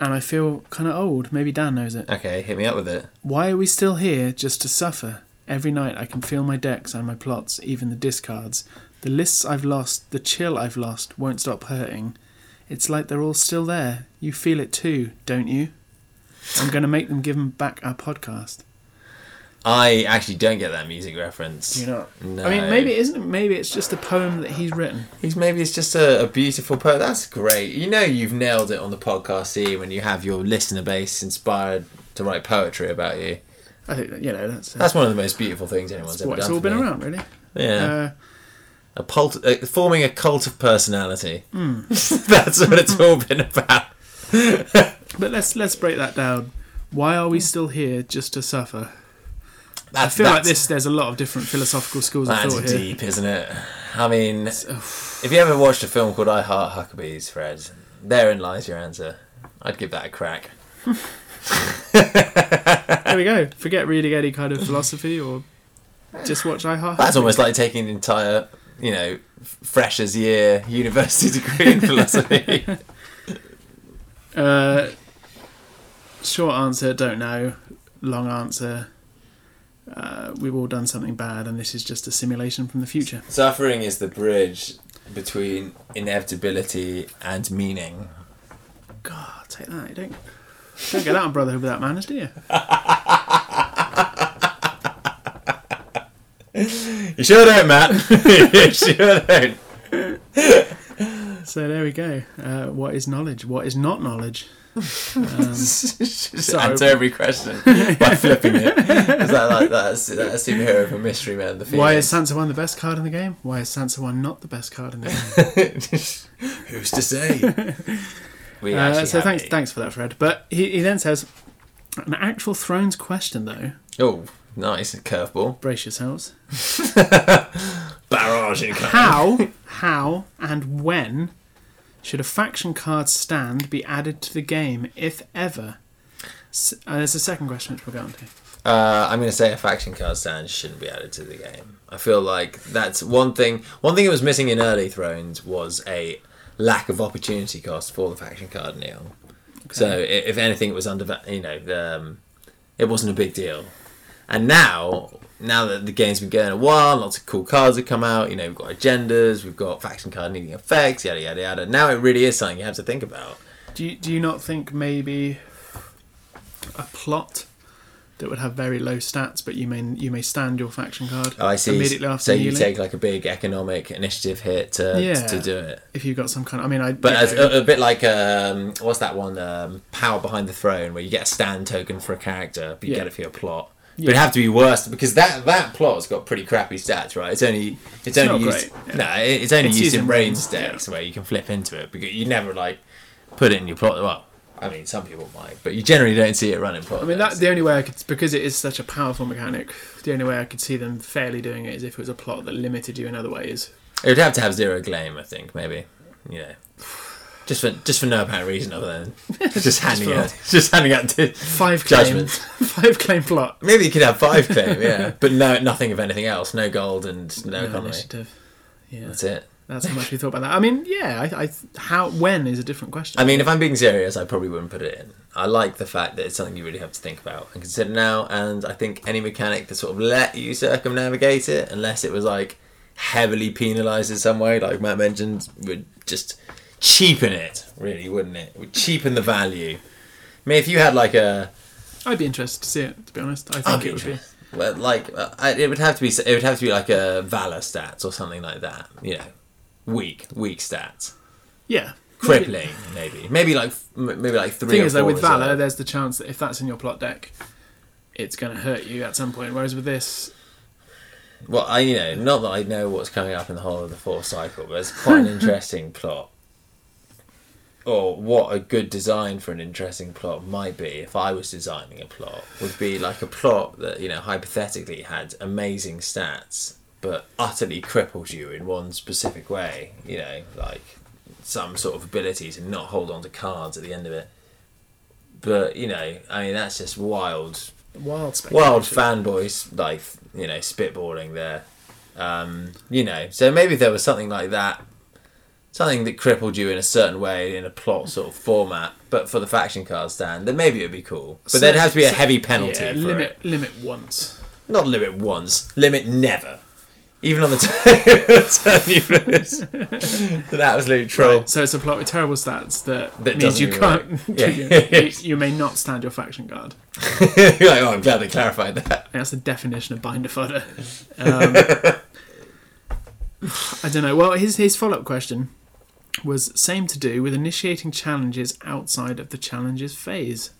S1: and I feel kind of old. Maybe Dan knows it.
S2: Okay, hit me up with it.
S1: Why are we still here just to suffer? Every night I can feel my decks and my plots, even the discards. The lists I've lost, the chill I've lost, won't stop hurting. It's like they're all still there. You feel it too, don't you? I'm going to make them give 'em back our podcast.
S2: I actually don't get that music reference.
S1: Do you not?
S2: No.
S1: I mean, maybe it isn't. Maybe it's just a poem that he's written.
S2: He's maybe it's just a, a beautiful poet. That's great. You know, you've nailed it on the podcast scene when you have your listener base inspired to write poetry about you.
S1: I think that, you know that's, uh,
S2: That's one of the most beautiful things anyone's
S1: that's
S2: ever
S1: what
S2: done.
S1: it's all
S2: for
S1: been
S2: me.
S1: around, really.
S2: Yeah,
S1: Uh,
S2: a pult, uh, forming a cult of personality.
S1: Hmm.
S2: That's what it's all been about.
S1: but let's let's break that down. Why are
S2: Hmm.
S1: we still here just to suffer?
S2: That,
S1: I feel like this. There's a lot of different philosophical schools of
S2: That's
S1: thought here.
S2: deep, isn't it? I mean, if you ever watched a film called I Heart Huckabees, Fred, therein lies your answer. I'd give that a crack.
S1: There we go. Forget reading any kind of philosophy or just watch I Heart.
S2: That's almost like taking an entire, you know, f- freshers year university degree in philosophy.
S1: Uh, short answer, don't know. Long answer. Uh, we've all done something bad, and this is just a simulation from the future.
S2: Suffering is the bridge between inevitability and meaning.
S1: God, take that. You don't, don't get that on Brotherhood without manners, do you?
S2: You sure don't, Matt. you sure don't.
S1: So there we go. Uh, what is knowledge? What is not knowledge? Um,
S2: Just
S1: Sorry.
S2: answer every question by flipping it. Is that like that's that superhero from Mystery Man? The
S1: why is
S2: Phoenix?
S1: Sansa one the best card in the game? Why is Sansa one not the best card in the game?
S2: Who's to say? We
S1: Uh,
S2: actually
S1: so
S2: have
S1: thanks,
S2: a-
S1: thanks for that, Fred. But he, he then says, an actual Thrones question though.
S2: Oh, nice curveball.
S1: Brace yourselves.
S2: Barrage incoming.
S1: How, how, and when should a faction card stand be added to the game, if ever? S- uh, there's a second question which we'll go on to.
S2: Uh, I'm going to say a faction card stand shouldn't be added to the game. I feel like that's one thing. One thing that was missing in early Thrones was a lack of opportunity cost for the faction card Neil. So i- if anything, it was under you know the, um, it wasn't a big deal. And now, now that the game's been going a while, lots of cool cards have come out. You know, we've got agendas, we've got faction card needing effects, yada yada yada. Now it really is something you have to think about.
S1: Do you, do you not think maybe a plot that would have very low stats, but you may you may stand your faction card
S2: Oh, I see.
S1: immediately after
S2: so you
S1: kneeling?
S2: take like a big economic initiative hit to,
S1: Yeah.
S2: to do it.
S1: if you've got some kind. Of, I mean, I
S2: But
S1: you
S2: as, uh,
S1: know,
S2: a, a bit like um, what's that one? Um, Power Behind the Throne, where you get a stand token for a character, but you
S1: Yeah.
S2: get it for your plot. But it have to be worse because that that plot's got pretty crappy stats, right? It's only it's, only
S1: not
S2: used
S1: great,
S2: no, it- it's only
S1: It's
S2: used
S1: used
S2: in
S1: in
S2: rain
S1: raids, yeah.
S2: decks where you can flip into it because you never like put it in your plot. Well, I mean, some people might, but you generally don't see it running plot.
S1: I mean, that's the only way I could because it is such a powerful mechanic. The only way I could see them fairly doing it is if it was a plot that limited you in other ways.
S2: it would have to have zero gleam, I think, maybe, you know. Just for just for no apparent reason other than just handing
S1: for-
S2: out just handing out di-
S1: Five claim,
S2: Judgment.
S1: five claim plot.
S2: Maybe you could have five claim, yeah. but no, nothing of anything else. No gold and no,
S1: No
S2: economy.
S1: initiative. Yeah,
S2: That's it.
S1: that's how much we thought about that. I mean, yeah, I, I how when is a different question.
S2: I mean, if I'm being serious, I probably wouldn't put it in. I like the fact that it's something you really have to think about and consider now. And I think any mechanic that sort of let you circumnavigate it, unless it was like heavily penalised in some way, like Matt mentioned, would just cheapen it, really, wouldn't it? Would cheapen the value. I mean, if you had like a
S1: I'd be interested to see it. To be honest, I think
S2: I'll
S1: it would be.
S2: Well, like uh, I- it would have to be, it would have to be like a valor stats or something like that. You know, weak, weak stats,
S1: Yeah.
S2: crippling maybe, maybe like m- maybe like
S1: The
S2: three.
S1: thing
S2: or
S1: is, though,
S2: four uh,
S1: with
S2: as well.
S1: Valor, there's the chance that if that's in your plot deck, it's going to hurt you at some point. Whereas with this,
S2: well, I you know, not that I know what's coming up in the whole of the fourth cycle, but it's quite an interesting plot. Or what a good design for an interesting plot might be if I was designing a plot would be like a plot that you know hypothetically had amazing stats but utterly crippled you in one specific way. You know, like some sort of ability to not hold on to cards at the end of it. But you know, I mean that's just wild
S1: wild speculation.
S2: wild fanboys like you know spitballing there um you know so maybe there was something like that something that crippled you in a certain way in a plot sort of format but for the faction card stand then maybe it would be cool but
S1: So-
S2: there'd have to be a
S1: so-
S2: heavy penalty
S1: yeah,
S2: for
S1: limit
S2: it
S1: limit once.
S2: not limit once limit never even on the turn you lose an absolute troll
S1: So it's a plot with terrible stats that,
S2: That
S1: means
S2: doesn't
S1: you
S2: even
S1: can't.
S2: work.
S1: you-
S2: Yeah.
S1: you, you may not stand your faction guard.
S2: You're like, oh, i'm glad they clarified that
S1: That's the definition of binder fodder. Um, I don't know. Well, his his follow up question was same to do with initiating challenges outside of the challenges phase.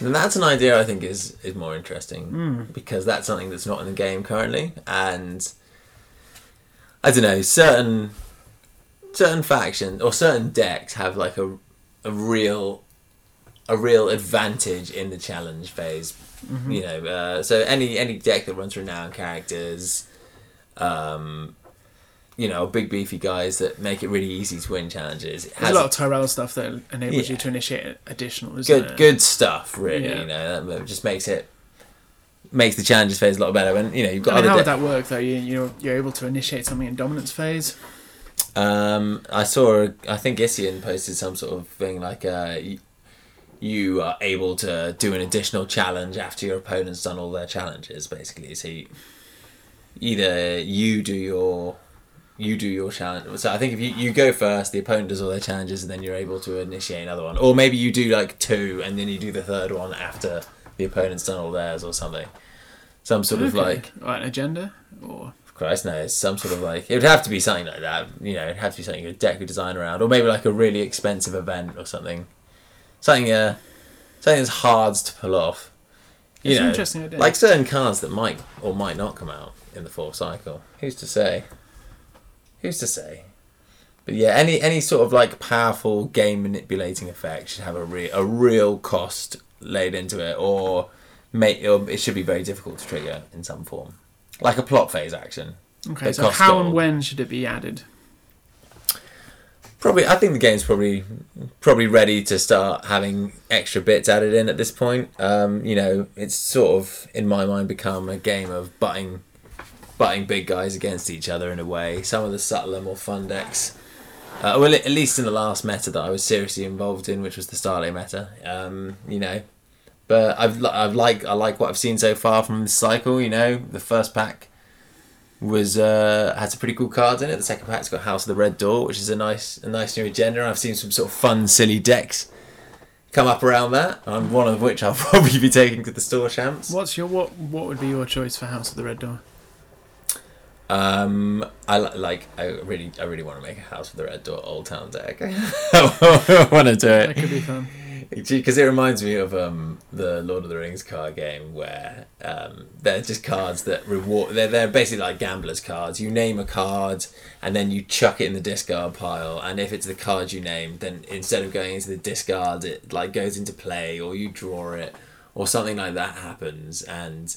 S2: And that's an idea I think is is more interesting
S1: Hmm.
S2: because that's something that's not in the game currently, and I don't know certain certain faction or certain decks have like a a real a real advantage in the challenge phase.
S1: Mm-hmm.
S2: You know, uh, so any any deck that runs renowned characters, um, you know, big beefy guys that make it really easy to win challenges. It
S1: There's
S2: has
S1: a lot of Tyrell stuff that enables
S2: Yeah.
S1: you to initiate additional. Isn't
S2: good
S1: it?
S2: good stuff really
S1: Yeah.
S2: you know that- that just makes it makes the challenges phase a lot better and you know you've got
S1: I mean, how
S2: other
S1: would that
S2: de-
S1: work though? You you're, you're able to initiate something in dominance phase.
S2: um i saw i think Isian posted some sort of thing like uh y- you are able to do an additional challenge after your opponent's done all their challenges basically so you, either you do your you do your challenge so i think if you, you go first the opponent does all their challenges and then you're able to initiate another one or maybe you do like two and then you do the third one after the opponent's done all theirs or something Some sort of
S1: Okay.
S2: like
S1: Right, an agenda or
S2: Christ knows, some sort of like it would have to be something like that. You know, it'd have to be something you deck a design around, or maybe like a really expensive event or something. Something uh something that's hard to pull off. You
S1: It's an
S2: know,
S1: interesting idea.
S2: like certain cards that might or might not come out in the fourth cycle. Who's to say? Who's to say? But yeah, any any sort of like powerful game manipulating effect should have a real a real cost laid into it, or make or it should be very difficult to trigger in some form, like a plot phase action.
S1: okay.
S2: That
S1: So
S2: costs
S1: how and
S2: gold.
S1: when should it be added?
S2: Probably, I think the game's probably probably ready to start having extra bits added in at this point. Um, you know, it's sort of in my mind become a game of butting butting big guys against each other in a way. Some of the subtler, more fun decks. Uh, well, at least in the last meta that I was seriously involved in, which was the Starlay meta. Um, you know, but I've li- I've like I like what I've seen so far from this cycle. You know, the first pack was uh, had some pretty cool cards in it. The second pack's got House of the Red Door, which is a nice a nice new agenda. I've seen some sort of fun, silly decks come up around that, and one of which I'll probably be taking to the store champs.
S1: What's your what? What would be your choice for House of the Red Door?
S2: Um, I li- like. I really, I really want to make a House of the Red Door Old Town deck. I want to do
S1: That
S2: it
S1: could be fun.
S2: because it reminds me of um the Lord of the Rings card game where um they're just cards that reward. They're they're basically like gamblers cards. You name a card and then you chuck it in the discard pile, and if it's the card you name, then instead of going into the discard, it like goes into play or you draw it or something like that happens and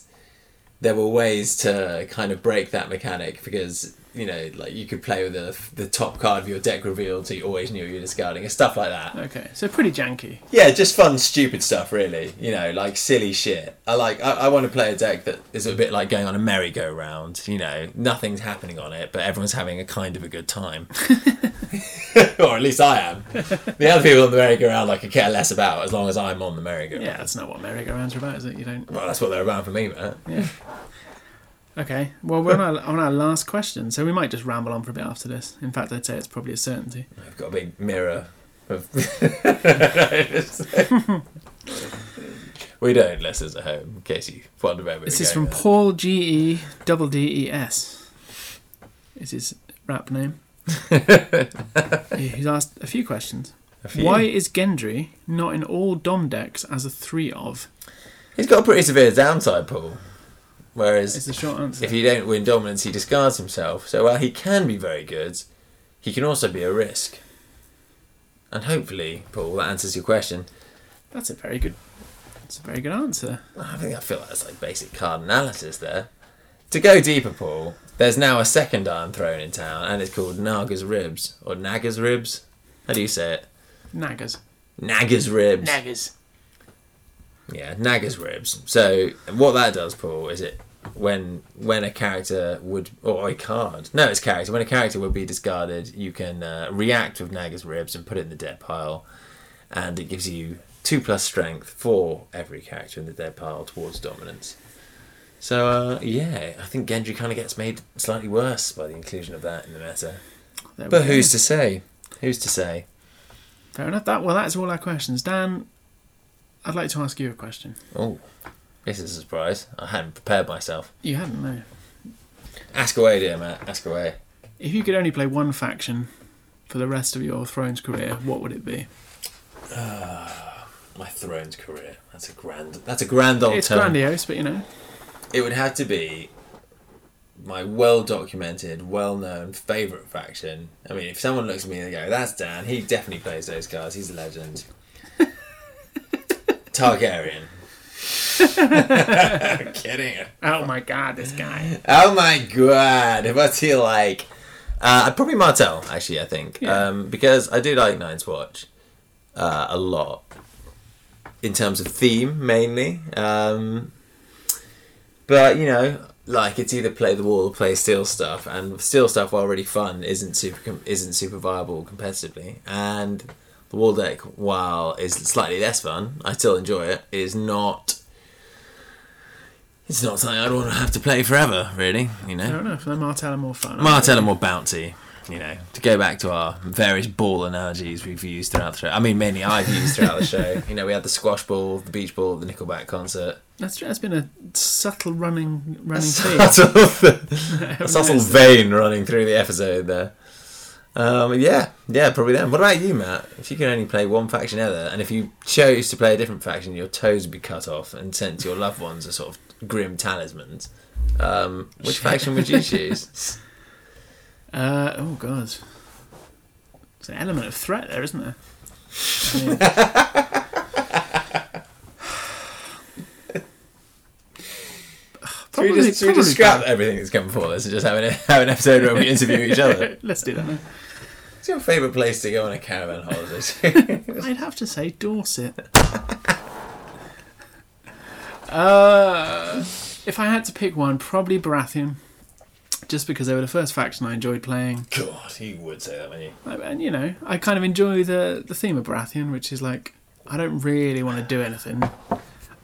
S2: there were ways to kind of break that mechanic because you know like you could play with the the top card of your deck revealed so you always knew you were discarding and stuff like that
S1: Okay, so pretty janky.
S2: yeah just fun stupid stuff really you know like silly shit i like i, I want to play a deck that is a bit like going on a merry-go-round you know nothing's happening on it but everyone's having a kind of a good time or at least i am the other people on the merry-go-round i could care less about as long as i'm on the merry-go-round
S1: Yeah, that's not what merry-go-rounds are about, is it? You don't.
S2: well that's what they're about for me man
S1: Okay. Well, we're on our, on our last question, so we might just ramble on for a bit after this. In fact, I'd say it's probably a certainty.
S2: I've got a big mirror of. we don't lessons at home, in case you wonder where we're
S1: This is
S2: going
S1: from
S2: with
S1: Paul G E double D E S. Is his rap name? He- He's asked a few questions.
S2: that. A few.
S1: Why is Gendry not in all Dom decks as a three of?
S2: He's got a pretty severe downside pool.
S1: Is
S2: Whereas
S1: the short answer.
S2: if you don't win dominance, he discards himself. So while he can be very good, he can also be a risk. And hopefully, Paul, that answers your question.
S1: That's a very good. That's a very good answer.
S2: I think I feel like that's like basic card analysis there. To go deeper, Paul, there's now a second iron thrown in town, and it's called Naga's Ribs or Naga's Ribs. How do you say it?
S1: Naggers.
S2: Naga's Ribs.
S1: Naggers.
S2: Yeah, Naga's Ribs. So what that does, Paul, is it when when a character would or a card, no, it's character. When a character would be discarded, you can uh, react with Naga's Ribs and put it in the dead pile, and it gives you two plus strength for every character in the dead pile towards dominance. So uh, yeah, I think Gendry kind of gets made slightly worse by the inclusion of that in the meta.
S1: There we
S2: But
S1: go.
S2: who's to say? Who's to say?
S1: Fair enough. That well, that's all our questions. Dan, I'd like to ask you a question.
S2: Oh, this is a surprise. I hadn't prepared myself.
S1: You hadn't, no.
S2: Ask away, dear Matt. Ask away.
S1: If you could only play one faction for the rest of your Thrones career, what would it be?
S2: My Thrones career. That's a grand. That's a grand old
S1: it's
S2: term.
S1: grandiose, but you know,
S2: It would have to be my well-documented, well-known favorite faction. I mean, if someone looks at me and they go, "That's Dan. He definitely plays those cards. He's a legend." Targaryen. kidding.
S1: oh my god, this guy.
S2: Oh my god, what's he like? Uh, probably Martel, actually. I think
S1: Yeah.
S2: um, because I do like Nines Watch uh, a lot in terms of theme mainly. Um, but you know, like it's either play the wall or play steal stuff, and steal stuff while really fun isn't super com- isn't super viable competitively, and the wall deck while is slightly less fun, I still enjoy it. Is not. It's not something I'd want to have to play forever, really. You know.
S1: Fair enough. Then Martell are more fun.
S2: Martell and more bouncy. You know, to go back to our various ball analogies we've used throughout the show. I mean, mainly I've used throughout the show. You know, we had the squash ball, the beach ball, the Nickelback concert.
S1: That's true. That's been a subtle running running theme.
S2: That's a,
S1: Haven't
S2: a subtle
S1: noticed.
S2: vein running through the episode there. Um, yeah, yeah, probably then. What about you, Matt? If you can only play one faction ever, and if you chose to play a different faction, your toes would be cut off and sent to your loved ones as sort of grim talismans. Um, which faction would you choose?
S1: Uh, oh god, it's an element of threat there, isn't there? I mean-
S2: Should we just, should we just scrap everything that's come before this and just have an, have an episode where we interview each other?
S1: Let's do that. Now.
S2: What's your favourite place to go on a caravan holiday?
S1: I'd have to say Dorset. uh, if I had to pick one, probably Baratheon, just because they were the first faction I enjoyed playing.
S2: God, you would say that, wouldn't you?
S1: I- And you know, I kind of enjoy the the theme of Baratheon, which is like I don't really want to do anything.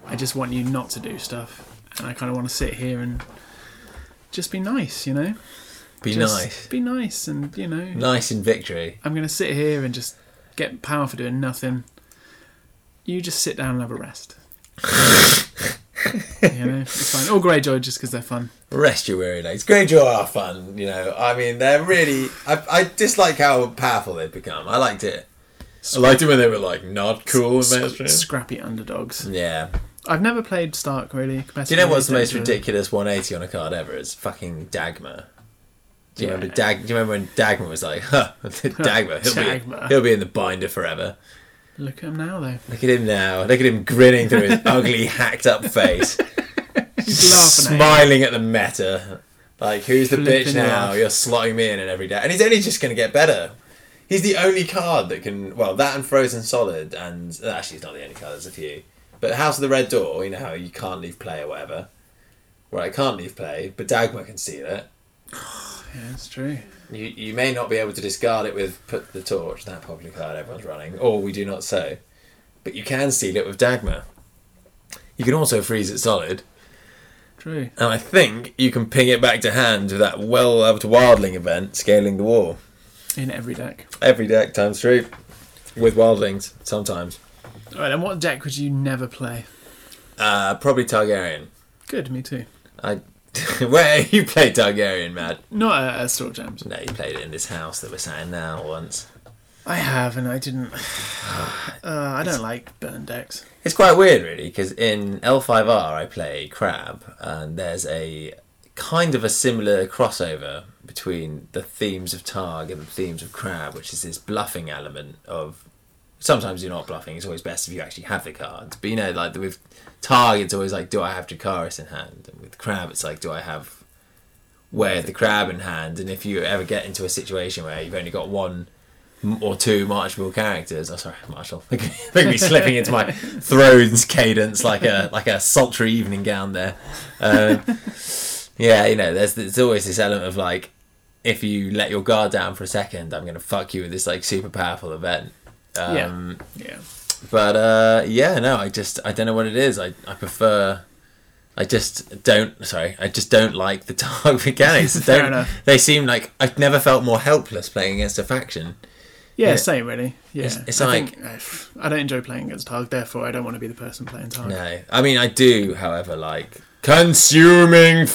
S1: I just want you not to do stuff, and I kind of want to sit here and just be nice, you know.
S2: Be
S1: Just
S2: nice.
S1: Be nice, and you know,
S2: Nice in victory.
S1: I'm gonna sit here and just get power for doing nothing. You just sit down and have a rest. you know, it's fine. Or Greyjoy just because they're fun.
S2: Rest your weary legs. Greyjoy are fun, you know. I mean, they're really. I, I dislike how powerful they've become. I liked it. I liked it when they were like not cool and mainstream.
S1: Scrappy underdogs.
S2: Yeah.
S1: I've never played Stark really.
S2: Do you know what's the most ridiculous 180 on a card ever? It's fucking Dagmar. Do you
S1: Yeah.
S2: remember Dag? Do you remember when Dagmar was like, "Huh, Dagmar, he'll
S1: Dagmar.
S2: be he'll be in the binder forever."
S1: Look at him now though.
S2: Look at him now. Look at him grinning through his ugly, hacked up face.
S1: He's laughing at
S2: smiling at the meta. Like, who's the
S1: Flipping
S2: bitch now?
S1: laugh.
S2: You're slotting me in and every day. And he's only just going to get better. He's the only card that can. Well, that and Frozen Solid, and actually, he's not the only card, there's a few. But House of the Red Door, you know how you can't leave play or whatever. Well, I can't leave play, but Dagmar can see that.
S1: him. Yeah, it's true.
S2: You, you may not be able to discard it with Put the Torch, that popular card everyone's running, or We Do Not So. But you can seal it with Dagmar. You can also freeze it solid.
S1: True.
S2: And I think you can ping it back to hand with that well loved wildling event, Scaling the Wall.
S1: In every deck.
S2: Every deck times three. With wildlings, sometimes.
S1: Alright, and what deck would you never play?
S2: Uh, probably Targaryen.
S1: Good, me too.
S2: I Where you played Targaryen, Mad?
S1: Not uh, uh, Stork Jams.
S2: No, you played it in this house that we're sat in now once.
S1: I have and I didn't uh, I don't like burn decks.
S2: It's quite weird, really, because in L5R I play Crab, and there's a kind of a similar crossover between the themes of Targ and the themes of Crab, which is this bluffing element of. Sometimes you're not bluffing. It's always best if you actually have the cards. But you know, like with Targ, it's always like, do I have Dracaris in hand? And with Crab, it's like, do I have where the crab in hand? And if you ever get into a situation where you've only got one or two marchable characters. Oh, sorry, Marshall. Look at me slipping into my Thrones cadence like a like a sultry evening gown there. Uh, yeah, you know, there's there's always this element of like, if you let your guard down for a second, I'm gonna fuck you with this like super powerful event. Um,
S1: Yeah. Yeah.
S2: But uh, yeah, no, I just I don't know what it is. I I prefer. I just don't. Sorry, I just don't like the Targ mechanics.
S1: Fair
S2: Don't-
S1: enough.
S2: They seem like I've never felt more helpless playing against a faction.
S1: Yeah,
S2: Yeah.
S1: same really. Yeah,
S2: It's- it's
S1: I
S2: like-
S1: think, uh, pff, I don't enjoy playing against Targ, therefore I don't want to be the person playing Targ.
S2: No, I mean I do, however, like consuming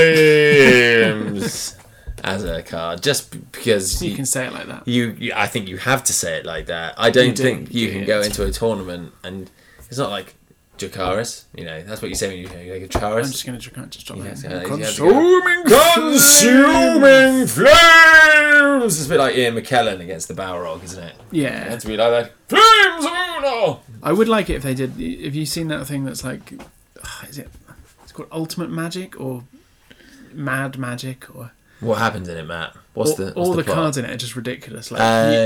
S2: flames as a card, just b- because
S1: You
S2: you,
S1: can say it like that.
S2: you, you- I think you have to say it like that. I don't
S1: do,
S2: think you
S1: do,
S2: can
S1: yeah.
S2: go into a tournament and it's not like Jacaris, you know. That's what you say when you you go
S1: I'm
S2: Jacaris.
S1: just gonna drink just drop
S2: Yes,
S1: it.
S2: yeah, you have to go,
S1: Consuming
S2: Consuming flames. It's a bit like Ian McKellen against the Balrog, isn't it? You
S1: Yeah,
S2: have to be like that. Flames of Uno.
S1: I would like it if they did. Have you seen that thing that's like, ugh, is it? It's called Ultimate Magic or Mad Magic or
S2: What happens in it, Matt? What's
S1: all,
S2: the what's
S1: all the,
S2: the plot?
S1: cards in it are just ridiculous. Like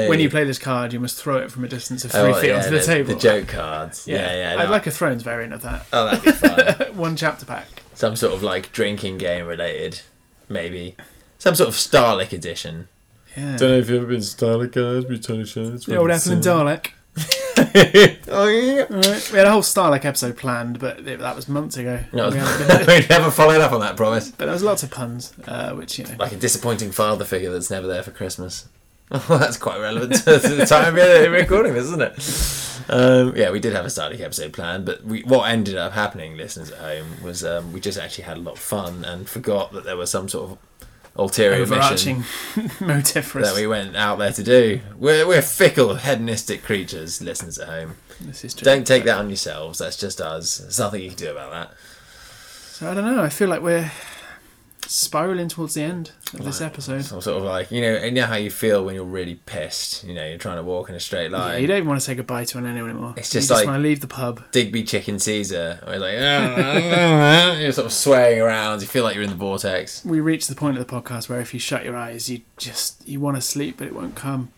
S1: you- when
S2: Aye.
S1: you play this card, you must throw it from a distance of
S2: Oh,
S1: three feet
S2: yeah,
S1: onto the, table.
S2: joke cards. Yeah, yeah.
S1: I'd
S2: no.
S1: like a Thrones variant of that.
S2: oh, that'd be fun.
S1: One chapter pack.
S2: Some sort of like drinking game related, maybe. Some sort of Starlick edition.
S1: Yeah.
S4: don't know if you've ever been Starlight guys, but Tony Shines.
S1: The old Apple and Dalek.
S2: oh yeah.
S1: Right. We had a whole Starlike episode planned, but it, that was months ago.
S2: No,
S1: We haven't been-
S2: we never followed up on that promise.
S1: but there was lots of puns, uh, which you know.
S2: Like a disappointing father figure that's never there for Christmas. Well, that's quite relevant to the time of recording this, isn't it? Um, yeah, we did have a Starlink episode planned, but we, what ended up happening, listeners at home, was um, we just actually had a lot of fun and forgot that there was some sort of ulterior mission
S1: Overarching motive for
S2: that
S1: us.
S2: we went out there to do. We're, we're fickle, hedonistic creatures, listeners at home.
S1: This is true.
S2: Don't take that on yourselves. That's just us. There's nothing you can do about that.
S1: So I don't know. I feel like we're spiraling towards the end of this episode.
S2: Some sort of like, you know, you know how you feel when you're really pissed. You know, you're trying to walk in a straight
S1: Yeah,
S2: line.
S1: you don't even want to say goodbye to an anyone anymore.
S2: It's just
S1: you just
S2: like-
S1: want to leave the pub.
S2: Digby Chicken Caesar. Where you're like, "Ah," you're sort of swaying around. You feel like you're in the vortex.
S1: We reach the point of the podcast where if you shut your eyes, you just you want to sleep, but it won't come.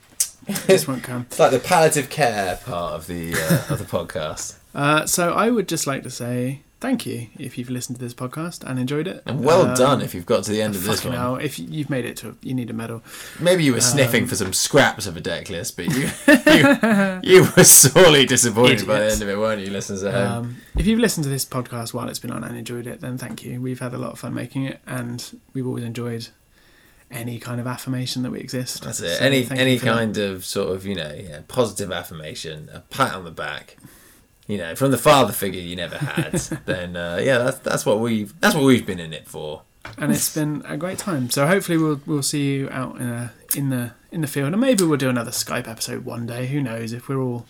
S1: It just won't come.
S2: It's like the palliative care part of the uh, of the podcast.
S1: Uh, so I would just like to say thank you if you've listened to this podcast and enjoyed it.
S2: And well
S1: Um,
S2: done if you've got to the end of this
S1: Fucking
S2: one.
S1: hell! If you've made it to, you need a medal.
S2: Maybe
S1: Um,
S2: you were sniffing for some scraps of a deck list, but you you, you were sorely disappointed by the
S1: Idiots.
S2: end of it, weren't you, listeners at home?
S1: Um, if you've listened to this podcast while it's been on and enjoyed it, then thank you. We've had a lot of fun making it, and we've always enjoyed any kind of affirmation that we exist.
S2: That's it.
S1: So
S2: any
S1: thank you
S2: any
S1: for that.
S2: kind of sort of you know yeah, positive affirmation, a pat on the back, you know, from the father figure you never had. then uh, yeah, that's that's what we've that's what we've been in it for.
S1: and it's been a great time. So hopefully we'll we'll see you out in, a, in the in the field, and maybe we'll do another Skype episode one day. Who knows if we're all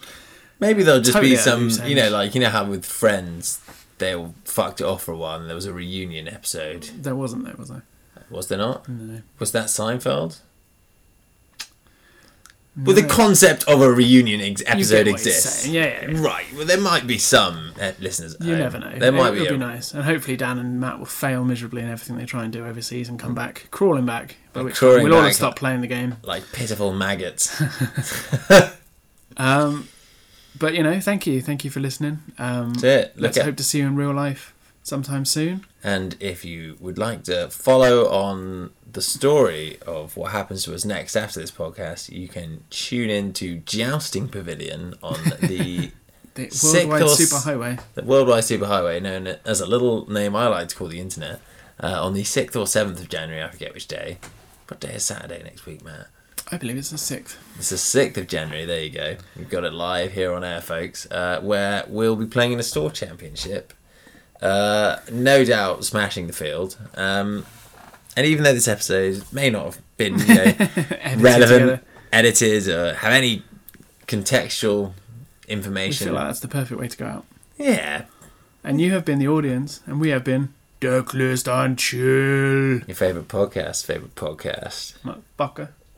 S2: Maybe there'll just
S1: Totally
S2: be
S1: out of
S2: some
S1: loose
S2: you know
S1: ends.
S2: like you know how with friends they all fucked it off for a while and there was a reunion episode.
S1: there wasn't there was there?
S2: Was there not?
S1: No.
S2: Was that Seinfeld? Well, the
S1: No.
S2: concept of a reunion ex-
S1: You get
S2: episode
S1: what he's
S2: exists.
S1: saying. Yeah, yeah, yeah.
S2: Right. Well, there might be some uh, listeners. at
S1: You
S2: home.
S1: never know.
S2: There
S1: it,
S2: might
S1: it'll
S2: be.
S1: be
S2: a-
S1: nice, and hopefully Dan and Matt will fail miserably in everything they try and do overseas and come back crawling back. By which
S2: crawling
S1: point we'll all
S2: back.
S1: have stopped playing the game.
S2: Like pitiful maggots.
S1: Um, but you know, thank you, thank you for listening. Um,
S2: That's it. Look
S1: let's
S2: at-
S1: hope to see you in real life sometime soon.
S2: And if you would like to follow on the story of what happens to us next after this podcast, you can tune in to Jousting Pavilion on the,
S1: The
S2: Sick
S1: worldwide
S2: or s-
S1: superhighway.
S2: the worldwide superhighway, known as a little name I like to call the internet, uh, on the 6th or 7th of January. I forget which day. What day is Saturday next week, Matt?
S1: I believe it's the sixth.
S2: It's the 6th of January. There you go. We've got it live here on air, folks, uh, where we'll be playing in a store championship. Uh, no doubt smashing the field. Um, and even though this episode may not have been you know,
S1: Edited together.
S2: relevant, edited, or have any contextual
S1: I feel
S2: information,
S1: like that's the perfect way to go out.
S2: yeah,
S1: And you have been the audience, and we have been Dirk List and Chill.
S2: your favourite podcast, favourite podcast.
S1: Motherfucker.